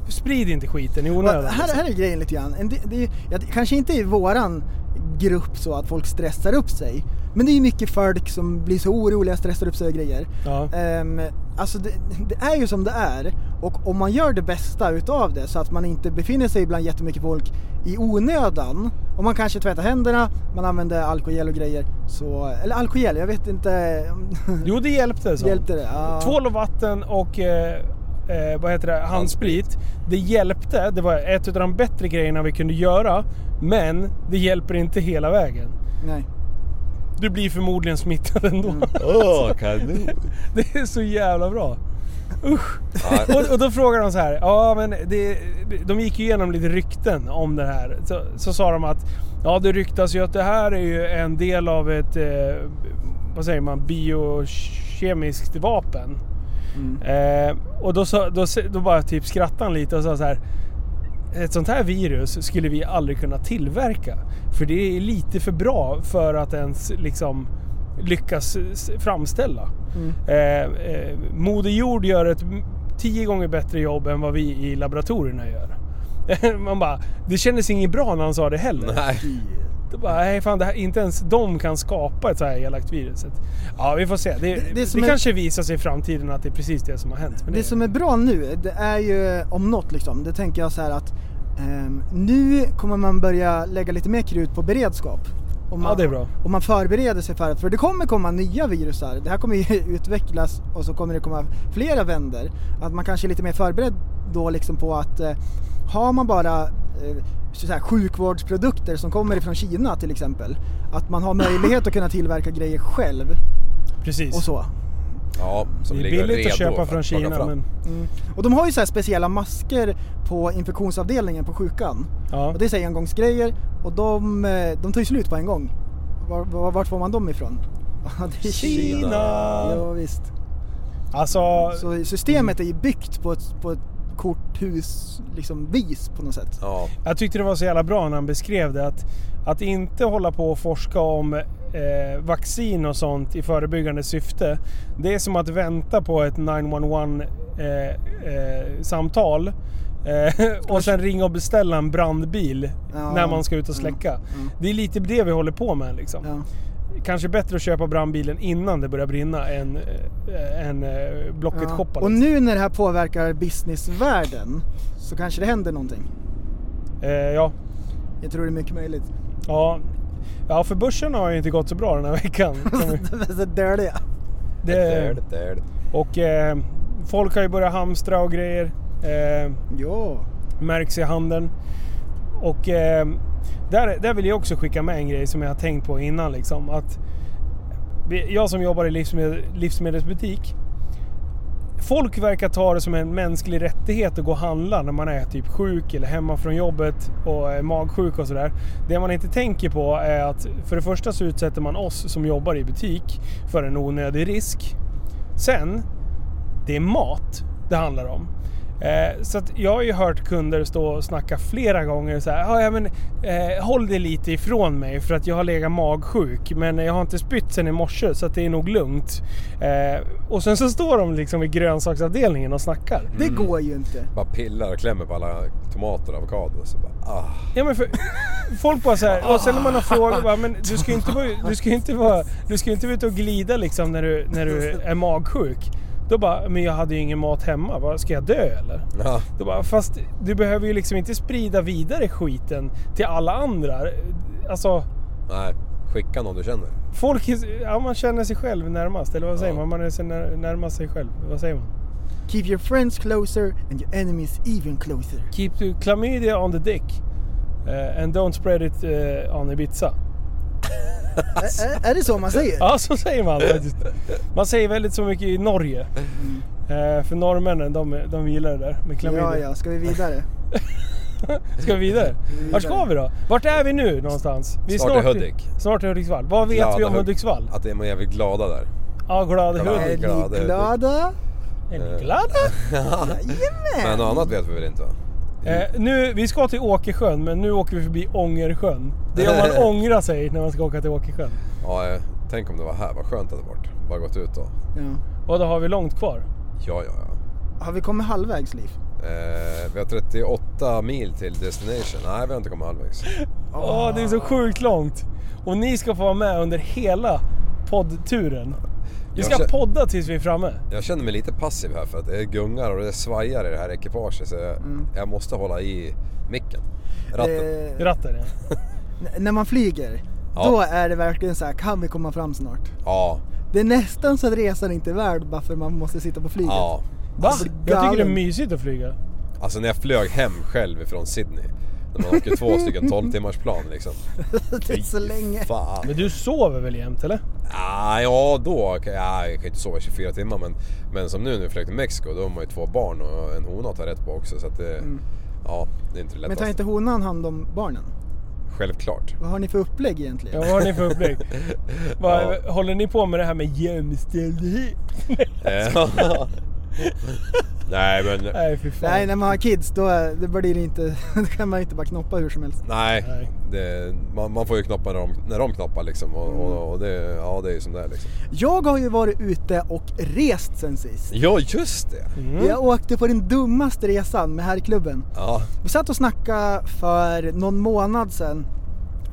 [SPEAKER 5] sprid inte skiten i onödan. liksom.
[SPEAKER 7] Här, här är grejen lite grann. En, det, det, är ju- ja, det, kanske inte i våran grupp så att folk stressar upp sig. Men det är ju mycket folk som blir så oroliga, stressar upp sig och grejer.
[SPEAKER 5] Ja.
[SPEAKER 7] Ehm, alltså det, det är ju som det är. Och om man gör det bästa utav det så att man inte befinner sig bland jättemycket folk i onödan. Om man kanske tvättar händerna, man använder alkogel och grejer. Så, eller alkogel, jag vet inte.
[SPEAKER 5] Jo, det hjälpte. Så.
[SPEAKER 7] Hjälpte det? Ja.
[SPEAKER 5] Tvål och vatten och eh, eh, vad heter det? handsprit. Det hjälpte. Det var ett av de bättre grejerna vi kunde göra. Men det hjälper inte hela vägen.
[SPEAKER 7] Nej.
[SPEAKER 5] Du blir förmodligen smittad ändå.
[SPEAKER 6] Åh, kanon.
[SPEAKER 5] Det är så jävla bra. Usch. Och, och då frågar de så här. Ja, men det, de gick ju igenom lite rykten om det här. Så, så sa de att ja, det ryktas ju att det här är ju en del av ett, eh, vad säger man, biokemiskt vapen. Eh, och då, sa- då, se- då bara typ skrattade han lite och sa så här. Ett sånt här virus skulle vi aldrig kunna tillverka. För det är lite för bra för att ens liksom lyckas s- framställa.
[SPEAKER 7] Mm.
[SPEAKER 5] Eh, eh, Moder Jord gör ett m- tio gånger bättre jobb än vad vi i laboratorierna gör. Man bara, det kändes inget bra när han sa det heller.
[SPEAKER 6] Nej.
[SPEAKER 5] Då bara, nej fan, det här, inte ens de kan skapa ett så här elakt virus. Ja, vi får se. Det, det,
[SPEAKER 7] det som är-
[SPEAKER 5] kanske visar sig i framtiden att det är precis det som har hänt. Men
[SPEAKER 7] Det som är bra nu, det är ju om något liksom, det tänker jag så här att ehm, nu kommer man börja lägga lite mer krut på beredskap. Om man,
[SPEAKER 5] Ja, det är bra.
[SPEAKER 7] Om man förbereder sig för att, för det kommer komma nya virus här. Det här kommer ju utvecklas och så kommer det komma flera vänder. Att man kanske är lite mer förberedd då liksom på att eh, har man bara eh, så här, sjukvårdsprodukter som kommer ifrån Kina till exempel. Att man har möjlighet att kunna tillverka grejer själv
[SPEAKER 5] precis.
[SPEAKER 7] och så.
[SPEAKER 6] Ja, som
[SPEAKER 5] det är
[SPEAKER 6] ligger
[SPEAKER 5] billigt
[SPEAKER 6] redo
[SPEAKER 5] att köpa
[SPEAKER 6] för
[SPEAKER 5] från
[SPEAKER 6] plocka
[SPEAKER 5] Kina
[SPEAKER 6] fram.
[SPEAKER 5] men...
[SPEAKER 7] Och de har ju så här speciella masker på infektionsavdelningen på sjukan.
[SPEAKER 5] Ja.
[SPEAKER 7] Och det är så här engångsgrejer och de, eh, de tar ju slut på en gång. Var, var, vart får man dem ifrån? Ja, det är Kina! Ja, visst.
[SPEAKER 5] Alltså,
[SPEAKER 7] Så systemet är ju byggt på ett, på ett korthus liksom, vis på något sätt.
[SPEAKER 6] Ja,
[SPEAKER 5] jag tyckte det var så jävla bra när han beskrev det. Att, att inte hålla på och forska om eh, vaccin och sånt i förebyggande syfte. Det är som att vänta på ett 911 eh, eh, samtal. Eh, och sen ringa och beställa en brandbil
[SPEAKER 7] Ja. Mm.
[SPEAKER 5] när man ska ut och släcka. Det är lite det vi håller på med liksom.
[SPEAKER 7] Ja.
[SPEAKER 5] Kanske bättre att köpa brandbilen innan det börjar brinna än, eh, än eh, blocket
[SPEAKER 7] Ja.
[SPEAKER 5] shoppa.
[SPEAKER 7] Och
[SPEAKER 5] liksom.
[SPEAKER 7] nu när det här påverkar businessvärlden så kanske det händer någonting.
[SPEAKER 5] eh, ja,
[SPEAKER 7] Jag tror det är mycket möjligt.
[SPEAKER 5] Ja, ja för börsen har ju inte gått så bra den här veckan. kan vi-
[SPEAKER 7] så dörliga.
[SPEAKER 5] Det,
[SPEAKER 6] det är det.
[SPEAKER 5] och eh, folk har ju börjat hamstra och grejer. Eh,
[SPEAKER 7] Ja.
[SPEAKER 5] märks i handeln. Och eh, där, där vill jag också skicka med en grej som jag har tänkt på innan. Liksom, att vi- jag som jobbar i livsmedel, livsmedelsbutik. Folk verkar ta det som en mänsklig rättighet att gå och handla när man är typ sjuk eller hemma från jobbet och är magsjuk och sådär. Det man inte tänker på är att för det första så utsätter man oss som jobbar i butik för en onödig risk. Sen det är mat det handlar om. Eh, så att jag har ju hört kunder stå och snacka flera gånger så här, "Ah, ja, men, eh, håll dig lite ifrån mig för att jag har legat magsjuk men jag har inte spytt sen i morse så att det är nog lugnt. Eh, och sen så står de liksom vid grönsaksavdelningen och snackar.
[SPEAKER 7] Det går ju inte.
[SPEAKER 6] Bara pillar och klämmer på alla tomater och avokado. Så bara, ah.
[SPEAKER 5] Ja, men för, folk bara så här, och sen när man har frågor bara, men du ska ju inte vara, du ska ju inte vara, du ska ju inte vara ute och glida liksom när du, när du är magsjuk. Då bara, men jag hade ju ingen mat hemma. Vad, ska jag dö eller?
[SPEAKER 6] Ja.
[SPEAKER 5] Då bara, fast du behöver ju liksom inte sprida vidare skiten till alla andra. Alltså,
[SPEAKER 6] Nej, skicka någon du känner.
[SPEAKER 5] folk är, ja, man känner sig själv närmast. Eller vad säger
[SPEAKER 6] Ja.
[SPEAKER 5] man? Man är sig när, närmast sig själv. Vad säger man?
[SPEAKER 7] Keep your friends closer and your enemies even closer.
[SPEAKER 5] Keep the chlamydia on the dick. eh, and don't spread it eh, on Ibiza.
[SPEAKER 7] Ä- Är, är det så man säger?
[SPEAKER 5] Ja, så säger man faktiskt. Man säger väldigt så mycket i Norge. Eh, för norrmännen, de, de gillar det där med klamydia.
[SPEAKER 7] Ja, ja, ska vi vidare?
[SPEAKER 6] Oh
[SPEAKER 5] Ska vi vidare? Vart ska vi då? Vart är vi nu någonstans? Vi är
[SPEAKER 6] Snart i Hudik.
[SPEAKER 5] Snart i Hudiksvall. Vad vet vi om
[SPEAKER 6] Hud-
[SPEAKER 5] Hudiksvall?
[SPEAKER 6] Att de är jävligt glada där.
[SPEAKER 5] Ja, glada
[SPEAKER 6] Glada.
[SPEAKER 5] Hudik.
[SPEAKER 7] Är
[SPEAKER 6] glada,
[SPEAKER 7] ni
[SPEAKER 6] det-
[SPEAKER 7] glada?
[SPEAKER 5] Är ni glada?
[SPEAKER 6] Men något annat vet vi väl inte va?
[SPEAKER 5] Eh, nu, vi ska till Åkersjön, men nu åker vi förbi Ångersjön. Det är om man ångrar sig när man ska åka till Åkersjön.
[SPEAKER 6] Ja, eh, tänk om det var här. Vad skönt det hade varit. Bara gått ut då.
[SPEAKER 7] Ja.
[SPEAKER 5] Och då har vi långt kvar.
[SPEAKER 6] Ja, ja, ja.
[SPEAKER 7] Har vi kommit halvvägs, Liv?
[SPEAKER 6] Eh, vi har 38 mil till destination. Nej, vi har inte kommit halvvägs.
[SPEAKER 5] Åh, det är så sjukt långt. Och ni ska få vara med under hela poddturen. Vi
[SPEAKER 6] Jag
[SPEAKER 5] ska
[SPEAKER 6] känner-
[SPEAKER 5] podda tills vi är framme.
[SPEAKER 6] Jag känner mig lite passiv här för att det gungar och det svajar i det här ekipaget så jag, jag måste hålla i micken. Ratten.
[SPEAKER 7] Eh,
[SPEAKER 5] Ratten ja.
[SPEAKER 7] n- när man flyger,
[SPEAKER 6] Ja.
[SPEAKER 7] då är det verkligen så här, kan vi komma fram snart?
[SPEAKER 6] Ja,
[SPEAKER 7] Det är nästan så att resan inte är värd bara för man måste sitta på flyget.
[SPEAKER 6] ja.
[SPEAKER 5] Va?
[SPEAKER 7] Alltså,
[SPEAKER 5] Jag tycker det är
[SPEAKER 7] galen.
[SPEAKER 5] mysigt att flyga.
[SPEAKER 6] Alltså när jag flög hem själv ifrån Sydney. När man åker två stycken 12 timmars plan liksom.
[SPEAKER 7] Det är så länge.
[SPEAKER 6] Fan.
[SPEAKER 5] Men du sover väl jämt eller?
[SPEAKER 6] Ah, ja, då. kan- Ja, jag kan ju inte sova i 24 timmar men, men som nu när vi flög till Mexiko då har man ju två barn och en hona att ta rätt på också. Så att det, ja, det är inte det
[SPEAKER 7] Men
[SPEAKER 6] lättaste.
[SPEAKER 7] tar inte honan hand om barnen?
[SPEAKER 6] Självklart.
[SPEAKER 7] Vad har ni för upplägg
[SPEAKER 5] Ja,
[SPEAKER 7] egentligen?
[SPEAKER 5] vad har ni för upplägg? Vad-
[SPEAKER 6] Ja.
[SPEAKER 5] Håller ni på med det här med jämställdhet?
[SPEAKER 6] Eh, Nej men...
[SPEAKER 5] Nej, fy fan.
[SPEAKER 7] Nej, när man har kids då, är- det blir det inte, då kan man inte bara knoppa hur som helst.
[SPEAKER 6] Nej,
[SPEAKER 5] Nej.
[SPEAKER 6] Det, man, man får ju knoppa när de, när de knoppar liksom. Och, och, och det, ja, det är ju som det är liksom.
[SPEAKER 7] Jag har ju varit ute och rest sen sist.
[SPEAKER 6] Ja, just det!
[SPEAKER 7] Jag åkte på den dummaste resan med herrklubben.
[SPEAKER 6] Ja,
[SPEAKER 7] Vi satt och snackade för någon månad sedan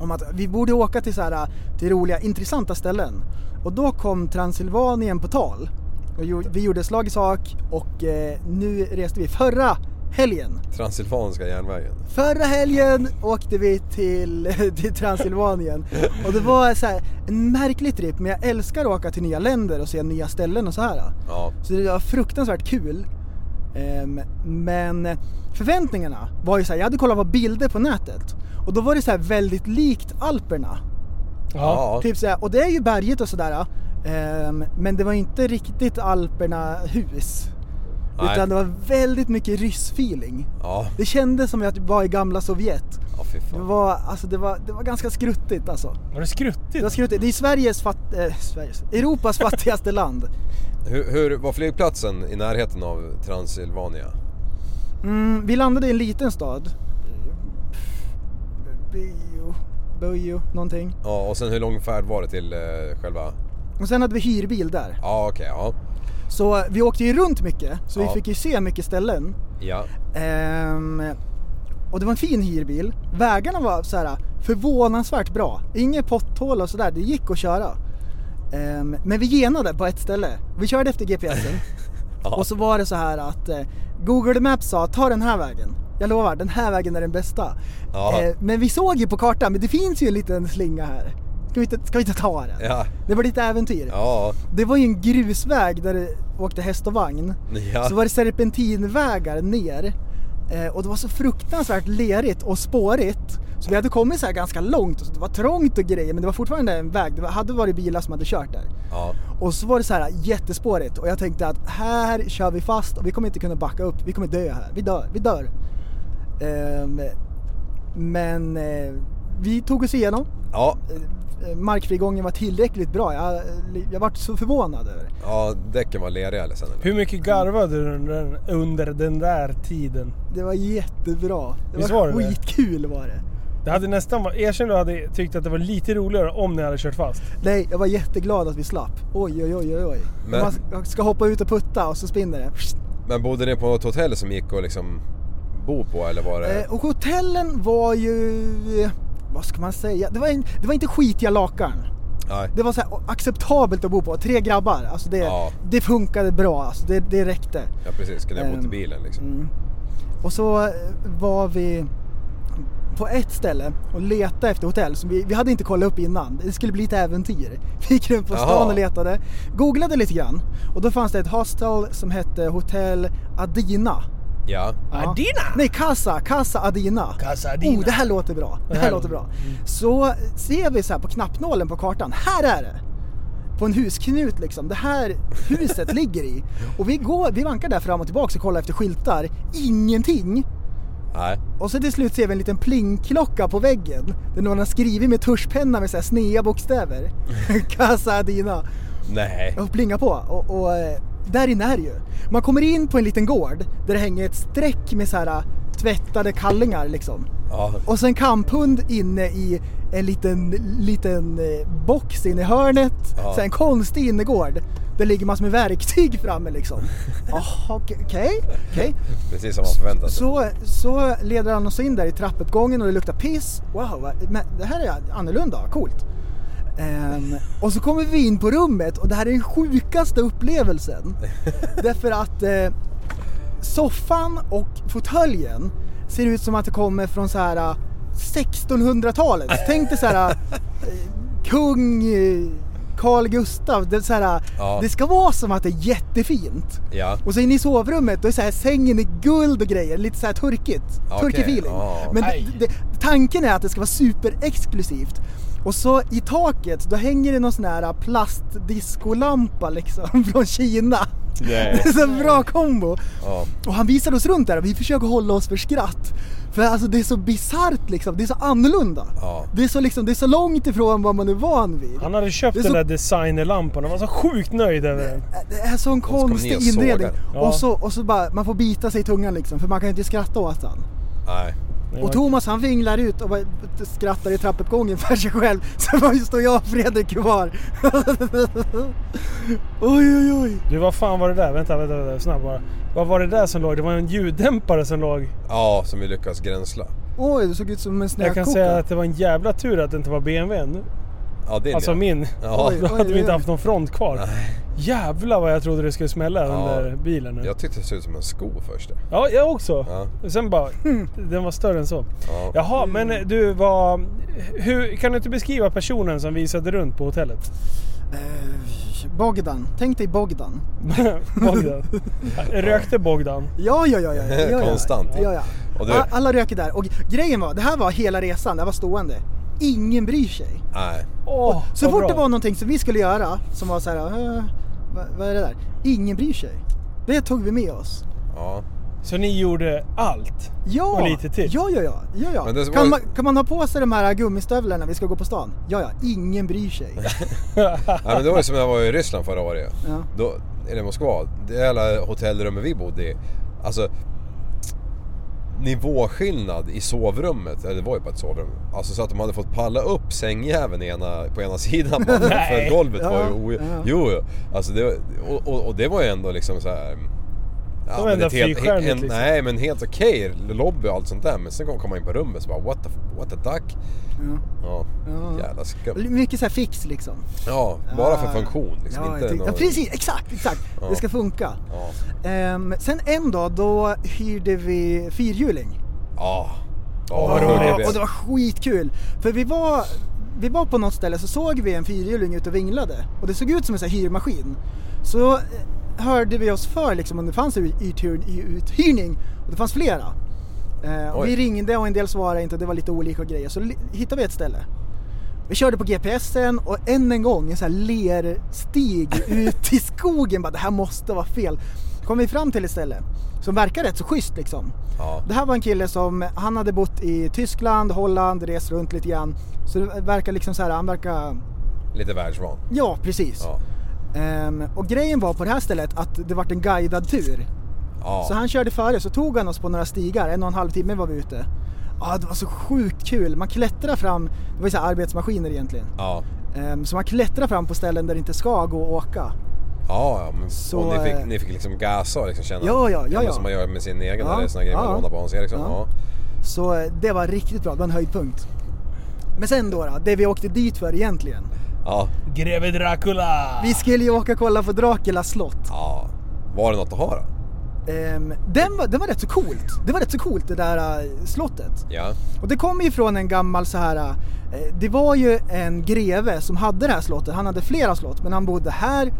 [SPEAKER 7] om att vi borde åka till, så här, till roliga, intressanta ställen. Och då kom Transylvanien på tal. Och jo- vi gjorde slag i sak och eh, nu reste vi förra helgen.
[SPEAKER 6] Transylvanska järnvägen.
[SPEAKER 7] Förra helgen åkte vi till, till Transylvanien och det var så här, en märklig trip men jag älskar att åka till nya länder och se nya ställen och så här.
[SPEAKER 6] Ja,
[SPEAKER 7] Så det var fruktansvärt kul. Ehm, men förväntningarna var ju så här, jag hade kollat på bilder på nätet och då var det så här väldigt likt Alperna.
[SPEAKER 5] Ja.
[SPEAKER 6] ja.
[SPEAKER 7] Typ så här, och det är ju berget och sådär. ehm, men det var inte riktigt Alperna-hus.
[SPEAKER 6] Nej.
[SPEAKER 7] Utan det var väldigt mycket ryss-feeling.
[SPEAKER 6] ja.
[SPEAKER 7] Det kändes som att jag var i gamla Sovjet.
[SPEAKER 6] ja fy
[SPEAKER 7] Det
[SPEAKER 6] fan.
[SPEAKER 7] var, alltså det var, det var ganska skruttigt alltså.
[SPEAKER 5] Var det
[SPEAKER 7] Det,
[SPEAKER 5] skruttigt?
[SPEAKER 7] var skruttigt. det är Sveriges, fatt, eh, Sveriges Europas fattigaste land.
[SPEAKER 6] Hur, hur var flygplatsen i närheten av Transylvania?
[SPEAKER 7] Mm, vi landade i en liten stad. Bio, Böjo, någonting.
[SPEAKER 6] Ja, och sen hur lång färd var det till eh, själva...
[SPEAKER 7] Och sen hade vi hyrbil där.
[SPEAKER 6] Ja, okej, ja.
[SPEAKER 7] Så vi åkte ju runt mycket, så vi
[SPEAKER 6] Ja.
[SPEAKER 7] fick ju se mycket ställen.
[SPEAKER 6] Ja,
[SPEAKER 7] Ehm, och det var en fin hyrbil. Vägarna var så här förvånansvärt bra. Inget potthål och sådär, det gick att köra. Ehm, men vi genade på ett ställe. Vi körde efter GPSen. Och så var det så här att eh, Google Maps sa ta den här vägen. Jag lovar, den här vägen är den bästa.
[SPEAKER 6] Ja.
[SPEAKER 7] Eh, men vi såg ju på kartan, men det finns ju en liten slinga här. Ska vi inte, ska vi inte ta den?
[SPEAKER 6] Ja.
[SPEAKER 7] Det var lite äventyr.
[SPEAKER 6] ja.
[SPEAKER 7] Det var ju en grusväg där det åkte häst och vagn.
[SPEAKER 6] Ja.
[SPEAKER 7] Så var det serpentinvägar ner. Eh, och det var så fruktansvärt lerigt och spårigt. Så vi hade kommit så här ganska långt och så det var trångt och grejer men det var fortfarande en väg. Det var- hade varit bilar som hade kört där.
[SPEAKER 6] ja.
[SPEAKER 7] Och så var det så här jättespårigt och jag tänkte att här kör vi fast och vi kommer inte kunna backa upp. Vi kommer dö här. Vi dör. Vi dör. Ehm, men eh, vi tog oss igenom.
[SPEAKER 6] Ja,
[SPEAKER 7] Eh, Markfrigången var tillräckligt bra. Jag, jag var så förvånad över det.
[SPEAKER 6] ja däcken var leriga eller sen eller?
[SPEAKER 5] Hur mycket garvade du under den, under den där tiden?
[SPEAKER 7] Det var jättebra. Det
[SPEAKER 5] Visst
[SPEAKER 7] var,
[SPEAKER 5] var det det?
[SPEAKER 7] skitkul var det.
[SPEAKER 5] Det hade nästan varit... Erkänn du hade tyckt att det var lite roligare om ni hade kört fast.
[SPEAKER 7] Nej, jag var jätteglad att vi slapp. Oj, oj, oj, oj, oj.
[SPEAKER 6] Men-
[SPEAKER 7] Man ska- ska hoppa ut och putta och så spinner det.
[SPEAKER 6] Men bodde ni på ett hotell som gick att liksom bo på eller var det...
[SPEAKER 7] Eh, och hotellen var ju... Vad ska man säga? Det var, en, det var inte skitiga lakan.
[SPEAKER 6] Nej.
[SPEAKER 7] Det var så här acceptabelt att bo på. Tre grabbar, alltså det,
[SPEAKER 6] Ja.
[SPEAKER 7] det funkade bra. Alltså det, det räckte.
[SPEAKER 6] Ja precis, kunde jag bott i
[SPEAKER 7] Ehm,
[SPEAKER 6] bilen liksom.
[SPEAKER 7] Och så eh, var vi på ett ställe och letade efter hotell som vi, vi hade inte kollat upp innan. Det skulle bli ett äventyr. Vi gick runt på stan
[SPEAKER 6] Jaha.
[SPEAKER 7] och letade. Googlade lite grann och då fanns det ett hostel som hette Hotell Adina.
[SPEAKER 6] Ja.
[SPEAKER 7] Ja.
[SPEAKER 5] Adina!
[SPEAKER 7] Nej, Casa, Casa Adina.
[SPEAKER 5] Casa Adina. Mm.
[SPEAKER 7] Oh, det här låter bra. Det här,
[SPEAKER 5] här
[SPEAKER 7] låter
[SPEAKER 5] låter-
[SPEAKER 7] bra. Så ser vi så här på knappnålen på kartan, här är det! På en husknut liksom, det här huset ligger i. Och vi, går, vi vankar där fram och tillbaka och kollar efter skyltar, ingenting.
[SPEAKER 6] Nej.
[SPEAKER 7] Och så till slut ser vi en liten plingklocka på väggen. Där någon har skrivit med tuschpenna med så här snea bokstäver. Casa Adina.
[SPEAKER 6] Nej.
[SPEAKER 7] Och plinga på. Och, och eh, där inne är det ju. Man kommer in på en liten gård där det hänger ett streck med så här eh, tvättade kallingar liksom.
[SPEAKER 6] Ja.
[SPEAKER 7] Och sen kamphund inne i en liten, liten eh, box inne i hörnet.
[SPEAKER 6] Ja.
[SPEAKER 7] Sen konstig innergård. Där ligger massor med verktyg framme liksom. Jaha, okej, okej. okej.
[SPEAKER 6] Precis som man förväntat sig.
[SPEAKER 7] Så, så leder han oss in där i trappuppgången och det luktar piss. Wow, vad- men det här är annorlunda, coolt. Ehm, och så kommer vi in på rummet och det här är den sjukaste upplevelsen. Därför att eh, soffan och fåtöljen ser ut som att det kommer från så här eh, 1600-talet. Tänk dig så här eh, kung eh, Carl Gustav. Det, är så här, eh,
[SPEAKER 6] Ja.
[SPEAKER 7] det ska vara som att det är jättefint.
[SPEAKER 6] Ja.
[SPEAKER 7] Och så inne i sovrummet, då är så här sängen i guld och grejer. Lite så här turkigt.
[SPEAKER 6] Okej,
[SPEAKER 7] Turkey-feeling.
[SPEAKER 6] ja.
[SPEAKER 7] Men
[SPEAKER 5] Aj.
[SPEAKER 7] det, det, tanken är att det ska vara superexklusivt. Och så i taket, då hänger det någon sån här plastdiskolampa liksom från Kina.
[SPEAKER 6] Nej.
[SPEAKER 7] Det är så en bra kombo.
[SPEAKER 6] Ja.
[SPEAKER 7] Och han visade oss runt där och vi försöker hålla oss för skratt. För alltså det är så bisarrt liksom, det är så annorlunda.
[SPEAKER 6] Ja.
[SPEAKER 7] Det, är så liksom, det är så långt ifrån vad man är van vid.
[SPEAKER 5] Han hade köpt
[SPEAKER 7] Det är
[SPEAKER 5] den
[SPEAKER 7] så- Äh,
[SPEAKER 5] där designerlampan och var så sjukt nöjd över den.
[SPEAKER 7] Det är sån
[SPEAKER 6] ni och
[SPEAKER 7] konstig
[SPEAKER 6] sågar.
[SPEAKER 7] inredning.
[SPEAKER 5] Ja.
[SPEAKER 7] Och, så, och så bara, man får bita sig i tungan liksom, för man kan inte skratta åt den.
[SPEAKER 6] Nej.
[SPEAKER 7] Och Thomas han vinglar ut och bara skrattar i trappuppgången för sig själv. Sen bara står jag och Fredrik kvar. oj, oj, oj.
[SPEAKER 5] Du, vad fan var det där? Vänta, vänta, vänta snabbt bara. Vad var det där som låg? Det var en ljuddämpare som låg.
[SPEAKER 6] Ja, som vi lyckas gränsla.
[SPEAKER 7] Oj, du såg ut som en
[SPEAKER 5] Jag kan
[SPEAKER 7] snökoka.
[SPEAKER 5] säga att det var en jävla tur att det inte var BMWn.
[SPEAKER 6] Ja, din
[SPEAKER 5] Alltså
[SPEAKER 6] ja.
[SPEAKER 5] min.
[SPEAKER 6] Ja.
[SPEAKER 5] Då hade
[SPEAKER 7] Oj,
[SPEAKER 5] vi
[SPEAKER 7] oj.
[SPEAKER 5] inte haft någon front kvar. Jävlar vad jag trodde det skulle smälla
[SPEAKER 6] Ja.
[SPEAKER 5] under bilen nu.
[SPEAKER 6] Jag tyckte det såg ut som en sko först.
[SPEAKER 5] Ja, jag också.
[SPEAKER 6] Ja.
[SPEAKER 5] Och Sen bara, den var större än så.
[SPEAKER 6] Ja.
[SPEAKER 5] Jaha, men eh, du var... Hur, kan du inte beskriva personen som visade runt på hotellet?
[SPEAKER 7] Eh, Bogdan, tänk dig Bogdan.
[SPEAKER 5] Bogdan. Rökte Bogdan?
[SPEAKER 7] Ja, ja, ja. ja, ja, ja.
[SPEAKER 6] Konstant.
[SPEAKER 7] Ja, ja.
[SPEAKER 6] Och du-
[SPEAKER 7] A- Alla röker där. Och grejen var, det här var hela resan, det här var stående. Ingen bryr sig.
[SPEAKER 6] Nej.
[SPEAKER 5] Åh,
[SPEAKER 7] Så
[SPEAKER 5] vad
[SPEAKER 7] fort
[SPEAKER 5] bra.
[SPEAKER 7] det var någonting som vi skulle göra som var så här, eh, vad, vad är det där? Ingen bryr sig. Det tog vi med oss.
[SPEAKER 6] Ja.
[SPEAKER 5] Så ni gjorde allt?
[SPEAKER 7] Ja!
[SPEAKER 5] Och lite till.
[SPEAKER 7] Ja, ja, ja. ja, ja.
[SPEAKER 6] Men det var-
[SPEAKER 7] Kan, man, kan man ha på sig de här gummistövlarna när vi ska gå på stan? Ja, ja. Ingen bryr sig.
[SPEAKER 6] Nej men det var ju som när jag var i Ryssland förra året.
[SPEAKER 7] Ja.
[SPEAKER 6] Då, eller Moskva. Det jävla hotellrummet vi bodde i. Alltså nivåskillnad i sovrummet, eller det var ju bara ett sovrum. Alltså så att de hade fått palla upp sängjäveln i ena, på ena sidan bara, för
[SPEAKER 5] Nej.
[SPEAKER 6] golvet var ju
[SPEAKER 7] Ja,
[SPEAKER 6] o...
[SPEAKER 7] ja.
[SPEAKER 6] Jo, jo. Alltså det, och, och, och det var ju ändå liksom så här. Ja,
[SPEAKER 5] var
[SPEAKER 6] men
[SPEAKER 5] ändå
[SPEAKER 6] ett helt-
[SPEAKER 5] fyrstjärnigt
[SPEAKER 6] en-
[SPEAKER 5] liksom.
[SPEAKER 6] Nej men helt okej lobby och allt sånt där. Men sen kom- kom man in på rummet så bara what the, what the duck. Ja. Jävla skumt.
[SPEAKER 7] Mycket så här fix liksom.
[SPEAKER 6] Ja, bara för
[SPEAKER 7] Ja.
[SPEAKER 6] funktion liksom.
[SPEAKER 7] Ah. ja,
[SPEAKER 6] inte
[SPEAKER 7] inte, ja,
[SPEAKER 6] någon-
[SPEAKER 7] precis. Exakt, exakt.
[SPEAKER 6] Ja.
[SPEAKER 7] Det ska funka.
[SPEAKER 6] Ja.
[SPEAKER 7] Ehm, sen en dag, då hyrde vi fyrhjuling.
[SPEAKER 6] Ja.
[SPEAKER 5] vad
[SPEAKER 6] sjukt
[SPEAKER 5] roligt.
[SPEAKER 6] det
[SPEAKER 7] Och,
[SPEAKER 6] blev.
[SPEAKER 7] och det var skitkul. För vi var, vi var på något ställe så såg vi en fyrhjuling ute och vinglade. Och det såg ut som en sån här hyrmaskin. Så eh, hörde vi oss för liksom om det fanns ut- uthyrn- i- uthyrning. Och det fanns flera. Eh, och
[SPEAKER 6] Oj.
[SPEAKER 7] vi ringde och en del svarade inte. Det var lite olika grejer. Så li- hittade vi ett ställe. Vi körde på GPSen och än en gång en sån här lerstig ut i skogen. Bara, det här måste vara fel. Kom vi fram till ett ställe som verkar rätt så schysst liksom.
[SPEAKER 6] Ja.
[SPEAKER 7] Det här var en kille som, han hade bott i Tyskland, Holland, rest runt lite grann. Så det verkar liksom så här, han verkar,
[SPEAKER 6] Lite världsvan.
[SPEAKER 7] ja precis.
[SPEAKER 6] Ja.
[SPEAKER 7] Ehm, och grejen var på det här stället att det vart en guidad tur.
[SPEAKER 6] Ja.
[SPEAKER 7] Så han körde före, så tog han oss på några stigar, en och en halv timme var vi ute. Ja, det var så sjukt kul. Man klättrar fram, det var ju så här arbetsmaskiner egentligen.
[SPEAKER 6] Ja.
[SPEAKER 7] Ehm, så man klättrar fram på ställen där det inte ska gå att åka.
[SPEAKER 6] Ja, ja, men
[SPEAKER 7] Så,
[SPEAKER 6] och ni
[SPEAKER 7] eh,
[SPEAKER 6] fick, ni fick liksom gasa och liksom känna
[SPEAKER 7] Ja, ja, ja,
[SPEAKER 6] men
[SPEAKER 7] ja.
[SPEAKER 6] som man gör med sin egen
[SPEAKER 7] Ja,
[SPEAKER 6] eller såna grejer man
[SPEAKER 7] ja.
[SPEAKER 6] lånar på Hans Eriksson.
[SPEAKER 7] Ja.
[SPEAKER 6] Ja.
[SPEAKER 7] Så eh, det var riktigt bra, det var en höjdpunkt. Men sen då, då det vi åkte dit för egentligen.
[SPEAKER 6] Ja. Ja.
[SPEAKER 5] Greve Dracula!
[SPEAKER 7] Vi skulle ju åka och kolla på Dracula slott.
[SPEAKER 6] ja. Var det något att ha då?
[SPEAKER 7] Ehm, den, var, den var rätt så coolt. Det var rätt så coolt det där eh, slottet.
[SPEAKER 6] Ja.
[SPEAKER 7] Och det kommer ju från en gammal så här. eh, Det var ju en greve som hade det här slottet. Han hade flera slott men han bodde här.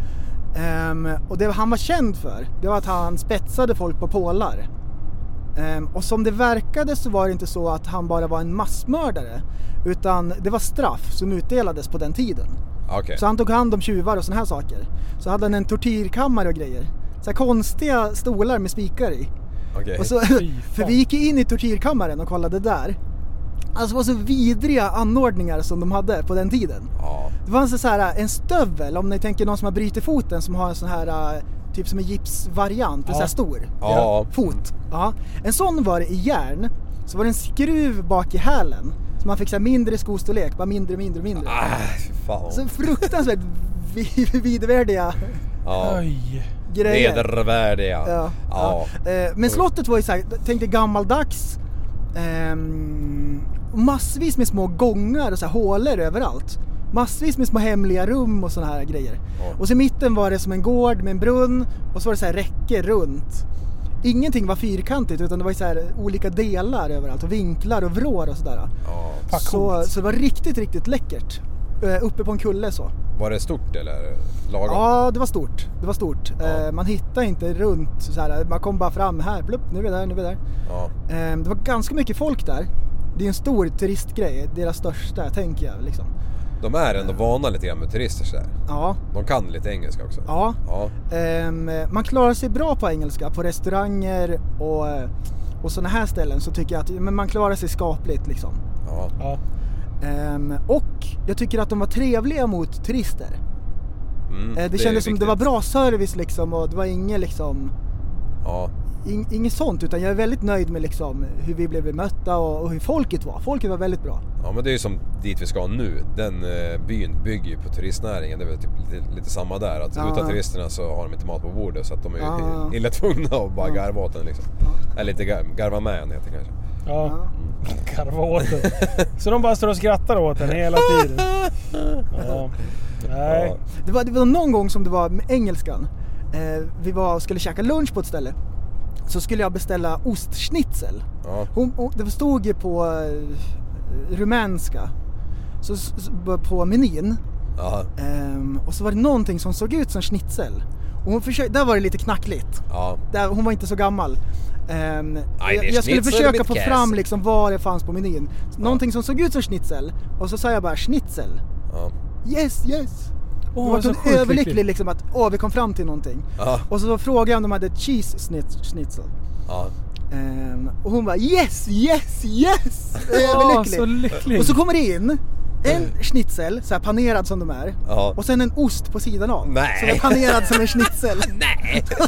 [SPEAKER 7] Ehm, och det han var känd för, det var att han spetsade folk på pålar. Ehm, och som det verkade så var det inte så att han bara var en massmördare. Utan det var straff som utdelades på den tiden.
[SPEAKER 6] Ah, Okej.
[SPEAKER 7] Så han tog hand om tjuvar och sådana här saker. Så hade han en tortyrkammare och grejer. Så här konstiga stolar med spikar i.
[SPEAKER 6] Okej.
[SPEAKER 7] Och så, för
[SPEAKER 5] fan.
[SPEAKER 7] vi gick ju in i tortyrkammaren och kollade där. Alltså det var så vidriga anordningar som de hade på den tiden.
[SPEAKER 6] Ja.
[SPEAKER 7] Det fanns så här, en stövel, om ni tänker någon som har brutit foten som har en sån här eh, typ som en gipsvariant, en sån här stor
[SPEAKER 6] Ja.
[SPEAKER 7] fot. Ja. En sån var det i järn, så var det en skruv bak i hälen. Så man fick så här mindre skostorlek, bara mindre, mindre, mindre.
[SPEAKER 6] Ah, fy fan. vad
[SPEAKER 7] Så fruktansvärt vi- vidvärdiga
[SPEAKER 6] Ja.
[SPEAKER 5] Oj!
[SPEAKER 7] grejer.
[SPEAKER 6] Nedervärdiga.
[SPEAKER 7] Ja.
[SPEAKER 6] Ja.
[SPEAKER 7] Ja. Eh, Men slottet var ju såhär, tänk dig gammaldags. ehm, massvis med små gångar och så här hålor överallt. Massvis med små hemliga rum och sådana här grejer.
[SPEAKER 6] Ja.
[SPEAKER 7] Och så i mitten var det som en gård med en brunn och så var det så här räcke runt. Ingenting var fyrkantigt utan det var ju så här olika delar överallt och vinklar och vrår och sådär.
[SPEAKER 6] Ja.
[SPEAKER 5] Fan,
[SPEAKER 7] Så,
[SPEAKER 5] coolt.
[SPEAKER 7] så det var riktigt, riktigt läckert. Eh, Uppe på en kulle så.
[SPEAKER 6] Var det stort eller lagom?
[SPEAKER 7] Ja, det var stort. Det var stort. Eh, man hittade inte runt så här. Man kom bara fram här. Plupp, nu är vi där, nu är vi där.
[SPEAKER 6] Ja.
[SPEAKER 7] Eh, det var ganska mycket folk där. Det är en stor turistgrej. Deras största, tänker jag. Liksom.
[SPEAKER 6] De är ändå vana lite grann med turister sådär.
[SPEAKER 7] Ja,
[SPEAKER 6] De kan lite engelska också.
[SPEAKER 7] ja.
[SPEAKER 6] Ja.
[SPEAKER 7] Ehm, man klarar sig bra på engelska på restauranger och, eh, och sådana här ställen så tycker jag att men man klarar sig skapligt liksom.
[SPEAKER 6] ja.
[SPEAKER 5] Ja.
[SPEAKER 7] Ehm, och jag tycker att de var trevliga mot turister.
[SPEAKER 6] Mm,
[SPEAKER 7] Eh, det,
[SPEAKER 6] är
[SPEAKER 7] kändes som det
[SPEAKER 6] viktigt.
[SPEAKER 7] var bra service liksom och det var ingen liksom
[SPEAKER 6] Ja.
[SPEAKER 7] In, inget sånt, utan jag är väldigt nöjd med liksom hur vi blev bemötta och, och hur folket var. Folket var väldigt bra.
[SPEAKER 6] Ja men det är ju som dit vi ska nu. Den eh, byn bygger ju på turistnäringen. Det är väl typ lite, lite samma där. Att
[SPEAKER 7] Ja.
[SPEAKER 6] utan turisterna så har de inte mat på bordet. Så att de är ju
[SPEAKER 7] Ja.
[SPEAKER 6] illa tvungna att bara garva åt den liksom. Eller inte garva, garva med en heter det kanske.
[SPEAKER 5] Ja. Karva åt den. Så de bara står och skrattar åt den hela tiden. Ja. Nej.
[SPEAKER 7] Det var, det var någon gång som det var med engelskan. Eh, vi var och skulle käka lunch på ett ställe. Så skulle jag beställa ostschnitzel.
[SPEAKER 6] Ja.
[SPEAKER 7] Hon, hon, det stod ju på eh, rumänska så, så, på menyn.
[SPEAKER 6] Ja.
[SPEAKER 7] Ehm, och så var det någonting som såg ut som schnitzel. Och hon försökte, där var det lite knackligt.
[SPEAKER 6] Ja.
[SPEAKER 7] Där, hon var inte så gammal. Ehm,
[SPEAKER 6] Aj, det är
[SPEAKER 7] jag, jag skulle
[SPEAKER 6] schnitzel
[SPEAKER 7] försöka
[SPEAKER 6] med
[SPEAKER 7] få
[SPEAKER 6] käs.
[SPEAKER 7] fram liksom vad det fanns på menyn. Någonting som såg ut som schnitzel och så sa jag bara schnitzel.
[SPEAKER 6] Ja.
[SPEAKER 7] Yes, yes!
[SPEAKER 5] Åh,
[SPEAKER 7] Hon var
[SPEAKER 5] så
[SPEAKER 7] så
[SPEAKER 5] sjukt
[SPEAKER 7] överlycklig
[SPEAKER 5] lycklig.
[SPEAKER 7] liksom att åh, vi kom fram till någonting.
[SPEAKER 6] Ja.
[SPEAKER 7] Och så frågade jag om de hade cheese schnitz- schnitzel.
[SPEAKER 6] Ja.
[SPEAKER 7] Ehm, och hon bara yes, yes, yes!
[SPEAKER 5] Åh,
[SPEAKER 7] Överlycklig.
[SPEAKER 5] så lycklig.
[SPEAKER 7] Och så kommer det in
[SPEAKER 6] Eh.
[SPEAKER 7] en schnitzel, så här panerad som de är.
[SPEAKER 6] Ja.
[SPEAKER 7] Och sen en ost på sidan av.
[SPEAKER 6] Nej.
[SPEAKER 7] Som är panerad som en schnitzel. Nej! så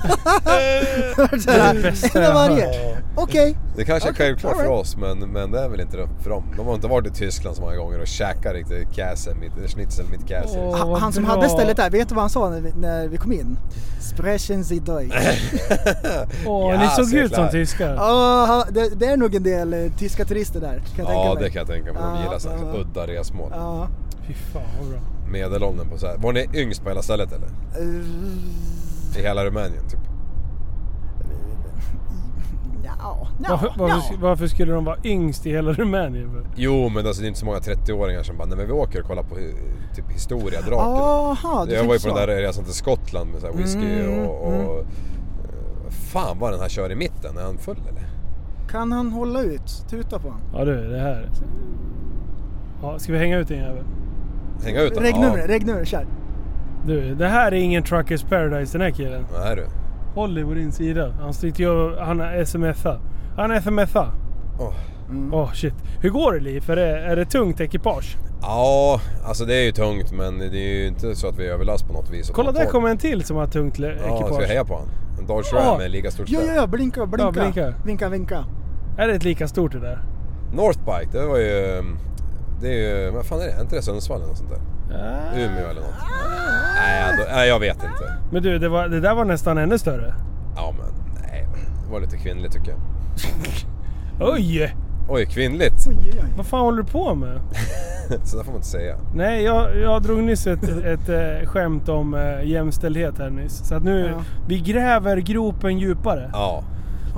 [SPEAKER 7] här,
[SPEAKER 5] Det är det bästa
[SPEAKER 7] en av
[SPEAKER 5] jag har
[SPEAKER 7] varje.
[SPEAKER 5] hört.
[SPEAKER 7] Okej.
[SPEAKER 6] Det kanske är
[SPEAKER 7] Okej,
[SPEAKER 6] självklart för
[SPEAKER 7] alright.
[SPEAKER 6] oss men, men det är väl inte det för dem. De har inte varit i Tyskland så många gånger och käkat riktigt käse, mitt, schnitzel mitt käse.
[SPEAKER 5] Åh.
[SPEAKER 7] Ha-
[SPEAKER 5] vad
[SPEAKER 7] Han som
[SPEAKER 5] bra.
[SPEAKER 7] hade stället där, vet du vad han sa när vi, när vi kom in? Sprechen Sie Deutsch.
[SPEAKER 5] Åh,
[SPEAKER 6] Ja,
[SPEAKER 5] ni såg
[SPEAKER 6] så
[SPEAKER 5] ut som
[SPEAKER 6] klart.
[SPEAKER 5] tyskar.
[SPEAKER 7] Ja, ha- det, det är nog en del eh, tyska turister där, kan jag
[SPEAKER 6] Ja
[SPEAKER 7] tänka mig.
[SPEAKER 6] det kan jag tänka mig. De
[SPEAKER 7] Ja,
[SPEAKER 6] gillar sådana
[SPEAKER 7] ja.
[SPEAKER 6] udda resmål.
[SPEAKER 7] Ja.
[SPEAKER 5] Fy fan vad bra.
[SPEAKER 6] Medelåldern på så här. Var ni yngst på hela stället eller?
[SPEAKER 7] Eh,
[SPEAKER 6] I hela Rumänien typ?
[SPEAKER 7] Ja,
[SPEAKER 5] Varför,
[SPEAKER 7] ja,
[SPEAKER 5] varför,
[SPEAKER 7] ja.
[SPEAKER 5] varför skulle de vara yngst i hela Rumänien? för?
[SPEAKER 6] Jo, men alltså, det är inte så många 30-åringar som bara, nej men vi åker och kollar på eh, typ historia, draken.
[SPEAKER 7] Jaha, du
[SPEAKER 6] jag var ju
[SPEAKER 7] tänker
[SPEAKER 6] på den
[SPEAKER 7] så. Mm,
[SPEAKER 6] där resan till Skottland med så här whisky och... och eh, Fan vad den här kör i mitten, är han full eller?
[SPEAKER 7] Kan han hålla ut? Tuta på honom.
[SPEAKER 5] Ja du, det här. Ja, ska vi hänga ut din jävel?
[SPEAKER 6] Hänga ut
[SPEAKER 7] Regnumret, regnumret, kör.
[SPEAKER 5] Du, det här är ingen Truckers Paradise den här killen.
[SPEAKER 6] Ja, här du.
[SPEAKER 5] Håll dig på din sida. Han sitter ju och han har smsa. Han smsa.
[SPEAKER 6] Åh. Mm.
[SPEAKER 5] Åh shit. Hur går det Liv? Är det, är det tungt ekipage?
[SPEAKER 6] Ja, alltså det är ju tungt men det är ju inte så att vi är överlast på något vis.
[SPEAKER 5] Kolla där kommer en till som har tungt le-
[SPEAKER 6] Ja, ska vi
[SPEAKER 5] ekipage.
[SPEAKER 6] heja på honom? En Dodge
[SPEAKER 5] Ja.
[SPEAKER 6] Ram är lika stort
[SPEAKER 7] Ja,
[SPEAKER 6] som
[SPEAKER 7] ja, ja, blinka, blinka.
[SPEAKER 5] blinka.
[SPEAKER 7] Vinka, vinka.
[SPEAKER 5] Är det ett lika stort det där?
[SPEAKER 6] Northbike, det var ju... eh, Det är ju, vad fan är det? Är inte det Sundsvall eller något sånt där?
[SPEAKER 5] Ah.
[SPEAKER 6] Umeå eller något? Nej, då, nej, jag vet inte.
[SPEAKER 5] Men du, det, var, det där var nästan ännu större.
[SPEAKER 6] Ja men nej, det var lite kvinnligt tycker jag.
[SPEAKER 5] Oj!
[SPEAKER 6] Oj, kvinnligt.
[SPEAKER 5] Vad fan håller du på med?
[SPEAKER 6] Så där får man inte säga.
[SPEAKER 5] Nej, jag, jag drog nyss ett, ett eh, skämt om eh, jämställdhet här nyss. Så att nu,
[SPEAKER 7] Ja.
[SPEAKER 5] vi gräver gropen djupare.
[SPEAKER 6] Ja.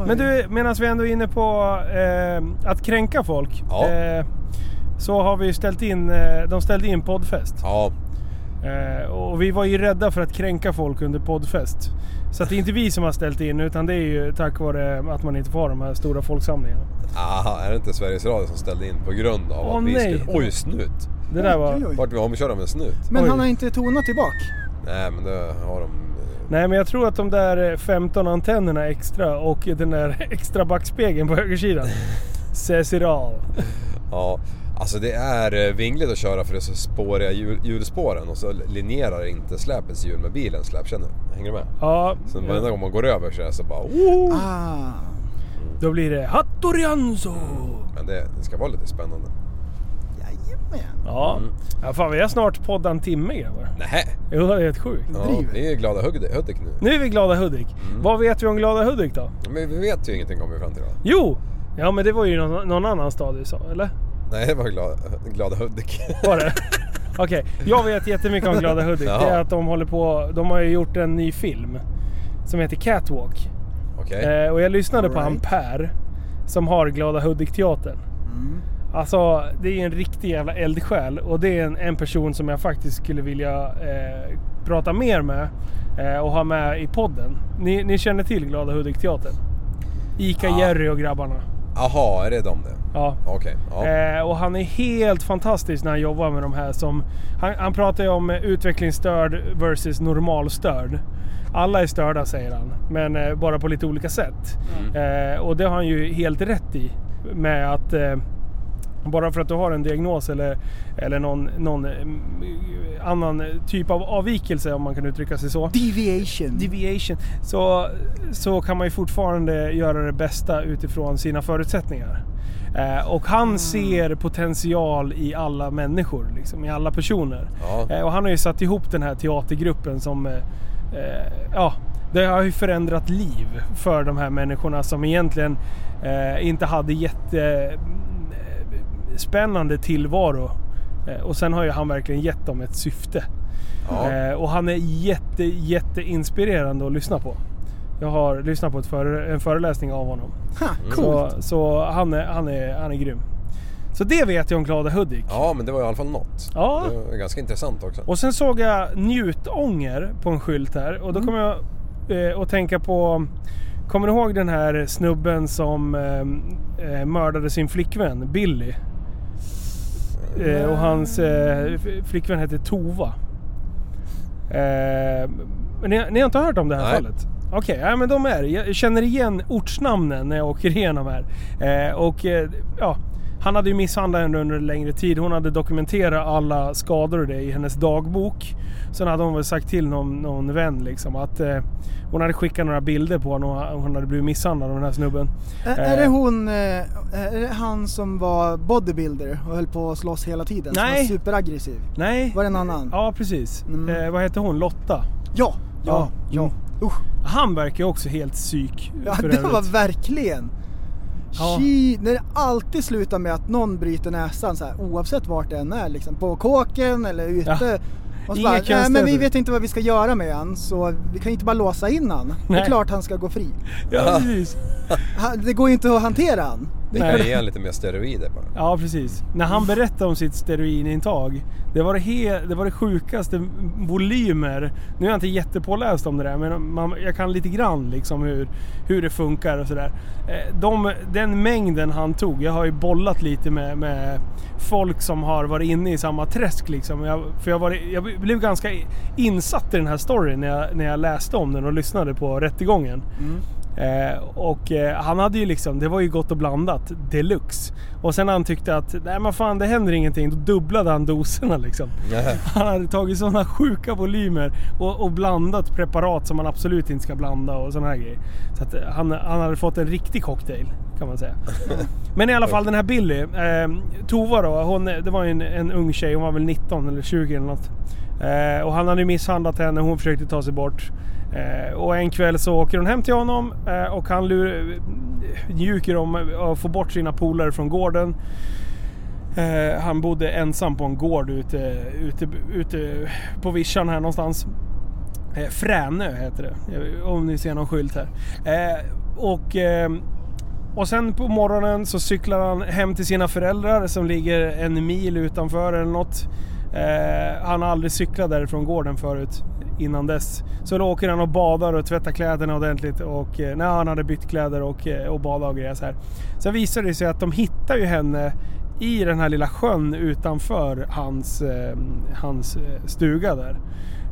[SPEAKER 5] Men du, medan vi ändå är inne på eh, att kränka folk.
[SPEAKER 6] Ja.
[SPEAKER 5] Eh, så har vi ju ställt in, eh, de ställde in poddfest.
[SPEAKER 6] Ja.
[SPEAKER 5] Eh, och vi var ju rädda för att kränka folk under poddfest. Så att det är inte vi som har ställt in, utan det är ju tack vare att man inte får ha de här stora folksamlingarna.
[SPEAKER 6] Aha, är det inte Sveriges Radio som ställde in på grund av
[SPEAKER 5] Åh,
[SPEAKER 6] att vi
[SPEAKER 5] nej.
[SPEAKER 6] skulle... Oj, snut!
[SPEAKER 5] Det där var...
[SPEAKER 7] Oj, oj.
[SPEAKER 6] Vart vi omkörda med snut?
[SPEAKER 7] Men
[SPEAKER 5] Oj.
[SPEAKER 7] han har inte tonat tillbaka.
[SPEAKER 6] Nej, men det har de... eh,
[SPEAKER 5] Nej, men jag tror att de där eh, 15 antennerna extra och den där extra backspegeln på högersidan. Cesiral.
[SPEAKER 6] Ja. Alltså det är eh, vingligt att köra för det är så spåriga hjul, hjulspåren och så linjerar inte släpets hjul med bilens släp. Känner du? Hänger du med?
[SPEAKER 5] Ja,
[SPEAKER 6] Så varenda gång man går över så är det så bara... Oh!
[SPEAKER 7] Ah.
[SPEAKER 5] då blir det Hattorianzo.
[SPEAKER 6] Men det, det ska vara lite spännande.
[SPEAKER 7] Jajamän.
[SPEAKER 5] Ja. ja, fan vi har snart poddat en timme grabbar.
[SPEAKER 6] Nej.
[SPEAKER 5] Jo, det är helt sjukt.
[SPEAKER 6] Ja,
[SPEAKER 7] Driver.
[SPEAKER 6] vi är ju glada Hudik Hudik nu.
[SPEAKER 5] Nu är vi Glada Hudik. Vad vet vi om Glada Hudik då?
[SPEAKER 6] Men vi vet ju ingenting om vi fram till då.
[SPEAKER 5] Jo! Ja, men det var ju någon, någon annan stad du sa, eller?
[SPEAKER 6] Nej, det var glada, glada Hudik.
[SPEAKER 5] Var det? Okej, jag vet jättemycket om Glada Hudik. Det är
[SPEAKER 6] Jaha.
[SPEAKER 5] att de håller på... De har ju gjort en ny film. Som heter Catwalk.
[SPEAKER 6] Okej.
[SPEAKER 5] Eh, och jag lyssnade på han
[SPEAKER 7] Alright.
[SPEAKER 5] Per. Som har Glada Hudik-teatern. Alltså, det är en riktig jävla eldsjäl. Och det är en, en person som jag faktiskt skulle vilja eh, prata mer med. Eh, och ha med i podden. Ni, ni känner till Glada Hudik-teatern? Ica, Jerry och grabbarna.
[SPEAKER 6] Jaha, är det de det?
[SPEAKER 5] Ja.
[SPEAKER 6] Okej. ja.
[SPEAKER 5] Eh, och han är helt fantastisk när han jobbar med de här som... Han, han pratar ju om eh, utvecklingsstörd versus normalstörd. Alla är störda säger han, men eh, bara på lite olika sätt. Eh, och det har han ju helt rätt i. Med att eh, bara för att du har en diagnos eller, eller någon, någon eh, annan typ av avvikelse om man kan uttrycka sig så
[SPEAKER 7] Deviation.
[SPEAKER 5] Eh, deviation så, så kan man ju fortfarande göra det bästa utifrån sina förutsättningar. Eh, och han ser potential i alla människor, liksom, i alla personer.
[SPEAKER 6] Ja.
[SPEAKER 5] Eh, och han har ju satt ihop den här teatergruppen som eh, eh, ja, det har ju förändrat liv för de här människorna som egentligen eh, inte hade jättespännande tillvaro. Eh, och sen har ju han verkligen gett dem ett syfte.
[SPEAKER 6] ja.
[SPEAKER 5] Eh, och han är jätte, jätteinspirerande att lyssna på. Jag har lyssnat på ett före, en föreläsning av honom.
[SPEAKER 7] Ha,
[SPEAKER 5] Så,
[SPEAKER 7] coolt.
[SPEAKER 5] så han, är, han, är, han är grym. Så det vet jag om Glada Hudik.
[SPEAKER 6] ja, men det var i alla fall något.
[SPEAKER 5] Ja.
[SPEAKER 6] Det var ganska intressant också.
[SPEAKER 5] Och sen såg jag njutånger på en skylt här. Och då kom jag eh, att tänka på... Kommer du ihåg den här snubben som eh, eh, mördade sin flickvän Billy? Eh, och hans eh, f- flickvän hette Tova. Eh, men ni, ni har inte hört om det här
[SPEAKER 6] Nej.
[SPEAKER 5] fallet? Okej, ja, men de är Jag känner igen ortsnamnen när jag åker igenom här. Eh, och eh, ja, han hade ju misshandlat henne under en längre tid. Hon hade dokumenterat alla skador och det i hennes dagbok. Sen hade hon väl sagt till någon, någon vän liksom att eh, hon hade skickat några bilder på honom och hon hade blivit misshandlad av den här snubben.
[SPEAKER 7] Ä- Är det hon, eh, är det han som var bodybuilder och höll på att slåss hela tiden?
[SPEAKER 5] Nej.
[SPEAKER 7] Som var superaggressiv?
[SPEAKER 5] Nej.
[SPEAKER 7] Var det en annan?
[SPEAKER 5] Ja, precis.
[SPEAKER 7] Mm.
[SPEAKER 5] Eh, vad hette hon? Lotta?
[SPEAKER 7] Ja, ja, ja.
[SPEAKER 5] Mm.
[SPEAKER 7] Usch.
[SPEAKER 5] Han verkar ju också helt psyk
[SPEAKER 7] Ja,
[SPEAKER 5] för
[SPEAKER 7] det
[SPEAKER 5] övrigt.
[SPEAKER 7] var verkligen.
[SPEAKER 5] Ja.
[SPEAKER 7] Shit, när det alltid slutar med att någon bryter näsan så här, oavsett vart det än är liksom. På kåken eller ute. Och så
[SPEAKER 5] Inga
[SPEAKER 7] bara, Nej, men vi
[SPEAKER 5] konstigheter."
[SPEAKER 7] vet inte vad vi ska göra med han så vi kan ju inte bara låsa in han. Det
[SPEAKER 5] Nej.
[SPEAKER 7] är klart han ska gå fri.
[SPEAKER 5] Ja, precis.
[SPEAKER 7] Han- Det går ju inte att hantera han.
[SPEAKER 6] Det kan ge en lite mer steroider bara.
[SPEAKER 5] Ja, precis. När han berättade om sitt steroinintag. Det var det, he- det, var det sjukaste volymer. Nu är jag inte jättepåläst om det där, men man, jag kan lite grann liksom hur, hur det funkar och sådär. Eh, De, den mängden han tog. Jag har ju bollat lite med, med folk som har varit inne i samma träsk liksom. Jag, för jag, var, jag blev ganska insatt i den här storyn när jag, när jag läste om den och lyssnade på rättegången.
[SPEAKER 7] Mm.
[SPEAKER 5] Eh, och eh, han hade ju liksom, det var ju gott och blandat deluxe. Och sen när han tyckte att, nej men fan det händer ingenting, då dubblade han doserna liksom. Han hade tagit sådana sjuka volymer och, och blandat preparat som man absolut inte ska blanda och sådana här grejer. Så att eh, han, han hade fått en riktig cocktail kan man säga. Men i alla fall den här Billy, eh, Tova då, hon, det var ju en, en ung tjej, hon var väl 19 eller 20 eller något. Eh, och han hade ju misshandlat henne, hon försökte ta sig bort. Eh, och en kväll så åker hon hem till honom eh, och han lur, mjuker om att få bort sina polare från gården. Eh, han bodde ensam på en gård ute, ute, ute på vischan här någonstans. Eh, Fränö heter det, eh, om ni ser någon skylt här. Eh, och, eh, och sen på morgonen så cyklar han hem till sina föräldrar som ligger en mil utanför eller något. Eh, han har aldrig cyklat därifrån gården förut innan dess. Så då åker han och badar och tvättar kläderna ordentligt och eh, när han hade bytt kläder och, eh, och badat och grejer så här. Sen visar det sig att de hittar ju henne i den här lilla sjön utanför hans, eh, hans eh, stuga där.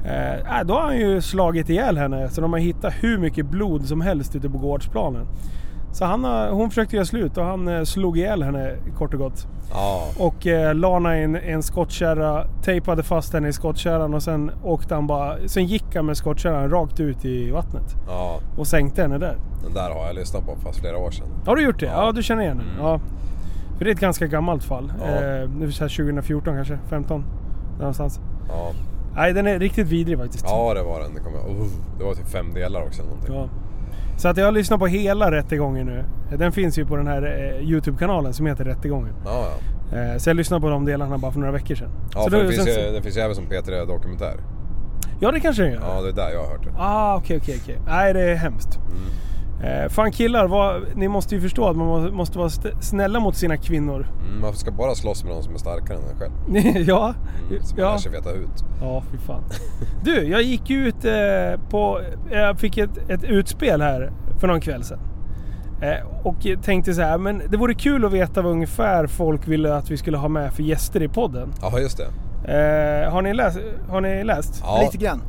[SPEAKER 5] Eh, äh, då har han ju slagit ihjäl henne så de har hittat hur mycket blod som helst ute på gårdsplanen. Så han, har- hon försökte göra slut och han eh, slog ihjäl henne kort och gott.
[SPEAKER 6] Ja.
[SPEAKER 5] Och eh, la henne i en, en skottkärra, tejpade fast henne i skottkärran och sen åkte han bara... Sen gick han med skottkärran rakt ut i vattnet.
[SPEAKER 6] ja,
[SPEAKER 5] Och sänkte henne där.
[SPEAKER 6] den där har jag lyssnat på fast flera år sedan.
[SPEAKER 5] Har du gjort det? Ja, du känner igen den. Ja. För det är ett ganska gammalt fall.
[SPEAKER 6] Mm. Ja.
[SPEAKER 5] Eh, nu är det så här 2014 kanske, 15 Någonstans.
[SPEAKER 6] Ja,
[SPEAKER 5] Nej, den är riktigt vidrig faktiskt.
[SPEAKER 6] ja det var den. Det, kommer jag. ihåg. det var typ fem delar också. eller Någonting.
[SPEAKER 5] Ja. Så att jag har lyssnat på hela rättegången nu. Den finns ju på den här eh, Youtube-kanalen som heter Rättegången.
[SPEAKER 6] Ja, ja.
[SPEAKER 5] Eh, så jag lyssnade på de delarna bara för några veckor sedan.
[SPEAKER 6] ja
[SPEAKER 5] så
[SPEAKER 6] för
[SPEAKER 5] då-
[SPEAKER 6] det finns,
[SPEAKER 5] sen-
[SPEAKER 6] ju, det finns ju även som P3 Dokumentär.
[SPEAKER 5] Ja, det kanske den gör.
[SPEAKER 6] Ja, det är där jag har hört det.
[SPEAKER 5] Ah, okej, okej, okej. Nej, det är hemskt.
[SPEAKER 6] Mm.
[SPEAKER 5] Eh, fan killar, vad, ni måste ju förstå att man må- måste vara st- snälla mot sina kvinnor.
[SPEAKER 6] Mm, man ska bara slåss med någon som är starkare än en själv.
[SPEAKER 5] ja.
[SPEAKER 6] Mm, så man lär
[SPEAKER 5] ja.
[SPEAKER 6] sig veta ut.
[SPEAKER 5] Ja, fy fan. Du, jag gick ju ut eh, på... Jag fick ett, ett utspel här för någon kväll sedan. Eh, och tänkte så här, men det vore kul att veta vad ungefär folk ville att vi skulle ha med för gäster i podden.
[SPEAKER 6] Ja, just det.
[SPEAKER 5] Eh, har, ni läst, har ni läst?
[SPEAKER 6] Ja,
[SPEAKER 7] Lite grann.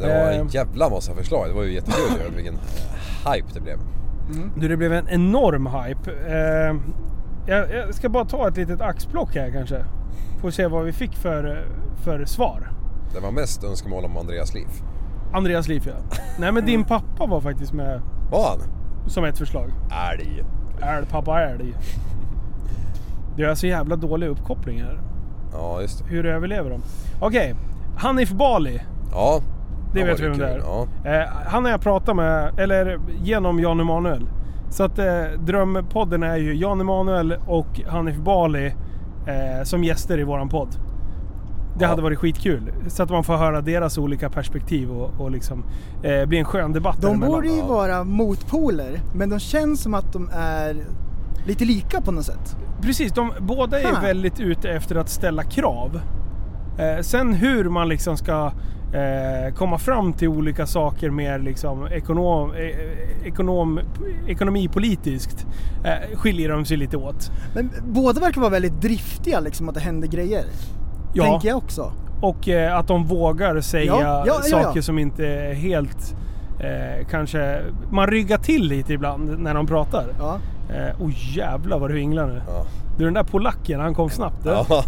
[SPEAKER 6] det var en
[SPEAKER 5] Eh.
[SPEAKER 6] jävla massa förslag. Det var ju jättekul. Jag vet vilken eh, hype det blev.
[SPEAKER 5] Du, det blev en enorm hype. Eh, jag, jag ska bara ta ett litet axplock här kanske. Får se vad vi fick för, för svar.
[SPEAKER 6] Det var mest önskemål om Andreas liv.
[SPEAKER 5] Andreas Liv, ja. Nej men din pappa var faktiskt med
[SPEAKER 6] Var han?
[SPEAKER 5] som ett förslag.
[SPEAKER 6] Älg.
[SPEAKER 5] Älg, pappa älg. Du har så jävla dålig uppkoppling här.
[SPEAKER 6] Ja, just det.
[SPEAKER 5] Hur överlever de? Okej, Hanif Bali.
[SPEAKER 6] Ja.
[SPEAKER 5] Det
[SPEAKER 6] Ja,
[SPEAKER 5] vet
[SPEAKER 6] det
[SPEAKER 5] vi vem
[SPEAKER 6] är
[SPEAKER 5] det är.
[SPEAKER 6] kul,
[SPEAKER 5] Eh, han har jag pratat med, eller genom Jan Emanuel. Så att eh, drömpodden är ju Jan Emanuel och Hanif Bali eh, som gäster i våran podd. Det
[SPEAKER 6] Ja.
[SPEAKER 5] hade varit skitkul. Så att man får höra deras olika perspektiv och, och liksom eh, bli en skön debatt
[SPEAKER 7] De
[SPEAKER 5] däremellan.
[SPEAKER 7] borde ju
[SPEAKER 6] Ja.
[SPEAKER 7] vara motpoler, men de känns som att de är lite lika på något sätt.
[SPEAKER 5] Precis, de båda är
[SPEAKER 7] Ha.
[SPEAKER 5] väldigt ute efter att ställa krav. Eh, sen hur man liksom ska eh, komma fram till olika saker mer liksom ekonom, eh, ekonom, ekonomipolitiskt eh, skiljer de sig lite åt.
[SPEAKER 7] Men båda verkar vara väldigt driftiga liksom, att det händer grejer.
[SPEAKER 5] Ja.
[SPEAKER 7] Tänker jag också.
[SPEAKER 5] Och eh, att de vågar säga
[SPEAKER 7] Ja, ja, ja, ja.
[SPEAKER 5] saker som inte är helt eh, kanske... Man ryggar till lite ibland när de pratar.
[SPEAKER 7] Ja.
[SPEAKER 5] Eh, oh jävlar vad du vinglar nu.
[SPEAKER 6] Ja.
[SPEAKER 5] Du den där polacken, han kom snabbt. du.
[SPEAKER 6] ja.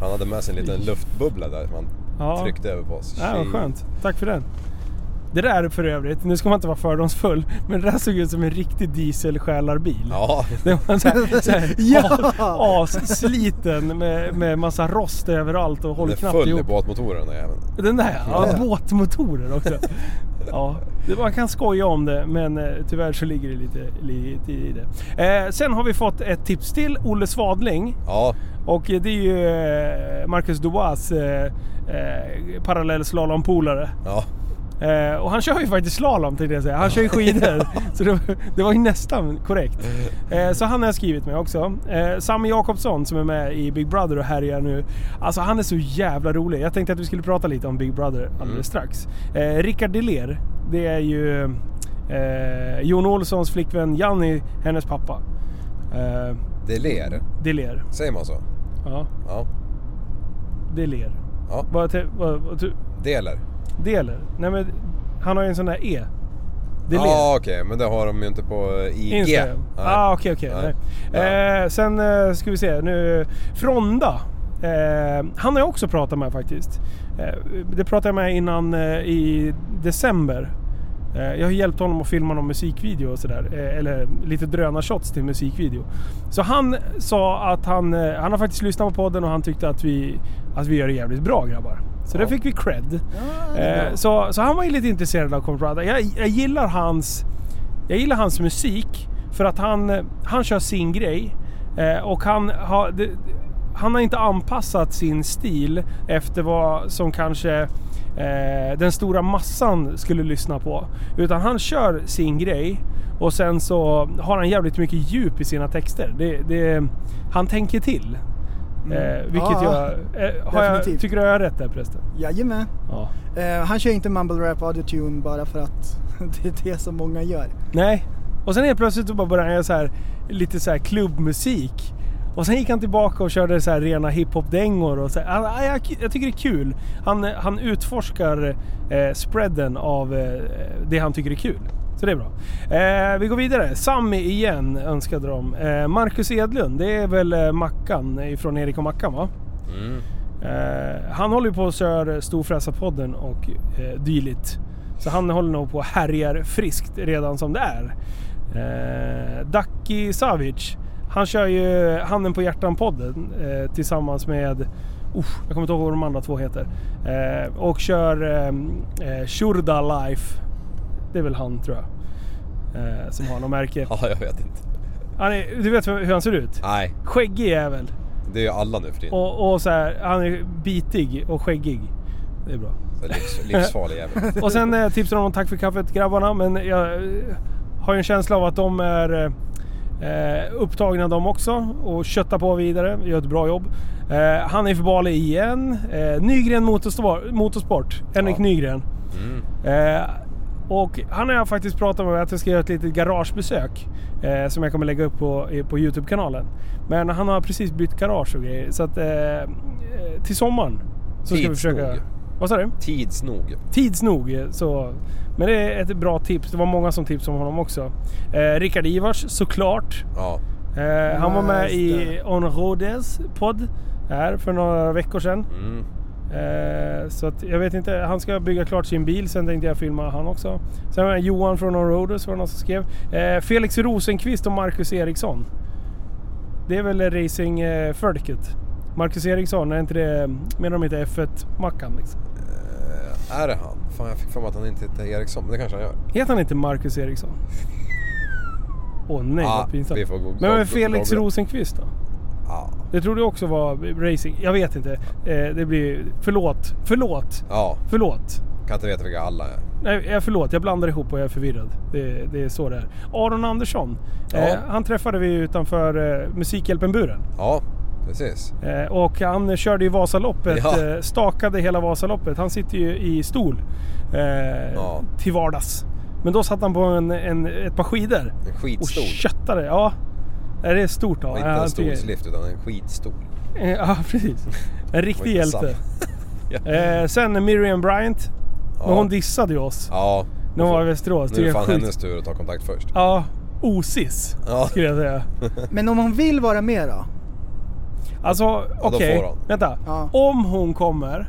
[SPEAKER 6] Han hade med sig en liten luftbubbla där som han
[SPEAKER 5] Ja.
[SPEAKER 6] tryckte över på oss.
[SPEAKER 5] Ja, vad
[SPEAKER 6] Shit.
[SPEAKER 5] skönt. Tack för den. Det där för övrigt, nu ska man inte vara fördomsfull, men det där såg ut som en riktig dieselstjälarbil.
[SPEAKER 6] Ja,
[SPEAKER 5] Det var en sån här, sån här
[SPEAKER 7] Ja!
[SPEAKER 5] ja. assliten med, med massa rost överallt och
[SPEAKER 6] den
[SPEAKER 5] håller
[SPEAKER 6] är
[SPEAKER 5] knappt
[SPEAKER 6] full i
[SPEAKER 5] ihop.
[SPEAKER 6] båtmotoren den där jäveln.
[SPEAKER 5] Den där ja,
[SPEAKER 7] Ja.
[SPEAKER 5] båtmotorer också. Ja, det- man kan skoja om det men eh, tyvärr så ligger det lite, lite i det. Eh, sen har vi fått ett tips till, Olle Svadling.
[SPEAKER 6] Ja,
[SPEAKER 5] Och eh, det är ju eh, Marcus Dubois eh, eh, parallellslalompolare.
[SPEAKER 6] ja.
[SPEAKER 5] Eh, och han kör ju faktiskt slalom tänkte jag säga. Han kör ju skidor. så det, det var ju nästan korrekt. Eh, så han har jag skrivit med också. Eh, Sam Jakobsson som är med i Big Brother och härjar nu. Alltså han är så jävla rolig. Jag tänkte att vi skulle prata lite om Big Brother alldeles strax. Eh, Rickard Deler. Det är ju eh, Jon Olssons flickvän Janni, hennes pappa. Eh,
[SPEAKER 6] Det ler.
[SPEAKER 5] Deler.
[SPEAKER 6] Säger man så?
[SPEAKER 5] Ja,
[SPEAKER 6] Ja.
[SPEAKER 5] Deler.
[SPEAKER 6] Ja,
[SPEAKER 5] Vad, te- vad, vad, tu-
[SPEAKER 6] deler.
[SPEAKER 5] Deler? Nej men han har ju en sån där E. Deler.
[SPEAKER 6] Ja, okej. Men det har de ju inte på eh, IG.
[SPEAKER 5] Instagram?
[SPEAKER 6] Nej.
[SPEAKER 5] Ah, okej, okej.
[SPEAKER 6] Nej.
[SPEAKER 5] nej. Eh, sen eh, ska vi se nu. Fronda. Eh, han har jag också pratat med faktiskt. Eh, det pratade jag med innan eh, i december. Eh, jag har hjälpt honom att filma någon musikvideo och sådär. Eh, eller lite drönarshots till musikvideo. Så han sa att han, eh, han har faktiskt lyssnat på podden och han tyckte att vi, att vi gör det jävligt bra grabbar. Så där fick vi cred. Eh, så, så han var ju lite intresserad av Comprada. Jag, jag gillar hans... Jag gillar hans musik För att han, eh, han kör sin grej. Eh, och han har, det, han har inte anpassat sin stil efter vad som kanske eh, den stora massan skulle lyssna på. Utan han kör sin grej. Och sen så har han jävligt mycket djup i sina texter. Det, det, han tänker till. Eh, vilket
[SPEAKER 4] Mm. Ja, ja.
[SPEAKER 5] jag, eh, har jag...
[SPEAKER 4] Definitivt.
[SPEAKER 5] Tycker du jag har rätt där förresten?
[SPEAKER 4] Jajamän.
[SPEAKER 5] Ja.
[SPEAKER 4] Eh, han kör inte mumble rap autotune bara för att det är det som många gör.
[SPEAKER 5] Nej. Och sen helt plötsligt så bara började han göra så här, lite så här klubbmusik. Och sen gick han tillbaka och körde så här rena hiphop-dängor. Och så här, han, jag, jag tycker det är kul. Han, han utforskar eh, spreaden av eh, det han tycker är kul. Så det är bra. Eh, vi går vidare. Sammy igen önskade de. Eh, Marcus Edlund, det är väl eh, Mackan ifrån Erik och Mackan va? Eh, han håller ju på och kör Storfräsarpodden och eh, dylikt. Så han håller nog på och härjar friskt redan som det är. Eh, Daki Savic. Han kör ju Handen på hjärtan-podden eh, tillsammans med... usch, jag kommer inte ihåg vad de andra två heter. Eh, och kör eh, eh, Shurda Life. Det är väl han tror jag. Eh, som har något märke.
[SPEAKER 6] Ja, jag vet inte.
[SPEAKER 5] Han är, du vet hur han ser ut?
[SPEAKER 6] Nej,
[SPEAKER 5] Skäggig jävel.
[SPEAKER 6] det är ju alla nu för tiden.
[SPEAKER 5] Och, och så här, han är bitig och skäggig. Det är bra.
[SPEAKER 6] Så Livs, livsfarlig jävel.
[SPEAKER 5] Och sen eh, tipsar de om Tack för kaffet grabbarna, men jag eh, har ju en känsla av att de är eh, upptagna de också och köttar på vidare, gör ett bra jobb. Eh, han är för Bali igen. Eh, Nygren Motorsport, motorsport Henrik
[SPEAKER 6] Ja.
[SPEAKER 5] Nygren. Eh, och han har jag faktiskt pratat med att jag ska göra ett litet garagebesök. Eh, som jag kommer lägga upp på, eh, på Youtube-kanalen. Men han har precis bytt garage och grejer. Så att eh, eh, till sommaren så ska vi
[SPEAKER 6] Tids
[SPEAKER 5] försöka...
[SPEAKER 6] nog.
[SPEAKER 5] Vad sa du?
[SPEAKER 6] Tids nog.
[SPEAKER 5] tids nog. eh, Så. Men det är ett bra tips. Det var många som tipsade om honom också. Eh, Rickard Ivars såklart.
[SPEAKER 6] Ja.
[SPEAKER 5] Eh, han var med
[SPEAKER 4] Just
[SPEAKER 5] i
[SPEAKER 4] det.
[SPEAKER 5] On Rodes podd här för några veckor sedan.
[SPEAKER 6] Mm.
[SPEAKER 5] Eh, så att jag vet inte. Han ska bygga klart sin bil. Sen tänkte jag filma han också. Sen var det Johan från On Rodes var det någon som skrev. Eh, Felix Rosenqvist och Marcus Eriksson. Det är väl racingfolket. Marcus Eriksson, är inte det, menar de inte F1-Mackan? Liksom?
[SPEAKER 6] Eh, Är det han? Fan, jag fick för mig att han inte heter Eriksson, men det kanske han gör.
[SPEAKER 5] Heter han inte Marcus Eriksson? Åh nej,
[SPEAKER 6] Ja,
[SPEAKER 5] vad pinsamt.
[SPEAKER 6] vi får gå-
[SPEAKER 5] Men
[SPEAKER 6] gå-
[SPEAKER 5] med Felix
[SPEAKER 6] googla.
[SPEAKER 5] Rosenqvist då?
[SPEAKER 6] Ja.
[SPEAKER 5] Det tror du också var racing? Jag vet inte. Eh, det blir... Förlåt. Förlåt.
[SPEAKER 6] Ja,
[SPEAKER 5] Förlåt.
[SPEAKER 6] kan inte veta vilka alla är.
[SPEAKER 5] Nej, jag- förlåt. Jag blandar ihop och jag är förvirrad. Det, det är så det är. Aron Andersson.
[SPEAKER 6] Ja.
[SPEAKER 5] Eh, han träffade vi utanför eh, Musikhjälpen-buren.
[SPEAKER 6] Ja, precis.
[SPEAKER 5] Eh, och han körde ju Vasaloppet.
[SPEAKER 6] Ja.
[SPEAKER 5] Eh, stakade hela Vasaloppet. Han sitter ju i stol. Eh,
[SPEAKER 6] Ja.
[SPEAKER 5] Till vardags. Men då satt han på en, en, ett par skidor.
[SPEAKER 6] En
[SPEAKER 5] Och
[SPEAKER 6] skitstol.
[SPEAKER 5] köttade, ja. Nej, Det är stort av
[SPEAKER 6] Och inte en stolslift utan en skitstol.
[SPEAKER 5] Ja, precis. En
[SPEAKER 6] Och
[SPEAKER 5] riktig
[SPEAKER 6] inte
[SPEAKER 5] hjälte. Eh, sen Miriam Bryant. Men
[SPEAKER 6] Ja.
[SPEAKER 5] hon dissade ju oss
[SPEAKER 6] Ja,
[SPEAKER 5] när hon var i Västerås.
[SPEAKER 6] nu är
[SPEAKER 5] Tycker
[SPEAKER 6] det
[SPEAKER 5] jag
[SPEAKER 6] fan
[SPEAKER 5] är sjukt.
[SPEAKER 6] hennes tur att ta kontakt först.
[SPEAKER 5] Ja, osis
[SPEAKER 6] Ja.
[SPEAKER 5] skulle jag säga.
[SPEAKER 4] Men om hon vill vara med då?
[SPEAKER 5] Alltså
[SPEAKER 6] Ja, då
[SPEAKER 5] okej,
[SPEAKER 6] får hon.
[SPEAKER 5] vänta.
[SPEAKER 4] Ja.
[SPEAKER 5] Om hon kommer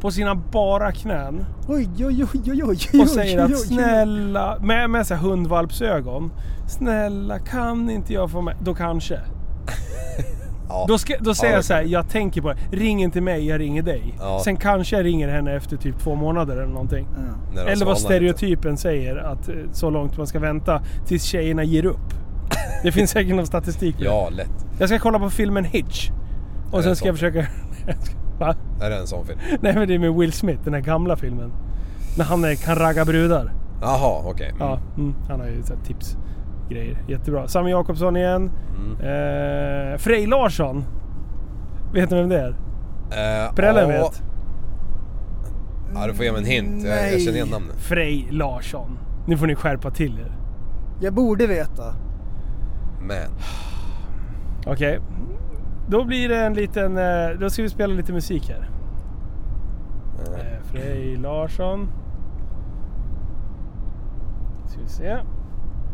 [SPEAKER 5] på sina bara knän
[SPEAKER 4] Oj, oj, oj, oj, oj,
[SPEAKER 5] och
[SPEAKER 4] oj,
[SPEAKER 5] säger
[SPEAKER 4] oj,
[SPEAKER 5] att
[SPEAKER 4] oj.
[SPEAKER 5] snälla, med, med så här hundvalpsögon. Snälla kan inte jag få med? Då kanske.
[SPEAKER 6] Ja.
[SPEAKER 5] Då, ska, då säger
[SPEAKER 6] Ja,
[SPEAKER 5] jag så här, jag tänker på det. Ring inte mig, jag ringer dig.
[SPEAKER 6] Ja. Mm.
[SPEAKER 5] Sen kanske jag ringer henne efter typ två månader eller någonting.
[SPEAKER 6] när de
[SPEAKER 5] Eller vad
[SPEAKER 6] svalnar lite.
[SPEAKER 5] stereotypen säger, att eh, så långt man ska vänta tills tjejerna ger upp. Det finns säkert någon statistik på det.
[SPEAKER 6] Ja, lätt.
[SPEAKER 5] Jag ska kolla på filmen Hitch. Och
[SPEAKER 6] Är
[SPEAKER 5] sen
[SPEAKER 6] det
[SPEAKER 5] ska jag
[SPEAKER 6] så?
[SPEAKER 5] försöka... Va?
[SPEAKER 6] Är det en sån film?
[SPEAKER 5] Nej men det är med Will Smith, den här gamla filmen. När han eh, kan ragga brudar.
[SPEAKER 6] Jaha, okej. Mm.
[SPEAKER 5] Ja, mm. han har ju så här tips. Grejer. Jättebra. Sami Jakobsson igen. Eh, Frej Larsson. Vet ni vem det är?
[SPEAKER 6] Eh,
[SPEAKER 5] Prellen
[SPEAKER 6] ja.
[SPEAKER 5] vet.
[SPEAKER 6] Ja, du får ge mig en hint. Jag, jag
[SPEAKER 4] Nej.
[SPEAKER 6] känner igen namnet.
[SPEAKER 5] Frej Larsson. Nu får ni skärpa till er.
[SPEAKER 4] Jag borde veta.
[SPEAKER 6] Men.
[SPEAKER 5] Okej. Då blir det en liten... eh, Då ska vi spela lite musik här. Eh, Frej Larsson. Ska vi se.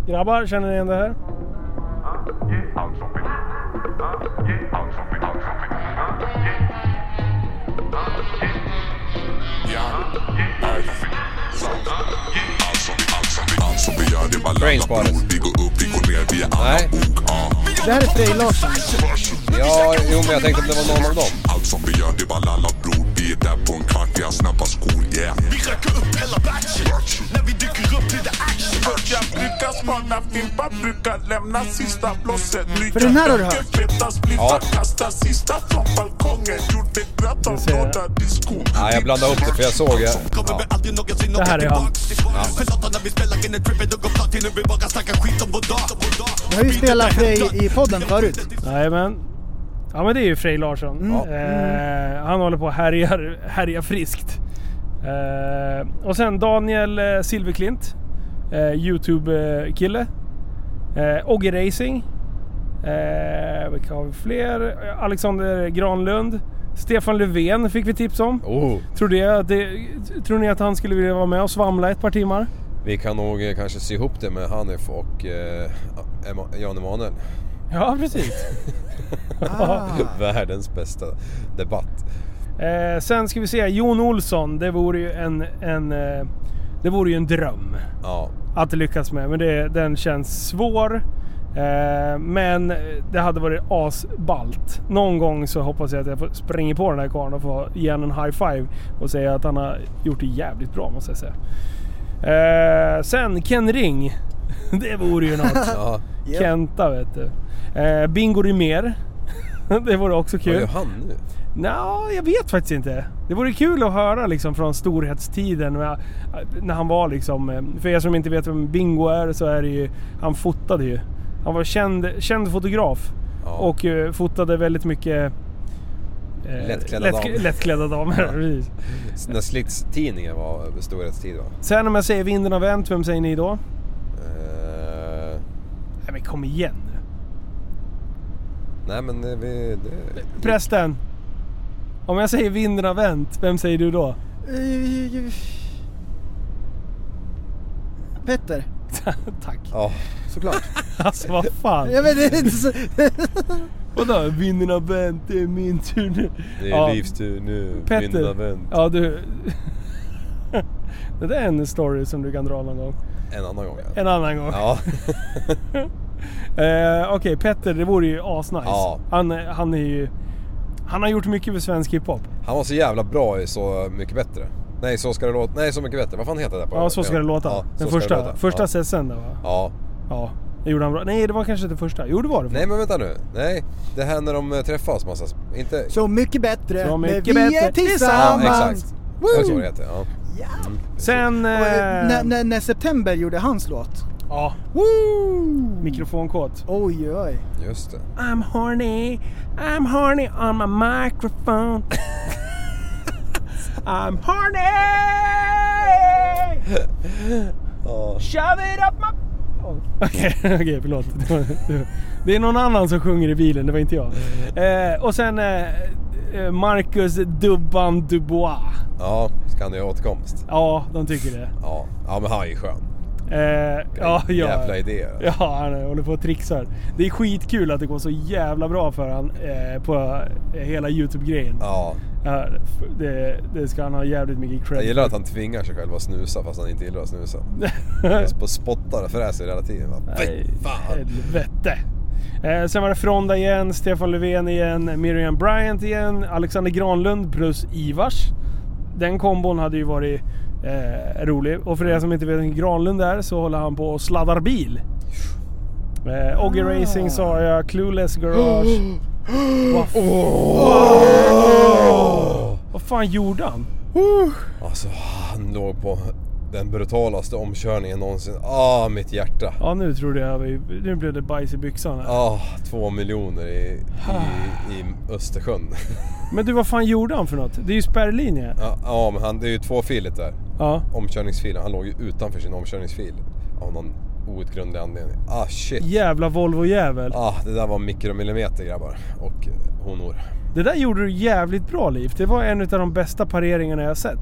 [SPEAKER 5] Grabbar, känner ni igen det här?
[SPEAKER 6] Brainspotters. Nej.
[SPEAKER 4] Det här är Frej Larsson.
[SPEAKER 6] Ja, jo men jag tänkte att det var någon av dem.
[SPEAKER 9] Allt som vi gör det ballar alla bror, det är det där på en kvart, vi har snabba skor, yeah Vi röker upp hela batchen när vi dyker upp till the action Börjar brukar spana fimpar, brukar lämna sista blåset
[SPEAKER 7] För den här har du hört.
[SPEAKER 6] Ja.
[SPEAKER 9] Kasta sista från balkongen, gjorde glatt av
[SPEAKER 5] ser jag.
[SPEAKER 9] blåda diskon
[SPEAKER 6] Ja, jag blandade upp det för jag såg... Ja.
[SPEAKER 5] Det här är han.
[SPEAKER 7] Jag har ju spelat Frej i podden förut.
[SPEAKER 5] Jajamän. Ja men det är ju Frej Larsson. Eh, han håller på och härjar, härjar friskt. Eh, och sen Daniel eh, Silverklint. Eh, Youtube-kille. Eh, Ogge Racing. Eh, vilka har vi fler? Alexander Granlund. Stefan Löfven fick vi tips om.
[SPEAKER 6] Oh,
[SPEAKER 5] Tror, det, det, tror ni att han skulle vilja vara med och svamla ett par timmar?
[SPEAKER 6] vi kan nog eh, kanske sy ihop det med Hanif och eh, Emma- Jan Emanuel.
[SPEAKER 5] Ja, precis.
[SPEAKER 6] Ah.
[SPEAKER 5] Ah.
[SPEAKER 6] Världens bästa debatt.
[SPEAKER 5] Eh, sen ska vi se, Jon Olsson. Det vore ju en, en, eh, det vore ju en dröm
[SPEAKER 6] Ja,
[SPEAKER 5] att lyckas med. Men det, den känns svår. Eh, men det hade varit asballt. Någon gång så hoppas jag att jag får springa på den här karln och få ge honom en high five. Och säga att han har gjort det jävligt bra måste jag säga. Eh, sen Ken Ring. Det vore ju något.
[SPEAKER 6] ja.
[SPEAKER 5] Kenta vet du. Eh, Bingo Rimér. det vore också
[SPEAKER 6] Vad
[SPEAKER 5] kul.
[SPEAKER 6] gör han nu?
[SPEAKER 5] Nja, jag vet faktiskt inte. Det vore kul att höra liksom från storhetstiden. När när han var liksom... eh, För er som inte vet vem Bingo är så är det ju... Han fotade ju. Han var känd, känd fotograf.
[SPEAKER 6] Ja.
[SPEAKER 5] Och eh, fotade väldigt mycket... eh,
[SPEAKER 6] Lättklädda damer.
[SPEAKER 5] Lättklädda damer. precis.
[SPEAKER 6] När slitstidningen var storhetstid va?
[SPEAKER 5] Sen om jag säger vinden har vänt, vem säger ni då?
[SPEAKER 6] Eh,
[SPEAKER 5] Nej men kom igen nu.
[SPEAKER 6] nej men eh, vi... Det,
[SPEAKER 5] Prästen. Om jag säger vinden har vänt, vem säger du då?
[SPEAKER 4] Eh,
[SPEAKER 7] Petter,
[SPEAKER 5] Tack.
[SPEAKER 6] ja.
[SPEAKER 7] såklart.
[SPEAKER 5] Alltså vad fan.
[SPEAKER 7] Jag vet, det är inte så...
[SPEAKER 5] Vadå? Vinden har vänt, det är min tur nu.
[SPEAKER 6] Det är
[SPEAKER 5] Ja.
[SPEAKER 6] Livs tur nu. Vinden har
[SPEAKER 5] Petter.
[SPEAKER 6] vänt.
[SPEAKER 5] Ja, du. det där är en story som du kan dra någon gång.
[SPEAKER 6] En annan gång ja.
[SPEAKER 5] En annan gång.
[SPEAKER 6] Ja.
[SPEAKER 5] Eh, Okej, Petter, det vore ju asnice.
[SPEAKER 6] Ja.
[SPEAKER 5] Han, är- han är ju... Han har gjort mycket för svensk hiphop.
[SPEAKER 6] Han var så jävla bra i Så mycket bättre. Nej, Så ska det låta. Nej, Så mycket bättre. Vad fan heter det? där På
[SPEAKER 5] Ja, så ska det låta.
[SPEAKER 6] Ja,
[SPEAKER 5] Den
[SPEAKER 6] Så ska
[SPEAKER 5] första,
[SPEAKER 6] det låta.
[SPEAKER 5] första
[SPEAKER 6] ja.
[SPEAKER 5] sessen där va?
[SPEAKER 6] Ja.
[SPEAKER 5] Ja. Det gjorde han bra. Nej, det var kanske inte första. Jo, det var det.
[SPEAKER 6] Nej men vänta nu. Nej. Det här när de eh, träffas massa... sp- Inte...
[SPEAKER 7] Så mycket bättre
[SPEAKER 5] Så mycket
[SPEAKER 7] när vi
[SPEAKER 5] bättre
[SPEAKER 7] är
[SPEAKER 6] ja,
[SPEAKER 5] tillsammans.
[SPEAKER 7] tillsammans.
[SPEAKER 6] exakt.
[SPEAKER 7] Woo!
[SPEAKER 6] Jag tror det heter. Ja.
[SPEAKER 5] Sen...
[SPEAKER 7] Och, eh,
[SPEAKER 5] Eh,
[SPEAKER 7] när, när, när September gjorde hans låt.
[SPEAKER 5] ja,
[SPEAKER 7] Woo!
[SPEAKER 5] mikrofonkåt.
[SPEAKER 7] Oj, oj.
[SPEAKER 6] Just det.
[SPEAKER 5] I'm horny, I'm horny on my microphone. I'm horny!
[SPEAKER 6] Ja.
[SPEAKER 5] Shove it up my... Oh. Okej, okej, förlåt. Det var- det var- Det är någon annan som sjunger i bilen, det var inte jag. Eh, och sen eh, eh, Marcus Dubban Dubois.
[SPEAKER 6] Ja. Skandia återkomst.
[SPEAKER 5] Ja, de tycker det.
[SPEAKER 6] Ja. Ja men han är ju skön.
[SPEAKER 5] Eh, ja, ja.
[SPEAKER 6] Jävla idéer.
[SPEAKER 5] Ja, han håller på och trixar. Det är skitkul att det går så jävla bra för han eh, på eh, hela Youtube-grejen.
[SPEAKER 6] Ja.
[SPEAKER 5] Ja, f- det, det ska han ha jävligt mycket cred
[SPEAKER 6] Jag gillar att han tvingar sig själv att snusa fast han inte gillar att snusa. Och spottar och fräser hela tiden. Bara, "Fy fan.
[SPEAKER 5] Helvete. Eh, sen var det Fronda igen, Stefan Löfven igen, Miriam Bryant igen, Alexander Granlund plus Ivars. Den kombon hade ju varit eh, rolig. Och för er som inte vet vem Granlund är så håller han på och sladdar bil. Eh, Oggy Racing sa jag, Clueless Garage. Vad fan? Vad fan gjorde han?
[SPEAKER 6] Alltså han låg på den brutalaste omkörningen någonsin. Ah, mitt hjärta.
[SPEAKER 5] Ja nu trodde jag vi, nu blev det bajs i byxan. Här.
[SPEAKER 6] Ah, två miljoner i, i, i Östersjön.
[SPEAKER 5] Men du vad fan gjorde han för något? Det är ju spärrlinje.
[SPEAKER 6] Ja, ja, men han, det är ju två filet där.
[SPEAKER 5] Ja.
[SPEAKER 6] Omkörningsfilen. Han låg ju utanför sin omkörningsfil. Av någon outgrundlig anledning. Ah, shit.
[SPEAKER 5] Jävla Volvo-jävel.
[SPEAKER 6] Ah, det där var mikromillimeter grabbar. Och eh, honor.
[SPEAKER 5] Det där gjorde du jävligt bra Liv. Det var en av de bästa pareringarna jag sett.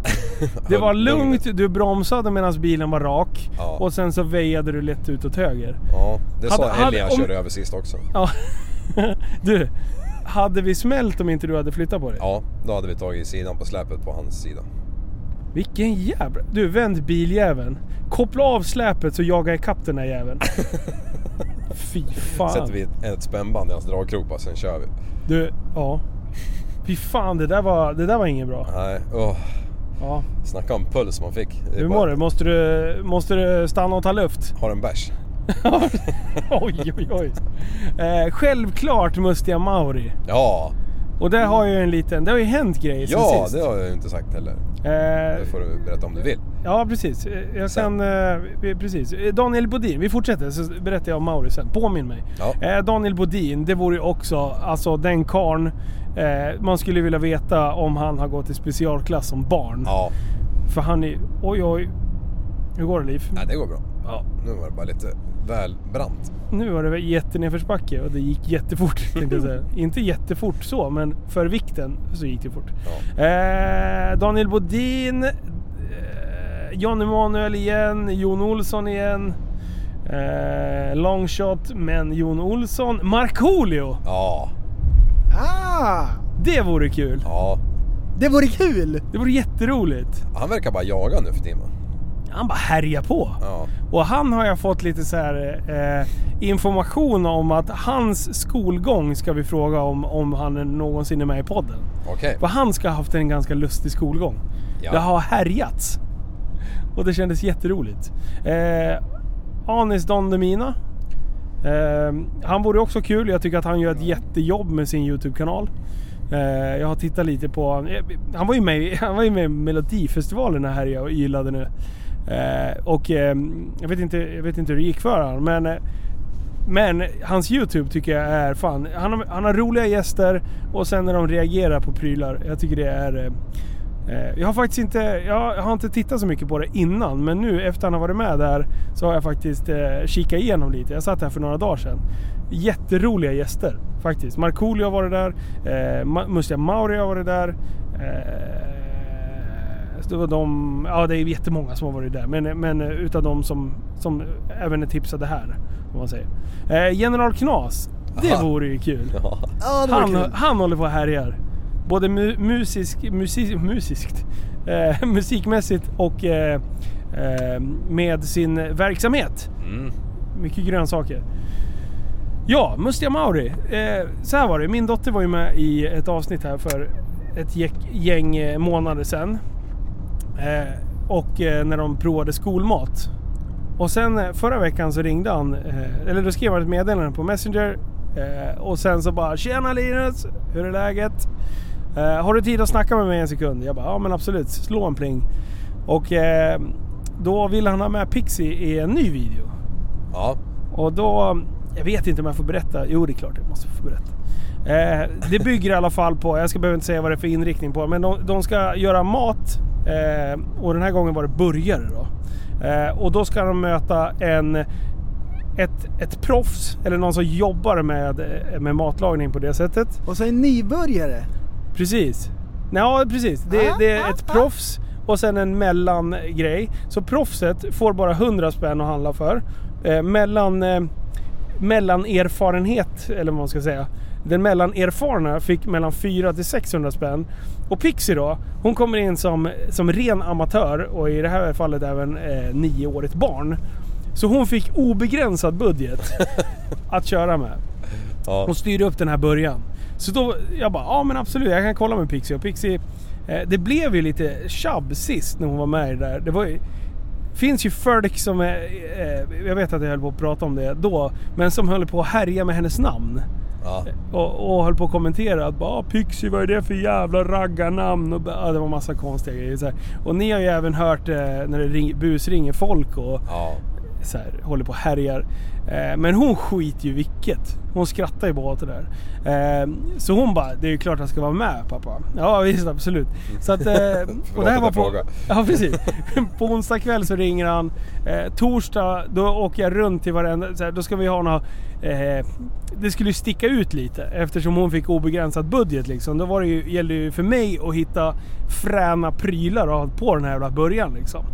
[SPEAKER 5] Det var lugnt, du bromsade medan bilen var rak.
[SPEAKER 6] Ja.
[SPEAKER 5] Och sen så väjade du lätt ut åt höger.
[SPEAKER 6] Ja, det
[SPEAKER 5] Hade-
[SPEAKER 6] sa
[SPEAKER 5] hade-
[SPEAKER 6] Elin han
[SPEAKER 5] om-
[SPEAKER 6] körde över sist också.
[SPEAKER 5] Ja. Du, hade vi smält om inte du hade flyttat på dig?
[SPEAKER 6] Ja, då hade vi tagit sidan på släpet på hans sida.
[SPEAKER 5] Vilken jävla... Du, vänd biljäveln. Koppla av släpet så jagar jag ikapp den här jäveln. Fy fan.
[SPEAKER 6] Sätter vi ett, ett spännband i hans dragkrok bara, sen kör vi.
[SPEAKER 5] Du, ja. Fy fan, det där var, det där var inget bra.
[SPEAKER 6] Nej, åh.
[SPEAKER 5] Ja.
[SPEAKER 6] Snacka om puls man fick. Det är
[SPEAKER 5] Hur
[SPEAKER 6] bara-
[SPEAKER 5] mår du? Måste du, måste du stanna och ta luft?
[SPEAKER 6] Har en bärs.
[SPEAKER 5] Oj, oj, oj. Eh, självklart Mustiga Mauri.
[SPEAKER 6] Ja,
[SPEAKER 5] Och det har ju en liten... Det har ju hänt grejer sen
[SPEAKER 6] ja
[SPEAKER 5] sist.
[SPEAKER 6] det har jag ju inte sagt heller.
[SPEAKER 5] Eh,
[SPEAKER 6] Det får du berätta om du vill.
[SPEAKER 5] ja, precis. Eh, Jag kan,
[SPEAKER 6] Sen.
[SPEAKER 5] eh, vi- precis. Eh, Daniel Bodin, vi fortsätter så berättar jag om Mauri sen. Påminn mig.
[SPEAKER 6] Ja.
[SPEAKER 5] Eh, Daniel Bodin, det vore ju också, alltså den karn eh, Man skulle vilja veta om han har gått i specialklass som barn.
[SPEAKER 6] Ja,
[SPEAKER 5] För han är... Oj, oj. Hur går det Liv?
[SPEAKER 6] nej, det går bra.
[SPEAKER 5] Ja.
[SPEAKER 6] Nu var det bara lite väl brant.
[SPEAKER 5] Nu var det väl jättenedförsbacke och det gick jättefort. tänkte jag säga. Inte jättefort så, men för vikten så gick det fort. Eh, Daniel Bodin, eh, John Emanuel igen, Jon Olsson igen. Eh, longshot, men Jon Olsson. Markoolio!
[SPEAKER 6] Ja,
[SPEAKER 7] Ah!
[SPEAKER 5] Det vore kul!
[SPEAKER 6] ja.
[SPEAKER 7] Det vore kul!
[SPEAKER 5] Det vore jätteroligt.
[SPEAKER 6] Han verkar bara jaga nu för tiden va?
[SPEAKER 5] Han bara härjar på.
[SPEAKER 6] Ja.
[SPEAKER 5] Och han har jag fått lite så här eh, information om att hans skolgång ska vi fråga om, om han är någonsin är med i podden.
[SPEAKER 6] Okej.
[SPEAKER 5] För han ska ha haft en ganska lustig skolgång.
[SPEAKER 6] Ja.
[SPEAKER 5] Det har härjats. Och det kändes jätteroligt. Eh, Anis Don Demina. Eh, han vore också kul. Jag tycker att han gör ett jättejobb med sin YouTube-kanal. Eh, jag har tittat lite på han. Eh, Han var ju med, han var ju med i Melodifestivalen här jag gillade nu. Eh, och eh, jag, vet inte, jag vet inte hur det gick för honom. Men, eh, men hans YouTube tycker jag är fan. Han har, han har roliga gäster och sen när de reagerar på prylar. Jag tycker det är... eh, Eh, Jag har faktiskt inte, jag har inte tittat så mycket på det innan, men nu efter han har varit med där så har jag faktiskt eh, kikat igenom lite. Jag satt här för några dagar sedan. Jätteroliga gäster faktiskt. Markoolio har varit där, eh, Ma- Mustiga Mauri har varit där. Eh, så det var de, ja det är jättemånga som har varit där, men, men eh, utav de som, som även är tipsade här. Om man säger. Eh, General Knas, det
[SPEAKER 6] Aha.
[SPEAKER 5] vore ju kul.
[SPEAKER 6] Ja.
[SPEAKER 7] Ja, det vore
[SPEAKER 5] Han,
[SPEAKER 7] kul.
[SPEAKER 5] han håller på och härjar. Både mu musisk, musi- musiskt, eh, musikmässigt och eh, eh, med sin verksamhet.
[SPEAKER 6] Mm.
[SPEAKER 5] Mycket grönsaker. Ja, Mustiga Mauri. Eh, så här var det. Min dotter var ju med i ett avsnitt här för ett gäck- gäng eh, månader sedan. Eh, och eh, när de provade skolmat. Och sen eh, förra veckan så ringde han, eh, eller då skrev han ett meddelande på Messenger. Eh, och sen så bara “Tjena Linus, hur är läget? Eh, har du tid att snacka med mig en sekund?” Jag bara “Ja men absolut, slå en pling”. Och eh, då ville han ha med Pixie i en ny video.
[SPEAKER 6] Ja.
[SPEAKER 5] Och då, jag vet inte om jag får berätta. Jo, det är klart jag måste få berätta. Eh, det bygger i alla fall på, jag ska behöver inte säga vad det är för inriktning på, men de, de ska göra mat. Eh, och den här gången var det burgare då. Eh, och då ska de möta en, ett, ett proffs, eller någon som jobbar med, med matlagning på det sättet.
[SPEAKER 7] Och så en nybörjare.
[SPEAKER 5] Precis. Ja, precis. Det,
[SPEAKER 7] Ah,
[SPEAKER 5] det är
[SPEAKER 7] ah,
[SPEAKER 5] ett
[SPEAKER 7] ah.
[SPEAKER 5] proffs och sen en mellangrej. Så proffset får bara 100 spänn att handla för. Eh, mellan, eh, mellan erfarenhet, eller vad man ska säga. Den mellanerfarna fick mellan 400 till 600 spänn. Och Pixie då, hon kommer in som, som ren amatör och i det här fallet även eh, nioårigt barn. Så hon fick obegränsad budget att köra med.
[SPEAKER 6] Ja.
[SPEAKER 5] Hon styrde upp den här början. Så då, jag bara, ja men absolut, jag kan kolla med Pixie. Och Pixie, eh, det blev ju lite tjabb sist när hon var med i det där. Det var ju, finns ju folk som, eh, eh, jag vet att jag höll på att prata om det då, men som höll på att härja med hennes namn.
[SPEAKER 6] ja.
[SPEAKER 5] Och, och höll på att kommentera att bara "Ah, Pixie, vad är det för jävla raggarnamn? Och, ja, det var massa konstiga grejer. Så här. Och ni har ju även hört eh, när det ring, busringer folk och
[SPEAKER 6] ja.
[SPEAKER 5] så här, håller på och härjar. Eh, men hon skiter ju vilket. Hon skrattar ju bara åt det där. Eh, så hon bara, det är ju klart jag ska vara med pappa. Ja visst, absolut. Så att, eh, och det här
[SPEAKER 6] att
[SPEAKER 5] var
[SPEAKER 6] jag
[SPEAKER 5] på,
[SPEAKER 6] frågar.
[SPEAKER 5] ja, precis. på onsdag kväll så ringer han. Eh, torsdag, då åker jag runt till varenda. Så här, då ska vi ha några... Eh, det skulle ju sticka ut lite eftersom hon fick obegränsad budget. Liksom. Då var det ju, gällde det ju för mig att hitta fräna prylar att ha på den här jävla början. Liksom.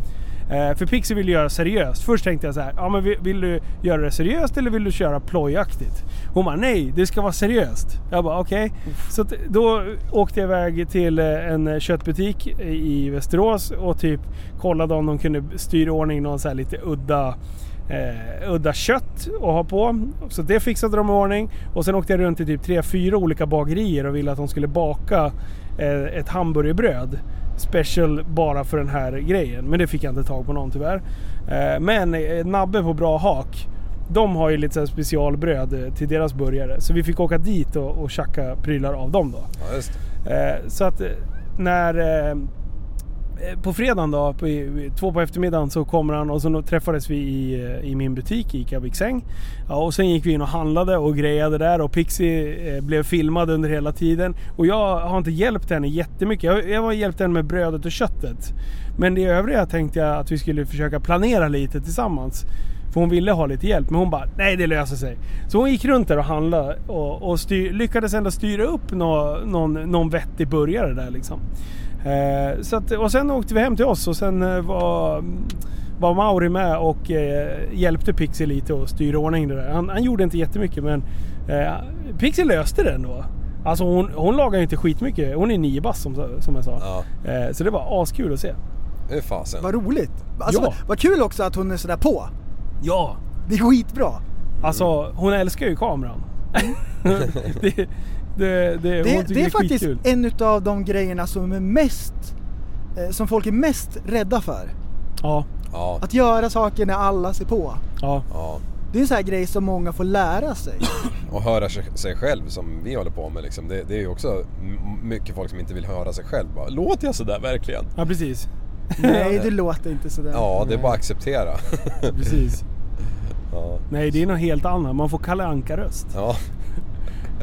[SPEAKER 5] Eh, för Pixie vill göra seriöst. Först tänkte jag så här, ja, men vill, vill du göra det seriöst eller vill du köra plojaktigt? Hon bara, nej det ska vara seriöst. Jag bara, okej. Så att, då åkte jag iväg till eh, en köttbutik i- i Västerås och typ kollade om de kunde styra i ordning någon så här lite udda eh, udda kött att ha på. Så det fixade de i ordning. Och sen åkte jag runt till typ tre, fyra olika bagerier och ville att de skulle baka eh, ett hamburgerbröd. Special bara för den här grejen. Men det fick jag inte tag på någon tyvärr. Eh, men eh, Nabbe på Bra Hak. De har ju lite så här specialbröd eh, till deras burgare. Så vi fick åka dit och, och tjacka prylar av dem då.
[SPEAKER 6] Ja, just det.
[SPEAKER 5] Eh, så att eh, när... Eh, eh, på fredagen då, på, i- två på eftermiddagen, så kommer han och så träffades vi i, eh, i min butik, Ica Viksäng. Ja, och sen gick vi in och handlade och grejade där och Pixie eh, blev filmad under hela tiden. Och jag har inte hjälpt henne jättemycket. Jag, jag har hjälpt henne med brödet och köttet. Men det övriga tänkte jag att vi skulle försöka planera lite tillsammans. För hon ville ha lite hjälp, men hon bara nej det löser sig. Så hon gick runt där och handlade och, och styr, lyckades ändå styra upp nå, någon, någon vettig burgare där liksom. Eh, så att, och sen åkte vi hem till oss och sen eh, var, var Mauri med och eh, hjälpte Pixie lite och styra ordning det där. Han, han gjorde inte jättemycket men eh, Pixie löste det ändå. Alltså hon, hon lagar ju inte skitmycket. Hon är nio bass som, som jag sa.
[SPEAKER 6] Ja.
[SPEAKER 5] Eh, så det var askul att se.
[SPEAKER 6] Hur fasen.
[SPEAKER 7] Vad roligt. Alltså,
[SPEAKER 5] Ja.
[SPEAKER 7] Vad kul också att hon är sådär på.
[SPEAKER 5] Ja,
[SPEAKER 7] Det är skitbra.
[SPEAKER 6] Mm.
[SPEAKER 5] Alltså hon älskar ju kameran. det, det, det, hon
[SPEAKER 7] Det,
[SPEAKER 5] tycker
[SPEAKER 7] det är faktiskt
[SPEAKER 5] skitkul.
[SPEAKER 7] en utav de grejerna som är mest eh, som folk är mest rädda för.
[SPEAKER 5] Ja,
[SPEAKER 6] Ja,
[SPEAKER 7] Att göra saker när alla ser på.
[SPEAKER 5] ja,
[SPEAKER 6] ja.
[SPEAKER 7] Det är en sån här grej som många får lära sig.
[SPEAKER 6] Och höra sig- sig själv som vi håller på med liksom. det, det är ju också m- mycket folk som inte vill höra sig själv. Bara, Låter jag sådär verkligen?
[SPEAKER 5] ja precis.
[SPEAKER 7] Nej, det låter inte sådär.
[SPEAKER 6] Ja, det är bara att acceptera.
[SPEAKER 5] precis.
[SPEAKER 6] ja.
[SPEAKER 5] Nej, det är något helt annat. Man får Kalle Anka-röst.
[SPEAKER 6] ja,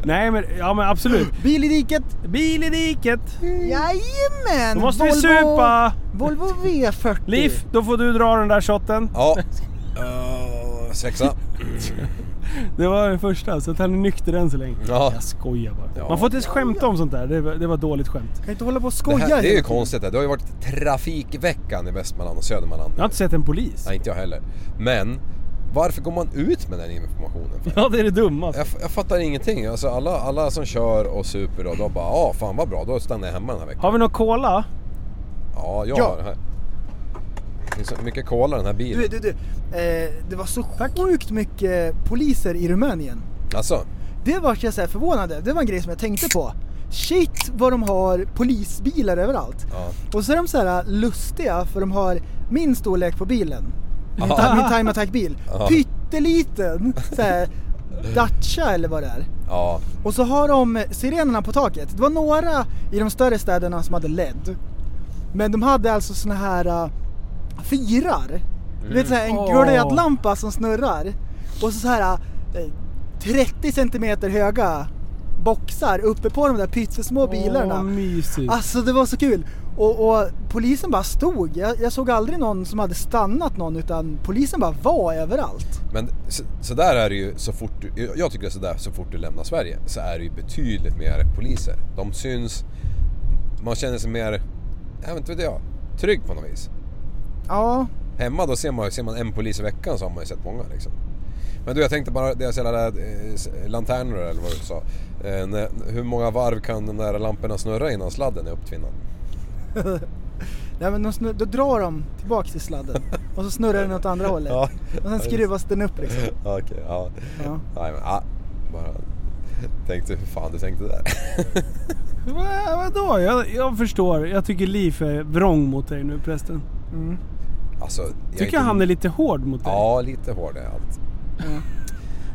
[SPEAKER 5] Nej, men, ja, men absolut.
[SPEAKER 7] Bil i diket!
[SPEAKER 5] Bil i diket!
[SPEAKER 7] Jajamän!
[SPEAKER 5] Då måste vi supa!
[SPEAKER 7] Volvo V40.
[SPEAKER 5] Liv, då får du dra den där shotten.
[SPEAKER 6] ja. Eh, sexa.
[SPEAKER 5] Det var den första, så att han är nykter än så länge.
[SPEAKER 6] Ja.
[SPEAKER 5] Jag skojar bara.
[SPEAKER 6] Ja.
[SPEAKER 5] Man får inte ens skämta om sånt där. Det var, det var dåligt skämt.
[SPEAKER 7] Kan inte hålla på och
[SPEAKER 6] Det,
[SPEAKER 7] skoja.
[SPEAKER 6] här, det är ju
[SPEAKER 7] hela
[SPEAKER 6] konstigt det här. Det har ju varit Trafikveckan i Västmanland och Södermanland.
[SPEAKER 5] Jag har inte sett en polis.
[SPEAKER 6] Nej, inte jag heller. Men varför går man ut med den informationen? För?
[SPEAKER 5] Ja, det är det dummaste.
[SPEAKER 6] Jag, f- jag fattar ingenting. Alltså alla, alla som kör och super och då bara ja, fan vad bra, då stannar jag hemma den här veckan.
[SPEAKER 5] Har vi någon cola?
[SPEAKER 6] Ja, jag
[SPEAKER 7] Ja.
[SPEAKER 6] har det här. Det är så mycket cola den här bilen.
[SPEAKER 7] Du, du, du. Eh, det var så sjukt mycket poliser i Rumänien.
[SPEAKER 6] Alltså,
[SPEAKER 7] Det var jag så här förvånad över. Det var en grej som jag tänkte på. Shit vad de har polisbilar överallt.
[SPEAKER 6] ja.
[SPEAKER 7] Och så är de så här äh, lustiga för de har min storlek på bilen. Min,
[SPEAKER 6] Ja.
[SPEAKER 7] ta- min Time Attack-bil.
[SPEAKER 6] Ja.
[SPEAKER 7] Pytteliten. Så här, Dacia eller vad det är.
[SPEAKER 6] ja.
[SPEAKER 7] Och så har de sirenerna på taket. Det var några i de större städerna som hade LED. Men de hade alltså såna här uh, fyrar. Du vet såhär en
[SPEAKER 5] Mm. Åh.
[SPEAKER 7] glödlampa som snurrar. Och så, så här eh, 30 centimeter höga boxar uppe på de där pyttesmå bilarna.
[SPEAKER 5] Åh, mysigt.
[SPEAKER 7] Alltså det var så kul. Och, och polisen bara stod. Jag, jag såg aldrig någon som hade stannat någon utan polisen bara var överallt.
[SPEAKER 6] Men så, så där är det ju så fort du, jag tycker det är sådär så fort du lämnar Sverige så är det ju betydligt mer poliser. De syns, man känner sig mer, jag vet inte vet jag, trygg på något vis.
[SPEAKER 7] Ja,
[SPEAKER 6] Hemma då ser man, ju- ser man en polis i veckan så har man ju sett många liksom. Men du jag tänkte bara, deras jävla där, eh, s- lanternor eller vad du sa. Eh, när, hur många varv kan de där lamporna snurra innan sladden är upptvinnad?
[SPEAKER 7] Nej, men de snur, då drar de tillbaks till sladden och så snurrar den åt andra hållet.
[SPEAKER 6] Ja.
[SPEAKER 7] Och sen skruvas den upp liksom.
[SPEAKER 6] Okej, ja.
[SPEAKER 7] Ja.
[SPEAKER 6] Nej men, ah, bara tänkte hur fan du tänkte där.
[SPEAKER 5] Va- Vadå? Jag, jag förstår. Jag tycker Liv är vrång mot dig nu prästen.
[SPEAKER 6] Alltså, jag
[SPEAKER 5] Tycker jag han är lite hård mot dig.
[SPEAKER 6] Ja, lite hård är allt.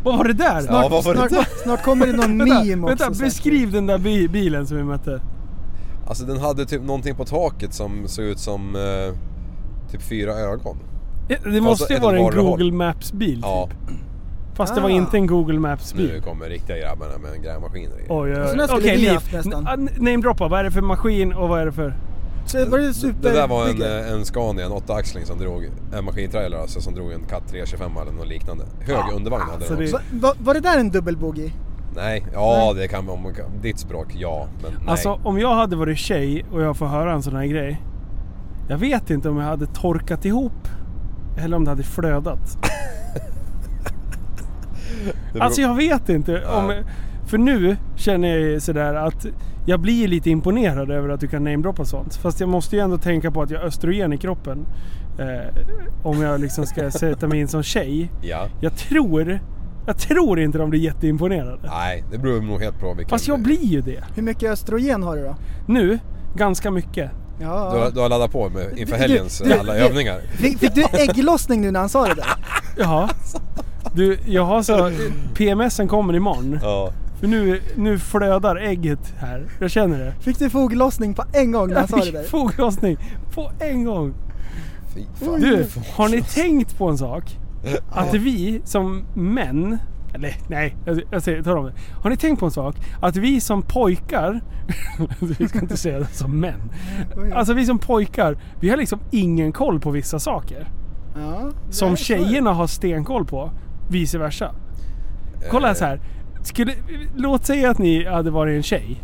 [SPEAKER 5] Vad var det där?
[SPEAKER 6] Ja, vad var det
[SPEAKER 7] snart,
[SPEAKER 6] där?
[SPEAKER 7] snart kommer det någon
[SPEAKER 5] Vänta,
[SPEAKER 7] meme
[SPEAKER 5] vänta
[SPEAKER 7] också.
[SPEAKER 5] beskriv den där bi- bilen som vi mötte.
[SPEAKER 6] Alltså den hade typ någonting på taket som såg ut som eh, typ fyra ögon.
[SPEAKER 5] Ja, Det måste ju
[SPEAKER 6] ett
[SPEAKER 5] vara en
[SPEAKER 6] varehåll.
[SPEAKER 5] Google Maps-bil. typ.
[SPEAKER 6] Ja,
[SPEAKER 5] Fast det var
[SPEAKER 7] Ah.
[SPEAKER 5] inte en Google
[SPEAKER 6] nu
[SPEAKER 5] Maps-bil.
[SPEAKER 6] kommer riktiga grabbarna med grävmaskiner i.
[SPEAKER 5] Oj, oj,
[SPEAKER 7] Så
[SPEAKER 5] oj.
[SPEAKER 7] den skulle
[SPEAKER 5] Okej,
[SPEAKER 7] vi
[SPEAKER 5] Liv.
[SPEAKER 7] haft nästan.
[SPEAKER 5] N- Namedroppa. Vad är det för maskin och vad är det för...
[SPEAKER 7] Så var det
[SPEAKER 6] Det
[SPEAKER 7] super
[SPEAKER 6] det där var en, eh, en Scania, en åttaaxling som drog, en maskintrailer alltså, som drog en Cat 325 eller något liknande. Hög undervagn hade
[SPEAKER 5] alltså
[SPEAKER 6] den
[SPEAKER 5] det-
[SPEAKER 6] också.
[SPEAKER 7] Va, va, var det där en dubbelbogey?
[SPEAKER 6] Nej, ja det kan man, om- ditt språk ja, men nej.
[SPEAKER 5] Alltså om jag hade varit tjej och jag får höra en sån här grej. Jag vet inte om jag hade torkat ihop eller om det hade flödat.
[SPEAKER 6] det beror-
[SPEAKER 5] Alltså jag vet inte.
[SPEAKER 6] Ja.
[SPEAKER 5] Om, för nu känner jag ju sådär att jag blir ju lite imponerad över att du kan namedroppa sånt. Fast jag måste ju ändå tänka på att jag har östrogen i kroppen. Eh, om jag liksom ska sätta mig in som tjej.
[SPEAKER 6] Ja.
[SPEAKER 5] Jag tror, jag tror inte de blir jätteimponerade.
[SPEAKER 6] Nej, det beror nog helt på vilken...
[SPEAKER 5] Fast jag blir ju det.
[SPEAKER 7] Hur mycket östrogen har du då?
[SPEAKER 5] Nu, ganska mycket.
[SPEAKER 7] Ja.
[SPEAKER 6] Du, har- du har laddat på med, inför
[SPEAKER 7] Du- du-
[SPEAKER 6] helgens
[SPEAKER 7] du-
[SPEAKER 6] alla
[SPEAKER 7] du-
[SPEAKER 6] övningar.
[SPEAKER 7] Fick, fick du ägglossning nu när han sa det där?
[SPEAKER 5] Jaha. Du, jag har så... PMSen kommer imorgon.
[SPEAKER 6] Ja.
[SPEAKER 5] För nu, nu flödar ägget här. Jag känner det.
[SPEAKER 7] Fick du foglossning på en gång när han sa det där?
[SPEAKER 5] Foglossning på en gång.
[SPEAKER 6] Fy fan. Eh,
[SPEAKER 5] Du, har ni tänkt på en sak? Att vi som män, eller nej, jag, jag säger, tar om det. Har ni tänkt på en sak? Att vi som pojkar, vi ska inte säga det som män. Alltså vi som pojkar, vi har liksom ingen koll på vissa saker.
[SPEAKER 7] Ja.
[SPEAKER 5] Som tjejerna har stenkoll på. Vice versa.
[SPEAKER 6] Eh.
[SPEAKER 5] Kolla så här. Skulle, låt säga att ni hade varit en tjej.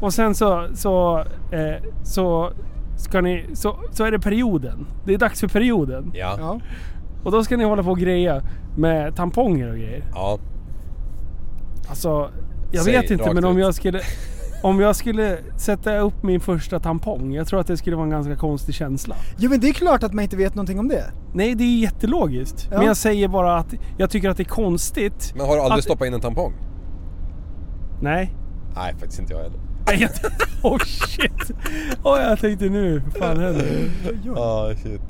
[SPEAKER 5] Och sen så, så, eh, så, ska ni, så, så är det perioden. Det är dags för perioden.
[SPEAKER 6] Ja.
[SPEAKER 7] Ja.
[SPEAKER 5] Och då ska ni hålla på och greja med tamponger och grejer.
[SPEAKER 6] ja.
[SPEAKER 5] Alltså, jag
[SPEAKER 6] Säg
[SPEAKER 5] vet inte
[SPEAKER 6] rakt
[SPEAKER 5] men om
[SPEAKER 6] ut.
[SPEAKER 5] jag skulle... Om jag skulle sätta upp min första tampong, jag tror att det skulle vara en ganska konstig känsla.
[SPEAKER 7] Jo men det är klart att man inte vet någonting om det.
[SPEAKER 5] Nej, det är ju jättelogiskt.
[SPEAKER 7] Ja.
[SPEAKER 5] Men jag säger bara att jag tycker att det är konstigt.
[SPEAKER 6] Men har du aldrig
[SPEAKER 5] Att-
[SPEAKER 6] stoppat in en tampong?
[SPEAKER 5] Nej.
[SPEAKER 6] Nej, faktiskt inte jag heller.
[SPEAKER 5] Nej, jag tänkte- Oh shit! Oh, jag tänkte nu, vad fan händer?
[SPEAKER 6] Ah shit.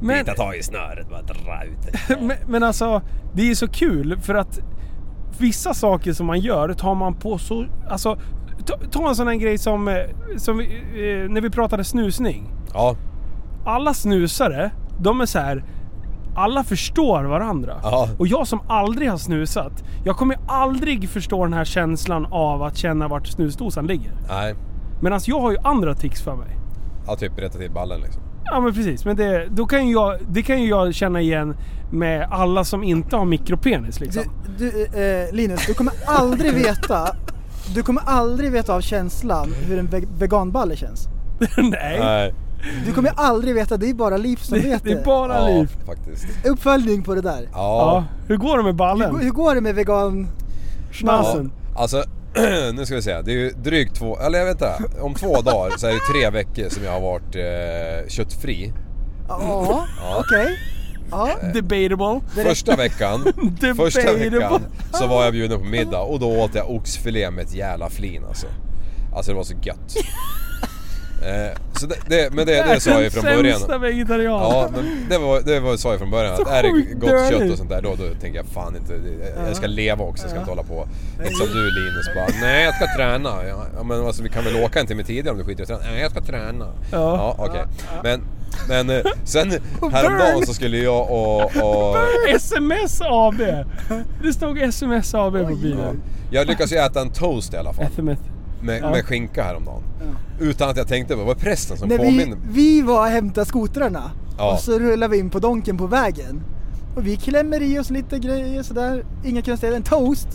[SPEAKER 5] Men-
[SPEAKER 6] Bita tag i snöret bara dra ut det.
[SPEAKER 5] Men, men alltså, det är så kul för att vissa saker som man gör tar man på så... Alltså, ta, ta en sån här grej som, eh, som vi, eh, när vi pratade snusning.
[SPEAKER 6] Ja,
[SPEAKER 5] Alla snusare, de är så här... Alla förstår varandra.
[SPEAKER 6] Ja.
[SPEAKER 5] Och jag som aldrig har snusat, jag kommer aldrig förstå den här känslan av att känna vart snusdosan ligger.
[SPEAKER 6] nej.
[SPEAKER 5] Medan jag har ju andra tics för mig.
[SPEAKER 6] Ja, typ rätta till ballen liksom.
[SPEAKER 5] Ja men precis, men det, då kan ju jag, det kan ju jag känna igen med alla som inte har mikropenis liksom.
[SPEAKER 7] Du, du, eh, Linus, du kommer aldrig veta du kommer aldrig veta av känslan hur en ve- veganballe känns.
[SPEAKER 5] Nej,
[SPEAKER 6] Nej.
[SPEAKER 7] Du kommer aldrig veta, det är bara Liv som
[SPEAKER 5] det,
[SPEAKER 7] vet
[SPEAKER 5] det
[SPEAKER 7] det.
[SPEAKER 5] är bara
[SPEAKER 6] Ja,
[SPEAKER 5] liv.
[SPEAKER 6] faktiskt.
[SPEAKER 7] Uppföljning på det där.
[SPEAKER 5] Ja.
[SPEAKER 6] Ja.
[SPEAKER 5] Hur går det med
[SPEAKER 7] Hur-
[SPEAKER 5] ballen?
[SPEAKER 7] Hur går det med vegan...
[SPEAKER 6] ja.
[SPEAKER 5] Schnazen?
[SPEAKER 6] Alltså, nu ska vi se. Det är ju drygt två, eller jag vet inte. Om två dagar så är det tre veckor som jag har varit eh, köttfri.
[SPEAKER 7] Ja, okej. Ja,
[SPEAKER 6] Eh,
[SPEAKER 5] Debatable.
[SPEAKER 6] Första veckan,
[SPEAKER 5] Debatable.
[SPEAKER 6] första veckan så var jag bjuden på middag och då åt jag oxfilé med ett jävla flin alltså. Alltså det var så gött. Eh, så det, det, men det, det sa jag ju från början.
[SPEAKER 5] Äh, Sämsta vegetarian.
[SPEAKER 6] Ja, men det var, det var, sa jag från början.
[SPEAKER 5] Så
[SPEAKER 6] Att är det
[SPEAKER 5] sjukt
[SPEAKER 6] gott kött
[SPEAKER 5] dåligt.
[SPEAKER 6] och sånt där, då, då tänker jag fan inte... Jag, jag ska leva också, jag ska inte hålla på. Inte som du Linus bara, nej jag ska träna. Ja, ja, men alltså, vi kan väl åka en timme tidigare om du skiter i att träna. Nej jag ska träna.
[SPEAKER 5] Ja.
[SPEAKER 6] ja okej. Men, men eh, sen häromdagen så skulle jag och... och
[SPEAKER 5] SMS AB! Det stod SMS AB på bilen.
[SPEAKER 6] jag lyckas ju äta en toast i alla fall.
[SPEAKER 5] SMS.
[SPEAKER 6] Med,
[SPEAKER 5] Ja.
[SPEAKER 6] med skinka häromdagen. Utan att jag tänkte på det. var prästen som
[SPEAKER 7] när vi,
[SPEAKER 6] påminner
[SPEAKER 7] vi var och hämtade skotrarna
[SPEAKER 6] Ja.
[SPEAKER 7] och så rullade vi in på donken på vägen. Och vi klämmer i oss lite grejer sådär, inga konstigheter, en toast.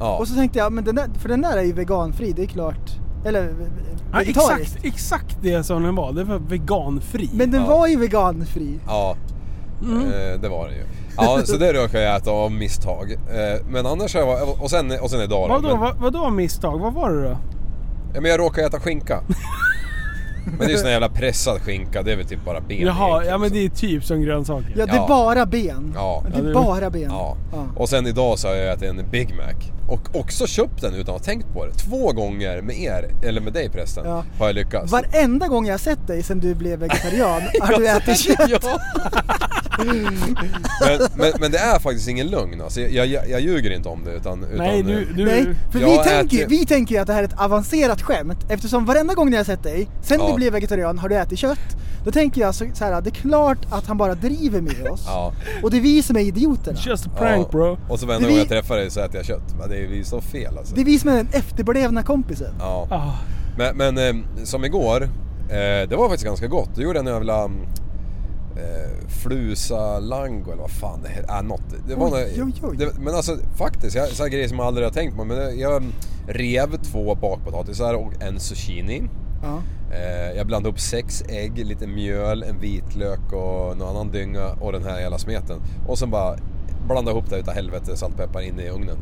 [SPEAKER 6] Ja.
[SPEAKER 7] Och så tänkte jag, men den där, för den där är ju veganfri, det är klart. Eller eh,
[SPEAKER 5] Ja,
[SPEAKER 7] vegetariskt.
[SPEAKER 5] exakt, exakt det som den var. Den var veganfri.
[SPEAKER 7] Men den
[SPEAKER 6] Ja.
[SPEAKER 7] var ju veganfri.
[SPEAKER 6] Ja,
[SPEAKER 5] Mm.
[SPEAKER 6] eh, det var det ju. Ja, så det råkade jag äta av misstag. Eh, men annars har jag varit- och sen, och sen idag då.
[SPEAKER 5] Vadå,
[SPEAKER 6] Men,
[SPEAKER 5] vad, vadå misstag? Vad var det då?
[SPEAKER 6] ja, men jag råkade äta skinka. men det är ju sån här jävla pressad skinka, det är väl typ bara ben
[SPEAKER 5] Jaha,
[SPEAKER 6] egentligen,
[SPEAKER 5] ja men
[SPEAKER 6] så.
[SPEAKER 5] det är typ som grönsaker.
[SPEAKER 7] Ja, det är
[SPEAKER 6] Ja.
[SPEAKER 7] bara ben.
[SPEAKER 6] Ja.
[SPEAKER 7] Det
[SPEAKER 6] Ja,
[SPEAKER 7] är
[SPEAKER 5] det-
[SPEAKER 7] bara ben.
[SPEAKER 6] Ja.
[SPEAKER 7] Ja.
[SPEAKER 6] och sen idag så har jag ätit en Big Mac. Och också köpt den utan att ha tänkt på det. Två gånger med er, eller med dig prästen,
[SPEAKER 7] Ja.
[SPEAKER 6] har jag lyckats.
[SPEAKER 7] Varenda gång jag har sett dig sen du blev vegetarian har du ätit kött.
[SPEAKER 6] Ja. men, men, men det är faktiskt ingen lögn alltså. Jag, jag, jag ljuger inte om det utan... utan
[SPEAKER 5] Nej, du...
[SPEAKER 6] eh,
[SPEAKER 5] du
[SPEAKER 7] Nej, för vi
[SPEAKER 6] Jag
[SPEAKER 7] tänker, ju-
[SPEAKER 6] äter-
[SPEAKER 7] vi tänker ju att det här är ett avancerat skämt eftersom varenda gång när jag har sett dig, sen du
[SPEAKER 6] Ja.
[SPEAKER 7] blev vegetarian har du ätit kött. Då tänker jag så, så här, det är klart att han bara driver med oss.
[SPEAKER 6] Ja.
[SPEAKER 7] Och det är vi som är idioterna.
[SPEAKER 5] Just a prank
[SPEAKER 6] Ja,
[SPEAKER 5] bro.
[SPEAKER 6] Och så varenda
[SPEAKER 7] Det
[SPEAKER 6] gång
[SPEAKER 7] vi-
[SPEAKER 6] jag träffar dig så äter jag kött. Men det är ju så fel alltså.
[SPEAKER 7] Det är vi som är den efterblivna kompisen.
[SPEAKER 6] Ja.
[SPEAKER 5] Ah.
[SPEAKER 6] Men, men eh, som igår, eh, det var faktiskt ganska gott. Du gjorde en jävla mm, eh, flusa lango eller vad fan det hette. Äh, något. Det var
[SPEAKER 7] Oj,
[SPEAKER 6] nå-
[SPEAKER 7] oj, oj.
[SPEAKER 6] Det, men alltså faktiskt, jag, så här grejer som jag aldrig har tänkt på. Men eh, jag rev två bakpotatisar och en zucchini.
[SPEAKER 7] Ja.
[SPEAKER 6] Eh, jag blandade upp sex ägg, lite mjöl, en vitlök och någon annan dynga och den här jävla smeten. Och sen bara blandade ihop det utav helvete, saltpeppar, in i ugnen.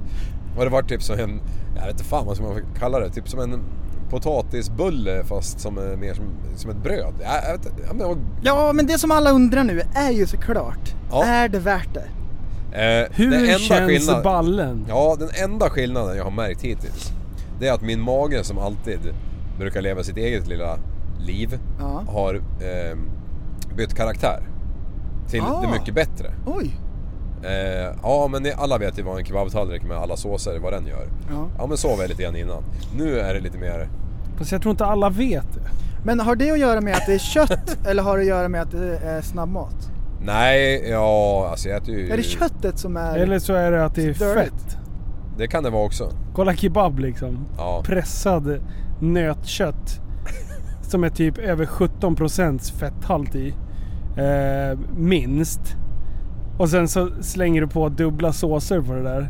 [SPEAKER 6] Och det var typ som en, jag vet inte fan vad ska man kalla det, typ som en potatisbulle fast som är mer som, som ett bröd. Jag, jag vet, inte, ja, men det var,
[SPEAKER 7] Ja, men det som alla undrar nu är ju såklart,
[SPEAKER 6] Ja.
[SPEAKER 7] är det värt det?
[SPEAKER 6] eh, det
[SPEAKER 5] Hur
[SPEAKER 6] enda
[SPEAKER 5] känns
[SPEAKER 6] skillnad-
[SPEAKER 5] ballen?
[SPEAKER 6] Ja, den enda skillnaden jag har märkt hittills, det är att min mage som alltid brukar leva sitt eget lilla liv,
[SPEAKER 7] Ja.
[SPEAKER 6] har eh, bytt karaktär. Till
[SPEAKER 7] Ah.
[SPEAKER 6] det mycket bättre.
[SPEAKER 7] Oj!
[SPEAKER 6] Eh, ja, men ni, alla vet ju vad en kebabtallrik med alla såser, vad den gör.
[SPEAKER 7] Ja.
[SPEAKER 6] Ja, men så var jag lite grann innan. Nu är det lite mer...
[SPEAKER 5] Fast jag tror inte alla vet det.
[SPEAKER 7] Men har det att göra med att det är kött eller har det att göra med att det är snabbmat?
[SPEAKER 6] Nej, ja, alltså jag äter ju...
[SPEAKER 7] Är det köttet som är...
[SPEAKER 5] Eller så är det att det är
[SPEAKER 7] Dörligt.
[SPEAKER 5] fett.
[SPEAKER 6] Det kan det vara också.
[SPEAKER 5] Kolla kebab liksom.
[SPEAKER 6] Ja.
[SPEAKER 5] Pressad nötkött. Som är typ över 17% fetthalt i. Eh, minst. Och sen så slänger du på dubbla såser på det där.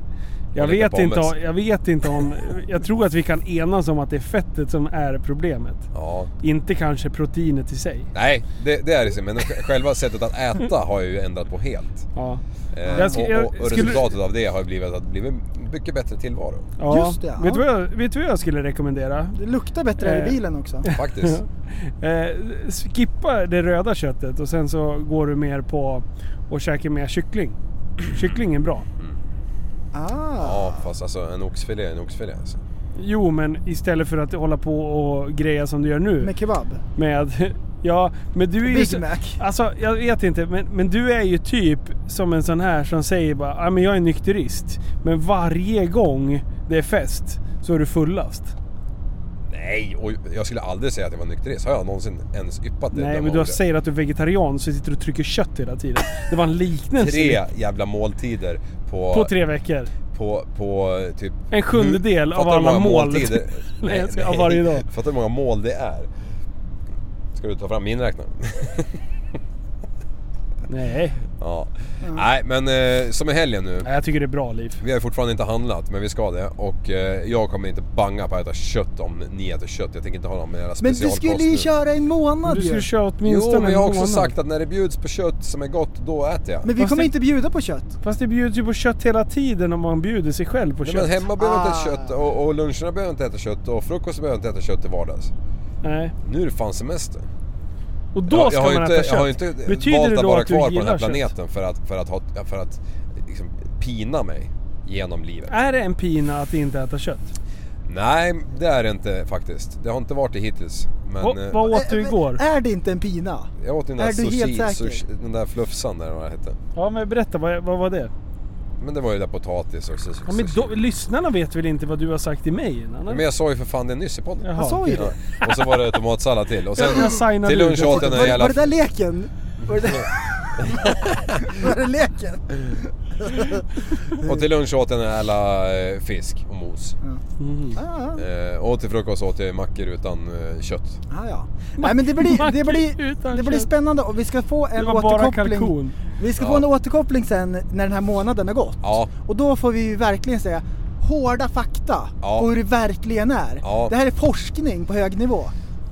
[SPEAKER 5] Jag
[SPEAKER 6] Och lite
[SPEAKER 5] vet, inte,
[SPEAKER 6] pommes.
[SPEAKER 5] om- jag vet inte om... Jag tror att vi kan enas om att det är fettet som är problemet.
[SPEAKER 6] Ja.
[SPEAKER 5] Inte kanske proteinet i sig.
[SPEAKER 6] Nej, det, det är det inte. Men själva sättet att äta har jag ju ändrat på helt.
[SPEAKER 5] Ja.
[SPEAKER 6] Eh,
[SPEAKER 5] Jag sk- jag
[SPEAKER 6] och, och, och
[SPEAKER 5] skulle-
[SPEAKER 6] resultatet av det har ju blivit att det blivit mycket bättre tillvaro.
[SPEAKER 5] ja.
[SPEAKER 7] Just det, ja.
[SPEAKER 5] Vet, du vad jag, vet du vad jag skulle rekommendera?
[SPEAKER 7] Det luktar bättre här
[SPEAKER 5] Eh.
[SPEAKER 7] i bilen också.
[SPEAKER 6] Faktiskt.
[SPEAKER 5] Eh, skippa det röda köttet och sen så går du mer på och käkar mer kyckling. Kyckling är bra.
[SPEAKER 7] Ah.
[SPEAKER 6] Ja, fast alltså en oxfilé är en oxfilé. Alltså.
[SPEAKER 5] Jo, men istället för att hålla på och greja som du gör nu.
[SPEAKER 7] Med kebab?
[SPEAKER 5] Med, ja, men du är ju...
[SPEAKER 7] Big
[SPEAKER 5] så-
[SPEAKER 7] Mac.
[SPEAKER 5] Alltså, jag vet inte. Men, men du är ju typ som en sån här som säger bara ah, men jag är nykterist. Men varje gång det är fest så är du fullast.
[SPEAKER 6] Nej, och jag skulle aldrig säga att jag var nykterist. Har jag någonsin ens yppat det?
[SPEAKER 5] Nej,
[SPEAKER 6] döma
[SPEAKER 5] men du
[SPEAKER 6] ordet?
[SPEAKER 5] säger att du är vegetarian så sitter du och trycker kött hela tiden. Det var en liknelse.
[SPEAKER 6] Tre jävla måltider på...
[SPEAKER 5] På tre veckor.
[SPEAKER 6] på, på eh, typ...
[SPEAKER 5] En sjundedel
[SPEAKER 6] Nu-
[SPEAKER 5] av
[SPEAKER 6] fattar du
[SPEAKER 5] alla
[SPEAKER 6] hur många
[SPEAKER 5] mål.
[SPEAKER 6] måltider-
[SPEAKER 5] Nej, jag ska- av varje dag.
[SPEAKER 6] Fattar du hur många mål det är? Ska du ta fram min räknare?
[SPEAKER 5] Nej,
[SPEAKER 6] ja. Nej, men eh, som i helgen nu.
[SPEAKER 5] Nej, jag tycker det är bra liv.
[SPEAKER 6] Vi har ju fortfarande inte handlat, men vi ska det. Och eh, jag kommer inte banga på att äta kött om ni äter kött. Jag tänker inte ha någon mer
[SPEAKER 7] Men du
[SPEAKER 6] specialkost
[SPEAKER 7] skulle ju
[SPEAKER 6] nu.
[SPEAKER 7] köra en månad
[SPEAKER 5] Du
[SPEAKER 7] ju!
[SPEAKER 5] skulle köra
[SPEAKER 6] Jo,
[SPEAKER 5] åtminstone
[SPEAKER 6] men jag har
[SPEAKER 5] en
[SPEAKER 6] också
[SPEAKER 5] månad.
[SPEAKER 6] sagt att när det bjuds på kött som är gott, då äter jag.
[SPEAKER 7] Men vi
[SPEAKER 5] Fast
[SPEAKER 7] kommer
[SPEAKER 5] det-
[SPEAKER 7] inte bjuda på kött.
[SPEAKER 5] Fast det bjuds ju på kött hela tiden om man bjuder sig själv på
[SPEAKER 6] Nej,
[SPEAKER 5] kött.
[SPEAKER 6] men hemma behöver jag inte
[SPEAKER 7] Ah.
[SPEAKER 6] äta kött och, och luncherna behöver jag inte äta kött och frukosten behöver jag inte äta kött till vardags.
[SPEAKER 5] Nej.
[SPEAKER 6] Nu är det fan semester.
[SPEAKER 5] Och då
[SPEAKER 6] jag,
[SPEAKER 5] ska
[SPEAKER 6] jag har ju
[SPEAKER 5] man
[SPEAKER 6] inte,
[SPEAKER 5] äta kött.
[SPEAKER 6] Jag har ju inte
[SPEAKER 5] Betyder
[SPEAKER 6] valt
[SPEAKER 5] det
[SPEAKER 6] att
[SPEAKER 5] då
[SPEAKER 6] vara
[SPEAKER 5] att du
[SPEAKER 6] kvar på den
[SPEAKER 5] gillar
[SPEAKER 6] här
[SPEAKER 5] kött?
[SPEAKER 6] planeten för att, för att, ha, för att liksom, pina mig genom livet.
[SPEAKER 5] Är det en pina att inte äta kött?
[SPEAKER 6] Nej, det är det inte faktiskt. Det har inte varit det hittills. Men
[SPEAKER 5] Vad-
[SPEAKER 6] eh,
[SPEAKER 5] vad åt du
[SPEAKER 7] Ä-
[SPEAKER 5] igår?
[SPEAKER 7] Är det inte en pina?
[SPEAKER 6] jag åt den
[SPEAKER 7] är
[SPEAKER 6] där
[SPEAKER 7] du helt
[SPEAKER 6] sushi,
[SPEAKER 7] säker?
[SPEAKER 6] sushi, den där flufsan där vad det hette.
[SPEAKER 5] Ja men berätta, vad, vad var det?
[SPEAKER 6] Men det var ju där potatis och sushi.
[SPEAKER 5] Ja, men då, lyssnarna vet väl inte vad du har sagt till mig innan?
[SPEAKER 6] men
[SPEAKER 5] eller?
[SPEAKER 6] jag sa ju för fan det nyss i podden.
[SPEAKER 5] Jaha.
[SPEAKER 7] Jag sa ju det.
[SPEAKER 6] Ja. Och så var det tomatsallad till. Och sen
[SPEAKER 5] Jag- jag signade
[SPEAKER 6] till
[SPEAKER 5] ut.
[SPEAKER 6] lunch
[SPEAKER 5] Jag
[SPEAKER 6] åt jag
[SPEAKER 7] Var,
[SPEAKER 6] den där jävla...
[SPEAKER 7] var det där leken? Var det där... var det leken?
[SPEAKER 6] Och till lunch åt jag den där jävla eh, fisk och mos.
[SPEAKER 7] Ah,
[SPEAKER 6] Eh, och till frukost åt jag mackor utan eh, kött.
[SPEAKER 7] ah, ja. Nej men det blir, det blir,
[SPEAKER 5] utan
[SPEAKER 7] det blir
[SPEAKER 5] kött.
[SPEAKER 7] spännande och vi ska få
[SPEAKER 5] Det
[SPEAKER 7] en
[SPEAKER 5] var bara
[SPEAKER 7] återkoppling.
[SPEAKER 5] kalkon.
[SPEAKER 7] Vi ska få en återkoppling sen när den här månaden har gått.
[SPEAKER 6] Ja.
[SPEAKER 7] Och då får vi ju verkligen säga hårda fakta
[SPEAKER 6] Ja.
[SPEAKER 7] på hur det verkligen är.
[SPEAKER 6] Ja.
[SPEAKER 7] Det här är forskning på hög nivå.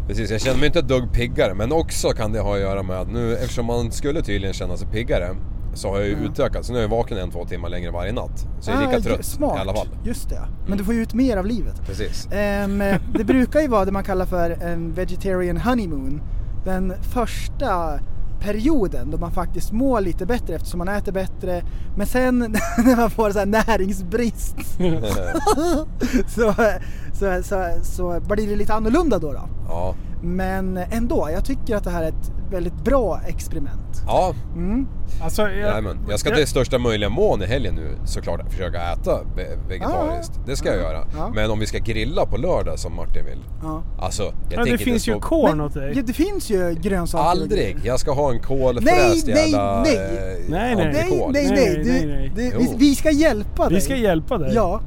[SPEAKER 6] Precis, jag känner mig inte ett dugg piggare men också kan det ha att göra med att nu eftersom man skulle tydligen känna sig piggare så har jag ju utökat, så nu är jag vaken en två timmar längre varje natt. Så jag är lika
[SPEAKER 7] Ah,
[SPEAKER 6] trött
[SPEAKER 7] smart.
[SPEAKER 6] i alla fall. Mm.
[SPEAKER 7] Just det. Men du får ju ut mer av livet.
[SPEAKER 6] Precis.
[SPEAKER 7] Ehm, det brukar ju vara det man kallar för en vegetarian honeymoon. Den första perioden då man faktiskt mår lite bättre eftersom man äter bättre. Men sen när man får så här näringsbrist
[SPEAKER 6] Eh,
[SPEAKER 7] så, så, så, så blir det lite annorlunda då. då.
[SPEAKER 6] Ja.
[SPEAKER 7] Men ändå, jag tycker att det här är ett väldigt bra experiment.
[SPEAKER 6] Ja,
[SPEAKER 5] Alltså, jag,
[SPEAKER 6] jajamän. Jag ska till största möjliga mån i helgen nu såklart försöka äta ve- vegetariskt. Det ska jag göra.
[SPEAKER 7] ja.
[SPEAKER 6] Men om vi ska grilla på lördag som Martin vill.
[SPEAKER 7] Ja.
[SPEAKER 6] Alltså, jag
[SPEAKER 5] ja,
[SPEAKER 6] tänker
[SPEAKER 5] det
[SPEAKER 6] inte
[SPEAKER 5] finns ju
[SPEAKER 6] stå-
[SPEAKER 5] korn åt dig.
[SPEAKER 7] ja, det finns ju grönsaker. och grejer.
[SPEAKER 6] Aldrig! Jag ska ha en kolfräst
[SPEAKER 7] Nej, nej,
[SPEAKER 6] jävla...
[SPEAKER 7] nej.
[SPEAKER 6] eh,
[SPEAKER 5] Nej, nej.
[SPEAKER 7] Nej,
[SPEAKER 6] entrecôte.
[SPEAKER 7] nej,
[SPEAKER 5] Nej,
[SPEAKER 7] nej.
[SPEAKER 5] nej,
[SPEAKER 7] Du,
[SPEAKER 5] nej.
[SPEAKER 7] Du,
[SPEAKER 6] Jo.
[SPEAKER 7] vi, vi ska hjälpa dig.
[SPEAKER 5] Vi ska hjälpa dig.
[SPEAKER 7] Ja.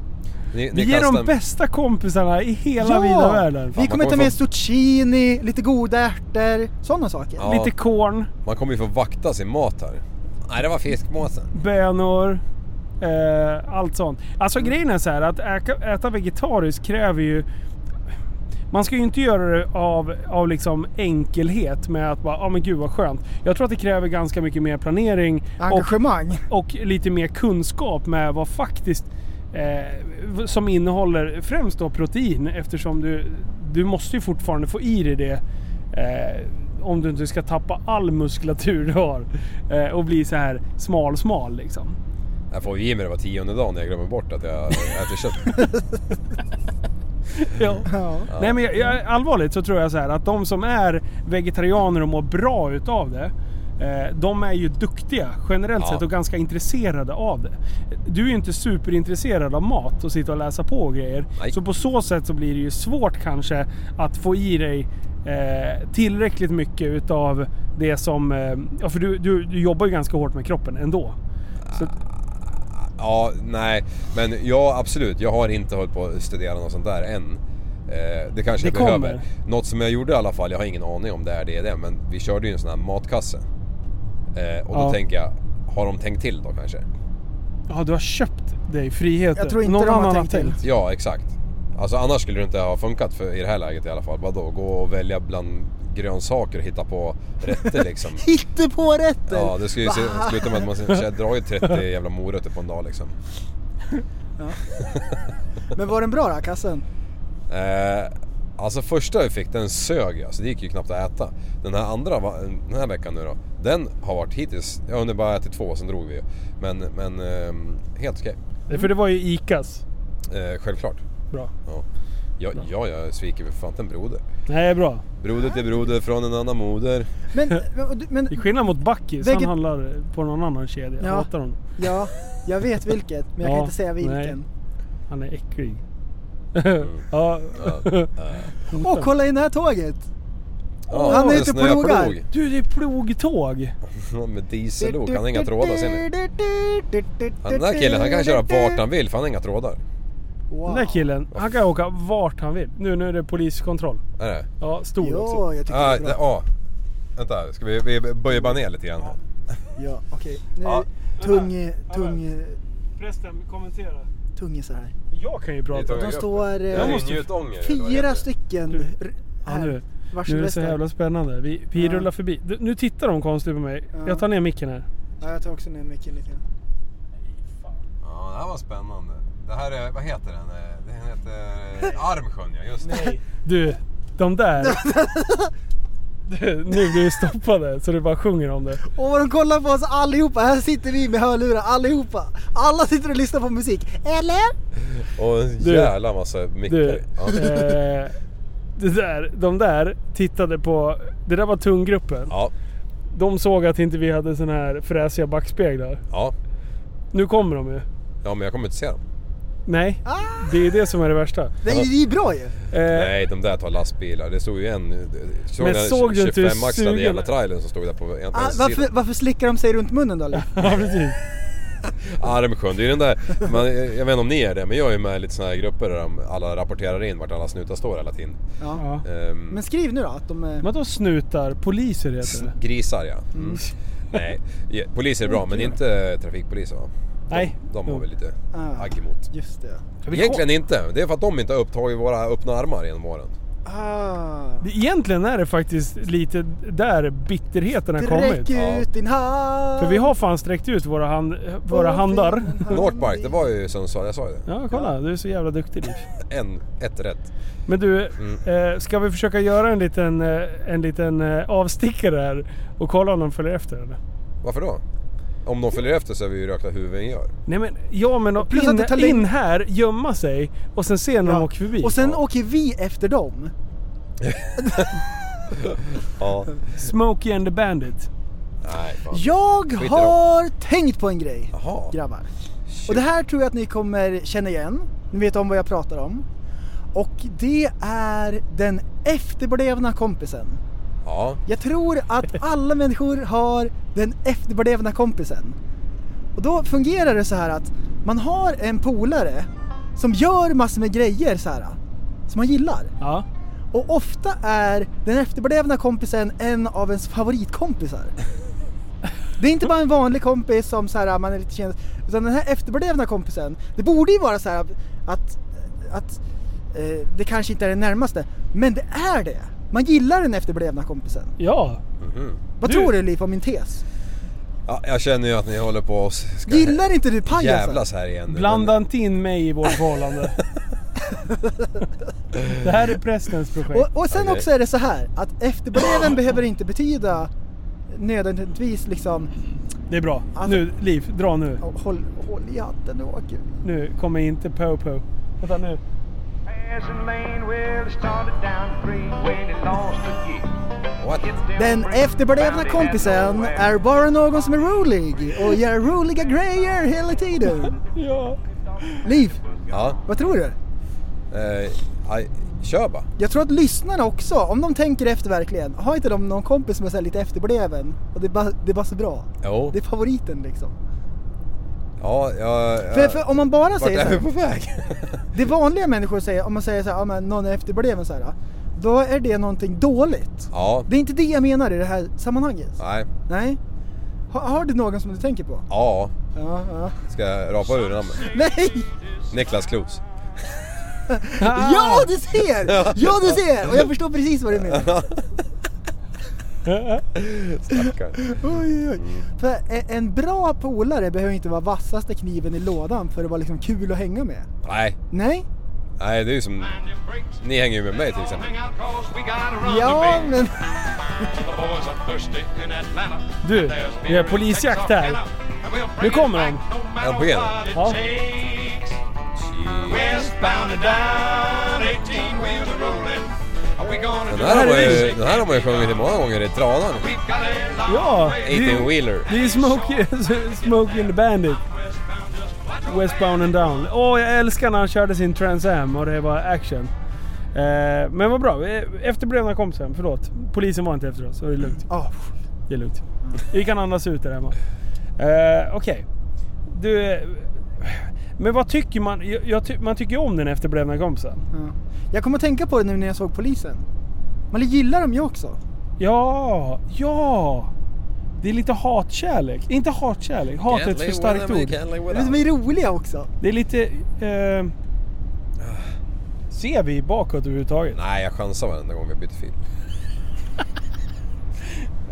[SPEAKER 6] Ni, ni
[SPEAKER 5] Vi är
[SPEAKER 6] kastar-
[SPEAKER 5] de bästa kompisarna i hela vida världen.
[SPEAKER 7] Vi
[SPEAKER 6] man
[SPEAKER 7] kommer ta
[SPEAKER 6] kommer
[SPEAKER 7] med
[SPEAKER 6] få-
[SPEAKER 7] zucchini, lite goda ärtor, sådana saker.
[SPEAKER 6] Ja.
[SPEAKER 5] Lite korn,
[SPEAKER 6] Man kommer ju få vakta sin mat här. Nej, det var fiskmåsen.
[SPEAKER 5] bönor,
[SPEAKER 7] Mm.
[SPEAKER 5] eh, allt sånt. Alltså grejen är så här att äka, äta vegetariskt kräver ju... Man ska ju inte göra det av, av liksom enkelhet med att bara, ja ah, men gud vad skönt. Jag tror att det kräver ganska mycket mer planering och,
[SPEAKER 7] Engagemang.
[SPEAKER 5] och lite mer kunskap med vad faktiskt eh, som innehåller främst då protein eftersom du, du måste ju fortfarande få i dig det eh, om du inte ska tappa all muskulatur du har eh, och bli så här smal smal liksom.
[SPEAKER 6] Jag får ju i mig det var tionde dag när jag glömmer bort att jag äter kött.
[SPEAKER 5] Ja.
[SPEAKER 7] Ja.
[SPEAKER 5] Nej men jag, jag, allvarligt så tror jag så här att de som är vegetarianer och mår bra utav det. eh, De är ju duktiga generellt
[SPEAKER 6] Ja.
[SPEAKER 5] sett och ganska intresserade av det. Du är ju inte superintresserad av mat och sitta och läsa på och grejer.
[SPEAKER 6] Nej.
[SPEAKER 5] Så på så sätt så blir det ju svårt kanske att få i dig eh, tillräckligt mycket utav det som... Eh, ja, för du, du, du jobbar ju ganska hårt med kroppen ändå. Så,
[SPEAKER 6] Ja, nej. Men ja, absolut. Jag har inte hållit på att studera något sånt där än. Eh, det kanske
[SPEAKER 5] Det
[SPEAKER 6] jag
[SPEAKER 5] kommer.
[SPEAKER 6] behöver. Något som jag gjorde i alla fall, jag har ingen aning om det är det, är det men vi körde ju en sån här matkasse. Eh, och då
[SPEAKER 5] Ja.
[SPEAKER 6] tänker jag, har de tänkt till då kanske?
[SPEAKER 5] ja, du har köpt dig friheten.
[SPEAKER 7] Jag tror inte de har
[SPEAKER 5] annan
[SPEAKER 7] tänkt
[SPEAKER 5] haft
[SPEAKER 7] till.
[SPEAKER 5] det.
[SPEAKER 6] Ja, exakt. Alltså annars skulle det inte ha funkat för, i det här läget i alla fall. Vadå, gå och välja bland grönsaker och hitta på rätter liksom.
[SPEAKER 7] Hitta på rätter!
[SPEAKER 6] Ja, det skulle ju se- sluta med att man ska dra 30 jävla morötter på en dag liksom.
[SPEAKER 7] Men var den bra då, kassen?
[SPEAKER 6] Eh, alltså första vi fick, den sög jag, så det gick ju knappt att äta. Den här andra, va- den här veckan nu då, den har varit hittills, jag har nu bara ätit två, sen drog vi ju. Men, men ehm, helt okej.
[SPEAKER 5] Mm. För det var ju ICAs.
[SPEAKER 6] Eh, självklart.
[SPEAKER 5] Bra.
[SPEAKER 6] Ja. Ja, ja, jag sviker för fan inte en broder.
[SPEAKER 5] Nej, bra.
[SPEAKER 6] Broder till broder från en annan moder.
[SPEAKER 7] Men, men, men
[SPEAKER 5] Det är skillnad mot Buckis. Han
[SPEAKER 7] Veget-
[SPEAKER 5] handlar på någon annan kedja. Jag
[SPEAKER 7] Ja.
[SPEAKER 5] hatar honom.
[SPEAKER 7] ja, jag vet vilket, men jag kan
[SPEAKER 5] Ja,
[SPEAKER 7] inte säga vilken.
[SPEAKER 5] Han är äcklig. ja.
[SPEAKER 7] Åh, kolla in det här tåget!
[SPEAKER 6] Ja,
[SPEAKER 7] Han är
[SPEAKER 6] en
[SPEAKER 7] ute på logar.
[SPEAKER 6] snöplog.
[SPEAKER 5] Du, det är plogtåg.
[SPEAKER 6] Med diesellok, han har inga trådar ser ni. Han- Den där killen, han kan köra vart han vill för han har inga trådar.
[SPEAKER 7] Wow.
[SPEAKER 5] Den där killen, han kan åka vart han vill. Nu, nu är det poliskontroll.
[SPEAKER 6] Är det?
[SPEAKER 5] Ja, stor också.
[SPEAKER 7] Ja, jag tycker
[SPEAKER 6] Ah,
[SPEAKER 7] det är
[SPEAKER 6] det-
[SPEAKER 7] bra.
[SPEAKER 6] ah. Vänta, ska vi, vi böjer bara ner lite grann här.
[SPEAKER 7] Ja, okej. Nu
[SPEAKER 6] Ja.
[SPEAKER 7] tung, tung,
[SPEAKER 5] Prästen, kommentera.
[SPEAKER 7] tungisar här.
[SPEAKER 5] Jag kan ju prata.
[SPEAKER 7] De står eh,
[SPEAKER 6] Jag
[SPEAKER 5] måste-
[SPEAKER 6] njutånger.
[SPEAKER 7] fyra stycken r-
[SPEAKER 5] Ja, nu,
[SPEAKER 7] här.
[SPEAKER 5] nu är det så
[SPEAKER 7] Varselvästar.
[SPEAKER 5] jävla spännande. Vi, vi
[SPEAKER 7] Ja.
[SPEAKER 5] rullar förbi. Du, nu tittar de konstigt på mig.
[SPEAKER 7] Ja.
[SPEAKER 5] Jag tar ner micken här.
[SPEAKER 7] Ja, jag tar också ner micken lite grann.
[SPEAKER 6] Ja, det här var spännande. Det här är, vad heter den? Eh, Den heter eh, Armsjön ja, just det.
[SPEAKER 5] Du, de där. du, nu blir vi stoppade så du bara sjunger om det.
[SPEAKER 7] Och vad de kollar på oss allihopa. Här sitter vi med hörlurar allihopa. Alla sitter och lyssnar på musik. Eller?
[SPEAKER 6] Och en
[SPEAKER 5] Du.
[SPEAKER 6] jävla massa mickar.
[SPEAKER 5] Du,
[SPEAKER 6] Ja.
[SPEAKER 5] eh, det där, de där tittade på... Det där var tunggruppen.
[SPEAKER 6] Ja,
[SPEAKER 5] De såg att inte vi hade såna här fräsiga backspeglar.
[SPEAKER 6] ja.
[SPEAKER 5] Nu kommer de ju.
[SPEAKER 6] ja, men jag kommer inte se dem.
[SPEAKER 5] Nej, det är det som är det värsta.
[SPEAKER 7] Det är ju bra ju.
[SPEAKER 5] Eh,
[SPEAKER 6] Nej, de där tar lastbilar. Det stod ju en... eh, Såg
[SPEAKER 5] Men
[SPEAKER 6] den
[SPEAKER 5] såg du inte hur
[SPEAKER 6] 25-axlade jävla
[SPEAKER 5] sugen-
[SPEAKER 6] trailern som stod där på en på
[SPEAKER 7] Ah,
[SPEAKER 6] vänster
[SPEAKER 7] varför,
[SPEAKER 6] sidan.
[SPEAKER 7] varför slickar de sig runt munnen då? eller?
[SPEAKER 5] ja, precis.
[SPEAKER 6] Armsjön, det är ju den där... Man, jag vet inte om ni är det, men jag är ju med i lite såna här grupper där de alla rapporterar in vart alla snutar står hela tiden.
[SPEAKER 7] Ja.
[SPEAKER 5] Ja.
[SPEAKER 6] Ehm,
[SPEAKER 7] Men skriv nu då att de... eh,
[SPEAKER 5] Men då snutar poliser heter det.
[SPEAKER 6] Grisar ja. Mm. Nej, ja, poliser är bra men inte trafikpoliser va?
[SPEAKER 5] Nej.
[SPEAKER 6] De har vi lite
[SPEAKER 7] Ah.
[SPEAKER 6] agg emot.
[SPEAKER 7] Just det.
[SPEAKER 6] Egentligen inte. Det är för att de inte har upptagit våra öppna armar genom åren.
[SPEAKER 7] Mm. Ah.
[SPEAKER 5] Egentligen är det faktiskt lite där bitterheten har
[SPEAKER 7] Sträck
[SPEAKER 5] kommit.
[SPEAKER 6] Ja.
[SPEAKER 7] ut din hand.
[SPEAKER 5] För vi har fan sträckt ut våra, hand, våra handar.
[SPEAKER 6] Northpark, det var ju Sundsvall, jag sa ju det.
[SPEAKER 5] Ja, kolla. Du är så jävla duktig Liv.
[SPEAKER 6] En, ett rätt.
[SPEAKER 5] Men du,
[SPEAKER 7] Mm.
[SPEAKER 5] eh, ska vi försöka göra en liten, eh, en liten eh, avstickare här och kolla om de följer efter eller?
[SPEAKER 6] Varför då? Om de följer efter så är vi ju rökta huvuden gör.
[SPEAKER 5] Nej men, ja men och
[SPEAKER 7] plus
[SPEAKER 5] in,
[SPEAKER 7] att det tar läng-
[SPEAKER 5] in här, gömma sig och sen se när de åker förbi.
[SPEAKER 7] Och sen åker vi efter dem.
[SPEAKER 6] Ja.
[SPEAKER 5] Smokey and the Bandit.
[SPEAKER 6] Nej, fan.
[SPEAKER 7] Jag
[SPEAKER 6] i dem.
[SPEAKER 7] har tänkt på en grej,
[SPEAKER 6] Jaha.
[SPEAKER 7] grabbar. Och det här tror jag att ni kommer känna igen. Ni vet om vad jag pratar om. Och det är den efterblivna kompisen.
[SPEAKER 6] Ja.
[SPEAKER 7] Jag tror att alla människor har den efterblivna kompisen. Och då fungerar det så här att man har en polare som gör massor med grejer så här som man gillar.
[SPEAKER 5] Ja.
[SPEAKER 7] Och ofta är den efterblivna kompisen en av ens favoritkompisar. Det är inte bara en vanlig kompis som så här, man är lite känd, utan den här efterblivna kompisen, det borde ju vara så här att, att, att eh, det kanske inte är det närmaste, men det är det. Man gillar den efterblivna kompisen.
[SPEAKER 5] Ja.
[SPEAKER 7] Vad
[SPEAKER 5] Du-
[SPEAKER 7] tror du Liv om min tes?
[SPEAKER 6] Ja, jag känner ju att ni håller på och ska
[SPEAKER 7] Gillar alltså? inte du pajasen?
[SPEAKER 6] jävlas här igen nu.
[SPEAKER 5] Blanda inte in mig i vårt förhållande. det här är prästens projekt.
[SPEAKER 7] Och, och sen
[SPEAKER 6] Okej.
[SPEAKER 7] också är det så här att efterbreven behöver inte betyda nödvändigtvis liksom
[SPEAKER 5] Det är bra.
[SPEAKER 7] Alltså-
[SPEAKER 5] Nu, Liv, dra nu.
[SPEAKER 7] "Ja, håll, håll i hatten nu åker vi.
[SPEAKER 5] Nu kommer inte Po-Po. Vänta nu.
[SPEAKER 10] Passing lane, well, it started down the green when it lost again.
[SPEAKER 6] Men, what?
[SPEAKER 7] Den efterblivna kompisen är bara någon som är rolig och gör roliga grejer hela tiden.
[SPEAKER 5] Ja.
[SPEAKER 7] Liv,
[SPEAKER 6] Ja,
[SPEAKER 7] vad tror du?
[SPEAKER 6] eh, aj, kör bara.
[SPEAKER 7] Jag tror att lyssnarna också, om de tänker efter verkligen, har inte de någon kompis som är så här lite efterbleven? Och det är bara, det är bara så bra.
[SPEAKER 6] Jo.
[SPEAKER 7] Det är favoriten liksom.
[SPEAKER 6] Ja, jag... jag
[SPEAKER 7] För, för om man bara
[SPEAKER 6] vart
[SPEAKER 7] säger så
[SPEAKER 6] är
[SPEAKER 7] här,
[SPEAKER 6] vi på väg?
[SPEAKER 7] det vanliga människor säger, om man säger så här, ja, men någon är efterbleven så här, då är det någonting dåligt.
[SPEAKER 6] ja,
[SPEAKER 7] Det är inte det jag menar i det här sammanhanget.
[SPEAKER 6] nej.
[SPEAKER 7] Nej. Har, har du någon som du tänker på?
[SPEAKER 6] Ja,
[SPEAKER 7] Ja, ja.
[SPEAKER 6] ska jag rapa ur namnet?
[SPEAKER 7] Nej!
[SPEAKER 6] Niklas Klos.
[SPEAKER 7] Ja, du ser! Ja, du ser! Och jag förstår precis vad du menar.
[SPEAKER 6] Stackare.
[SPEAKER 7] Oj, oj. För e- en bra polare behöver inte vara vassaste kniven i lådan för att vara liksom kul att hänga med.
[SPEAKER 6] Nej,
[SPEAKER 7] Nej?
[SPEAKER 6] nej det är ju som... Ni hänger ju med mig till exempel.
[SPEAKER 7] Ja, men...
[SPEAKER 5] Du, vi har polisjakt här. Nu kommer de.
[SPEAKER 6] Ja, på genen.
[SPEAKER 5] Ja.
[SPEAKER 6] Den här, har man ju, den här har man ju sjungit många gånger i tranan.
[SPEAKER 5] Ja. det är ju-
[SPEAKER 6] 18-wheeler.
[SPEAKER 5] Det är ju Smokey, Smokey and the Bandit. Westbound and down. Åh, jag älskar när han körde sin Trans Am och det var action. Eh, men vad bra. Eh, Efterblivna kompisen, förlåt. Polisen var inte efter oss, så det är lugnt.
[SPEAKER 7] Ah,
[SPEAKER 5] Det är lugnt. Vi kan andas ut där hemma. Eh, Okej. Du... eh, Men vad tycker man? Jag, jag, ty- man tycker ju om den efterblivna kompisen.
[SPEAKER 7] ja. Jag kommer att tänka på det nu när jag såg polisen. Man gillar dem ju också.
[SPEAKER 5] Ja, ja! Det är lite hatkärlek. Inte hatkärlek, hat är ett för starkt ord.
[SPEAKER 7] Men de är roliga också.
[SPEAKER 5] Det är lite... Eh, ser vi bakåt överhuvudtaget?
[SPEAKER 6] Nej, jag chansar varenda gång vi byter film.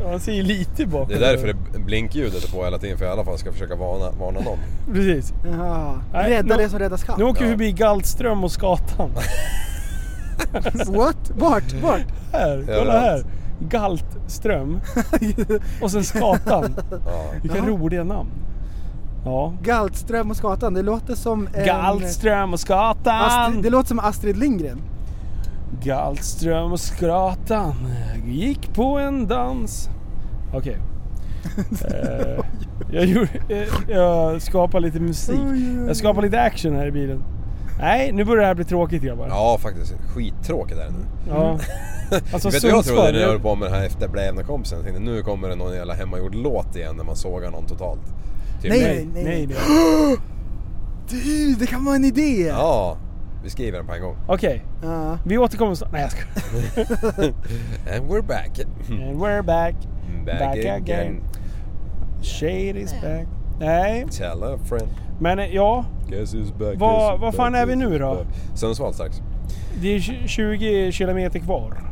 [SPEAKER 5] Man ser ju lite bakåt.
[SPEAKER 6] Det är därför det blinkljudet är på hela tiden, för jag i alla fall ska försöka varna, varna någon.
[SPEAKER 5] Precis.
[SPEAKER 7] Jaha.
[SPEAKER 5] Nej,
[SPEAKER 7] Rädda
[SPEAKER 5] nu-
[SPEAKER 7] det som räddas kan.
[SPEAKER 5] Nu åker vi
[SPEAKER 6] Ja.
[SPEAKER 5] förbi Galtström och Skatan.
[SPEAKER 7] What? Vart? Vart?
[SPEAKER 5] Här, kolla här.
[SPEAKER 6] Överallt.
[SPEAKER 5] Galtström. Och sen Skatan.
[SPEAKER 6] Ja.
[SPEAKER 5] Vilka
[SPEAKER 7] Ja.
[SPEAKER 5] roliga namn. Ja.
[SPEAKER 7] Galtström och Skatan, det låter som...
[SPEAKER 5] Eh,
[SPEAKER 7] en-
[SPEAKER 5] Galtström och Skatan.
[SPEAKER 7] Astrid, det låter som Astrid Lindgren.
[SPEAKER 5] Galtström och Skratan gick på en dans. Okej. Eh, jag, gjorde, eh, jag skapar lite musik. Jag skapar lite action här i bilen. Nej, nu börjar det här bli tråkigt grabbar.
[SPEAKER 6] Ja, faktiskt. Skittråkigt är det nu.
[SPEAKER 5] Ja. Alltså
[SPEAKER 6] Vet du vad jag trodde
[SPEAKER 5] Sundsvall.
[SPEAKER 6] när jag höll på med den här efterblivna kompisen? Jag tänkte, nu kommer det någon jävla hemmagjord låt igen när man sågar någon totalt. Typ.
[SPEAKER 5] Nej, nej, nej.
[SPEAKER 7] Du, det kan vara en idé!
[SPEAKER 6] Ja, vi skriver den på en gång.
[SPEAKER 5] Okej,
[SPEAKER 7] Ja.
[SPEAKER 5] vi återkommer snart. Nej jag skojar.
[SPEAKER 6] And we're back.
[SPEAKER 5] And we're back.
[SPEAKER 6] Back, again.
[SPEAKER 5] Shade is back. Nej,
[SPEAKER 6] Tell a friend.
[SPEAKER 5] men eh, ja.
[SPEAKER 6] Guess who's back.
[SPEAKER 5] Vad-
[SPEAKER 6] guess who's
[SPEAKER 5] vad
[SPEAKER 6] back,
[SPEAKER 5] fan är vi
[SPEAKER 6] guess
[SPEAKER 5] nu
[SPEAKER 6] who's
[SPEAKER 5] då?
[SPEAKER 6] back. Sundsvall strax.
[SPEAKER 5] Det är tj- 20 kilometer kvar.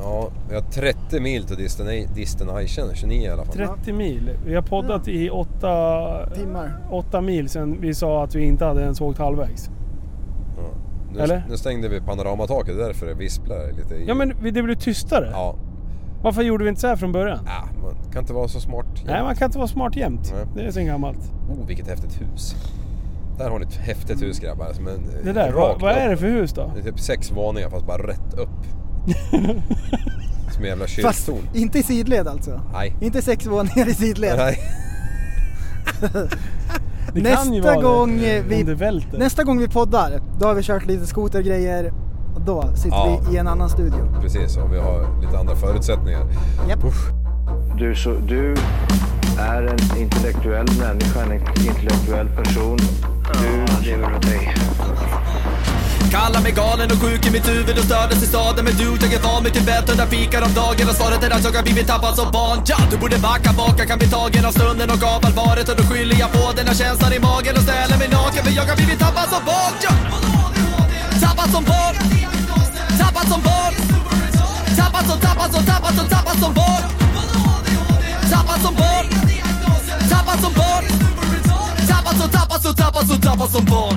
[SPEAKER 6] Ja, vi har 30 mil till destina- destination, 29 i alla fall.
[SPEAKER 5] 30 mil. Vi har poddat i 8
[SPEAKER 7] Timmar.
[SPEAKER 5] mil sedan vi sa att vi inte hade ens åkt halvvägs.
[SPEAKER 6] Ja. Nu,
[SPEAKER 5] Eller?
[SPEAKER 6] nu stängde vi panoramataket, det är därför det visplar lite i...
[SPEAKER 5] Ja men vi- det blev tystare.
[SPEAKER 6] Ja.
[SPEAKER 5] Varför gjorde vi inte så här från början?
[SPEAKER 6] ja, man kan inte vara så smart.
[SPEAKER 5] Nej, man kan inte vara smart jämt.
[SPEAKER 6] Nej.
[SPEAKER 5] Det är sen gammalt.
[SPEAKER 6] Oh, vilket häftigt hus. Där har ni ett häftigt hus grabbar. Som en,
[SPEAKER 5] Mm.
[SPEAKER 6] eh,
[SPEAKER 5] Det där, vad, vad är det för hus då?
[SPEAKER 6] Det är typ sex våningar fast bara rätt upp. som en jävla
[SPEAKER 7] Fast
[SPEAKER 6] kyrktorn.
[SPEAKER 7] inte i sidled alltså.
[SPEAKER 6] Nej.
[SPEAKER 7] Inte sex våningar i sidled.
[SPEAKER 6] Nej.
[SPEAKER 5] Det kan ju
[SPEAKER 7] Nästa
[SPEAKER 5] vara
[SPEAKER 7] gång,
[SPEAKER 5] det,
[SPEAKER 7] eh, vi-
[SPEAKER 5] om det välter.
[SPEAKER 7] Nästa gång vi poddar, då har vi kört lite skotergrejer och då sitter
[SPEAKER 6] Ja.
[SPEAKER 7] vi i en annan studio.
[SPEAKER 6] Precis, och vi har lite andra förutsättningar.
[SPEAKER 7] Japp.
[SPEAKER 1] Du, så, du är en intellektuell människa, en intellektuell person. Du lever av dig.
[SPEAKER 2] Kallar mig galen och sjuk i mitt huvud och stördes i staden Men du, jag är van vid Tibet under fikar om dagen Och svaret är att jag har blivit tappad som barn ja! Du borde backa bak, jag kan bli tagen av stunden och av allvaret Och då skyller jag på den här känslan i magen och ställer mig naken För jag har blivit tappad som barn ja! Tappat som barn. Tappat som barn. Tappat som, tappat som, tappat som, tappat som barn. Tappat som barn. Tappat som barn. Tappat som, tappat som, tappat som, tappat som barn.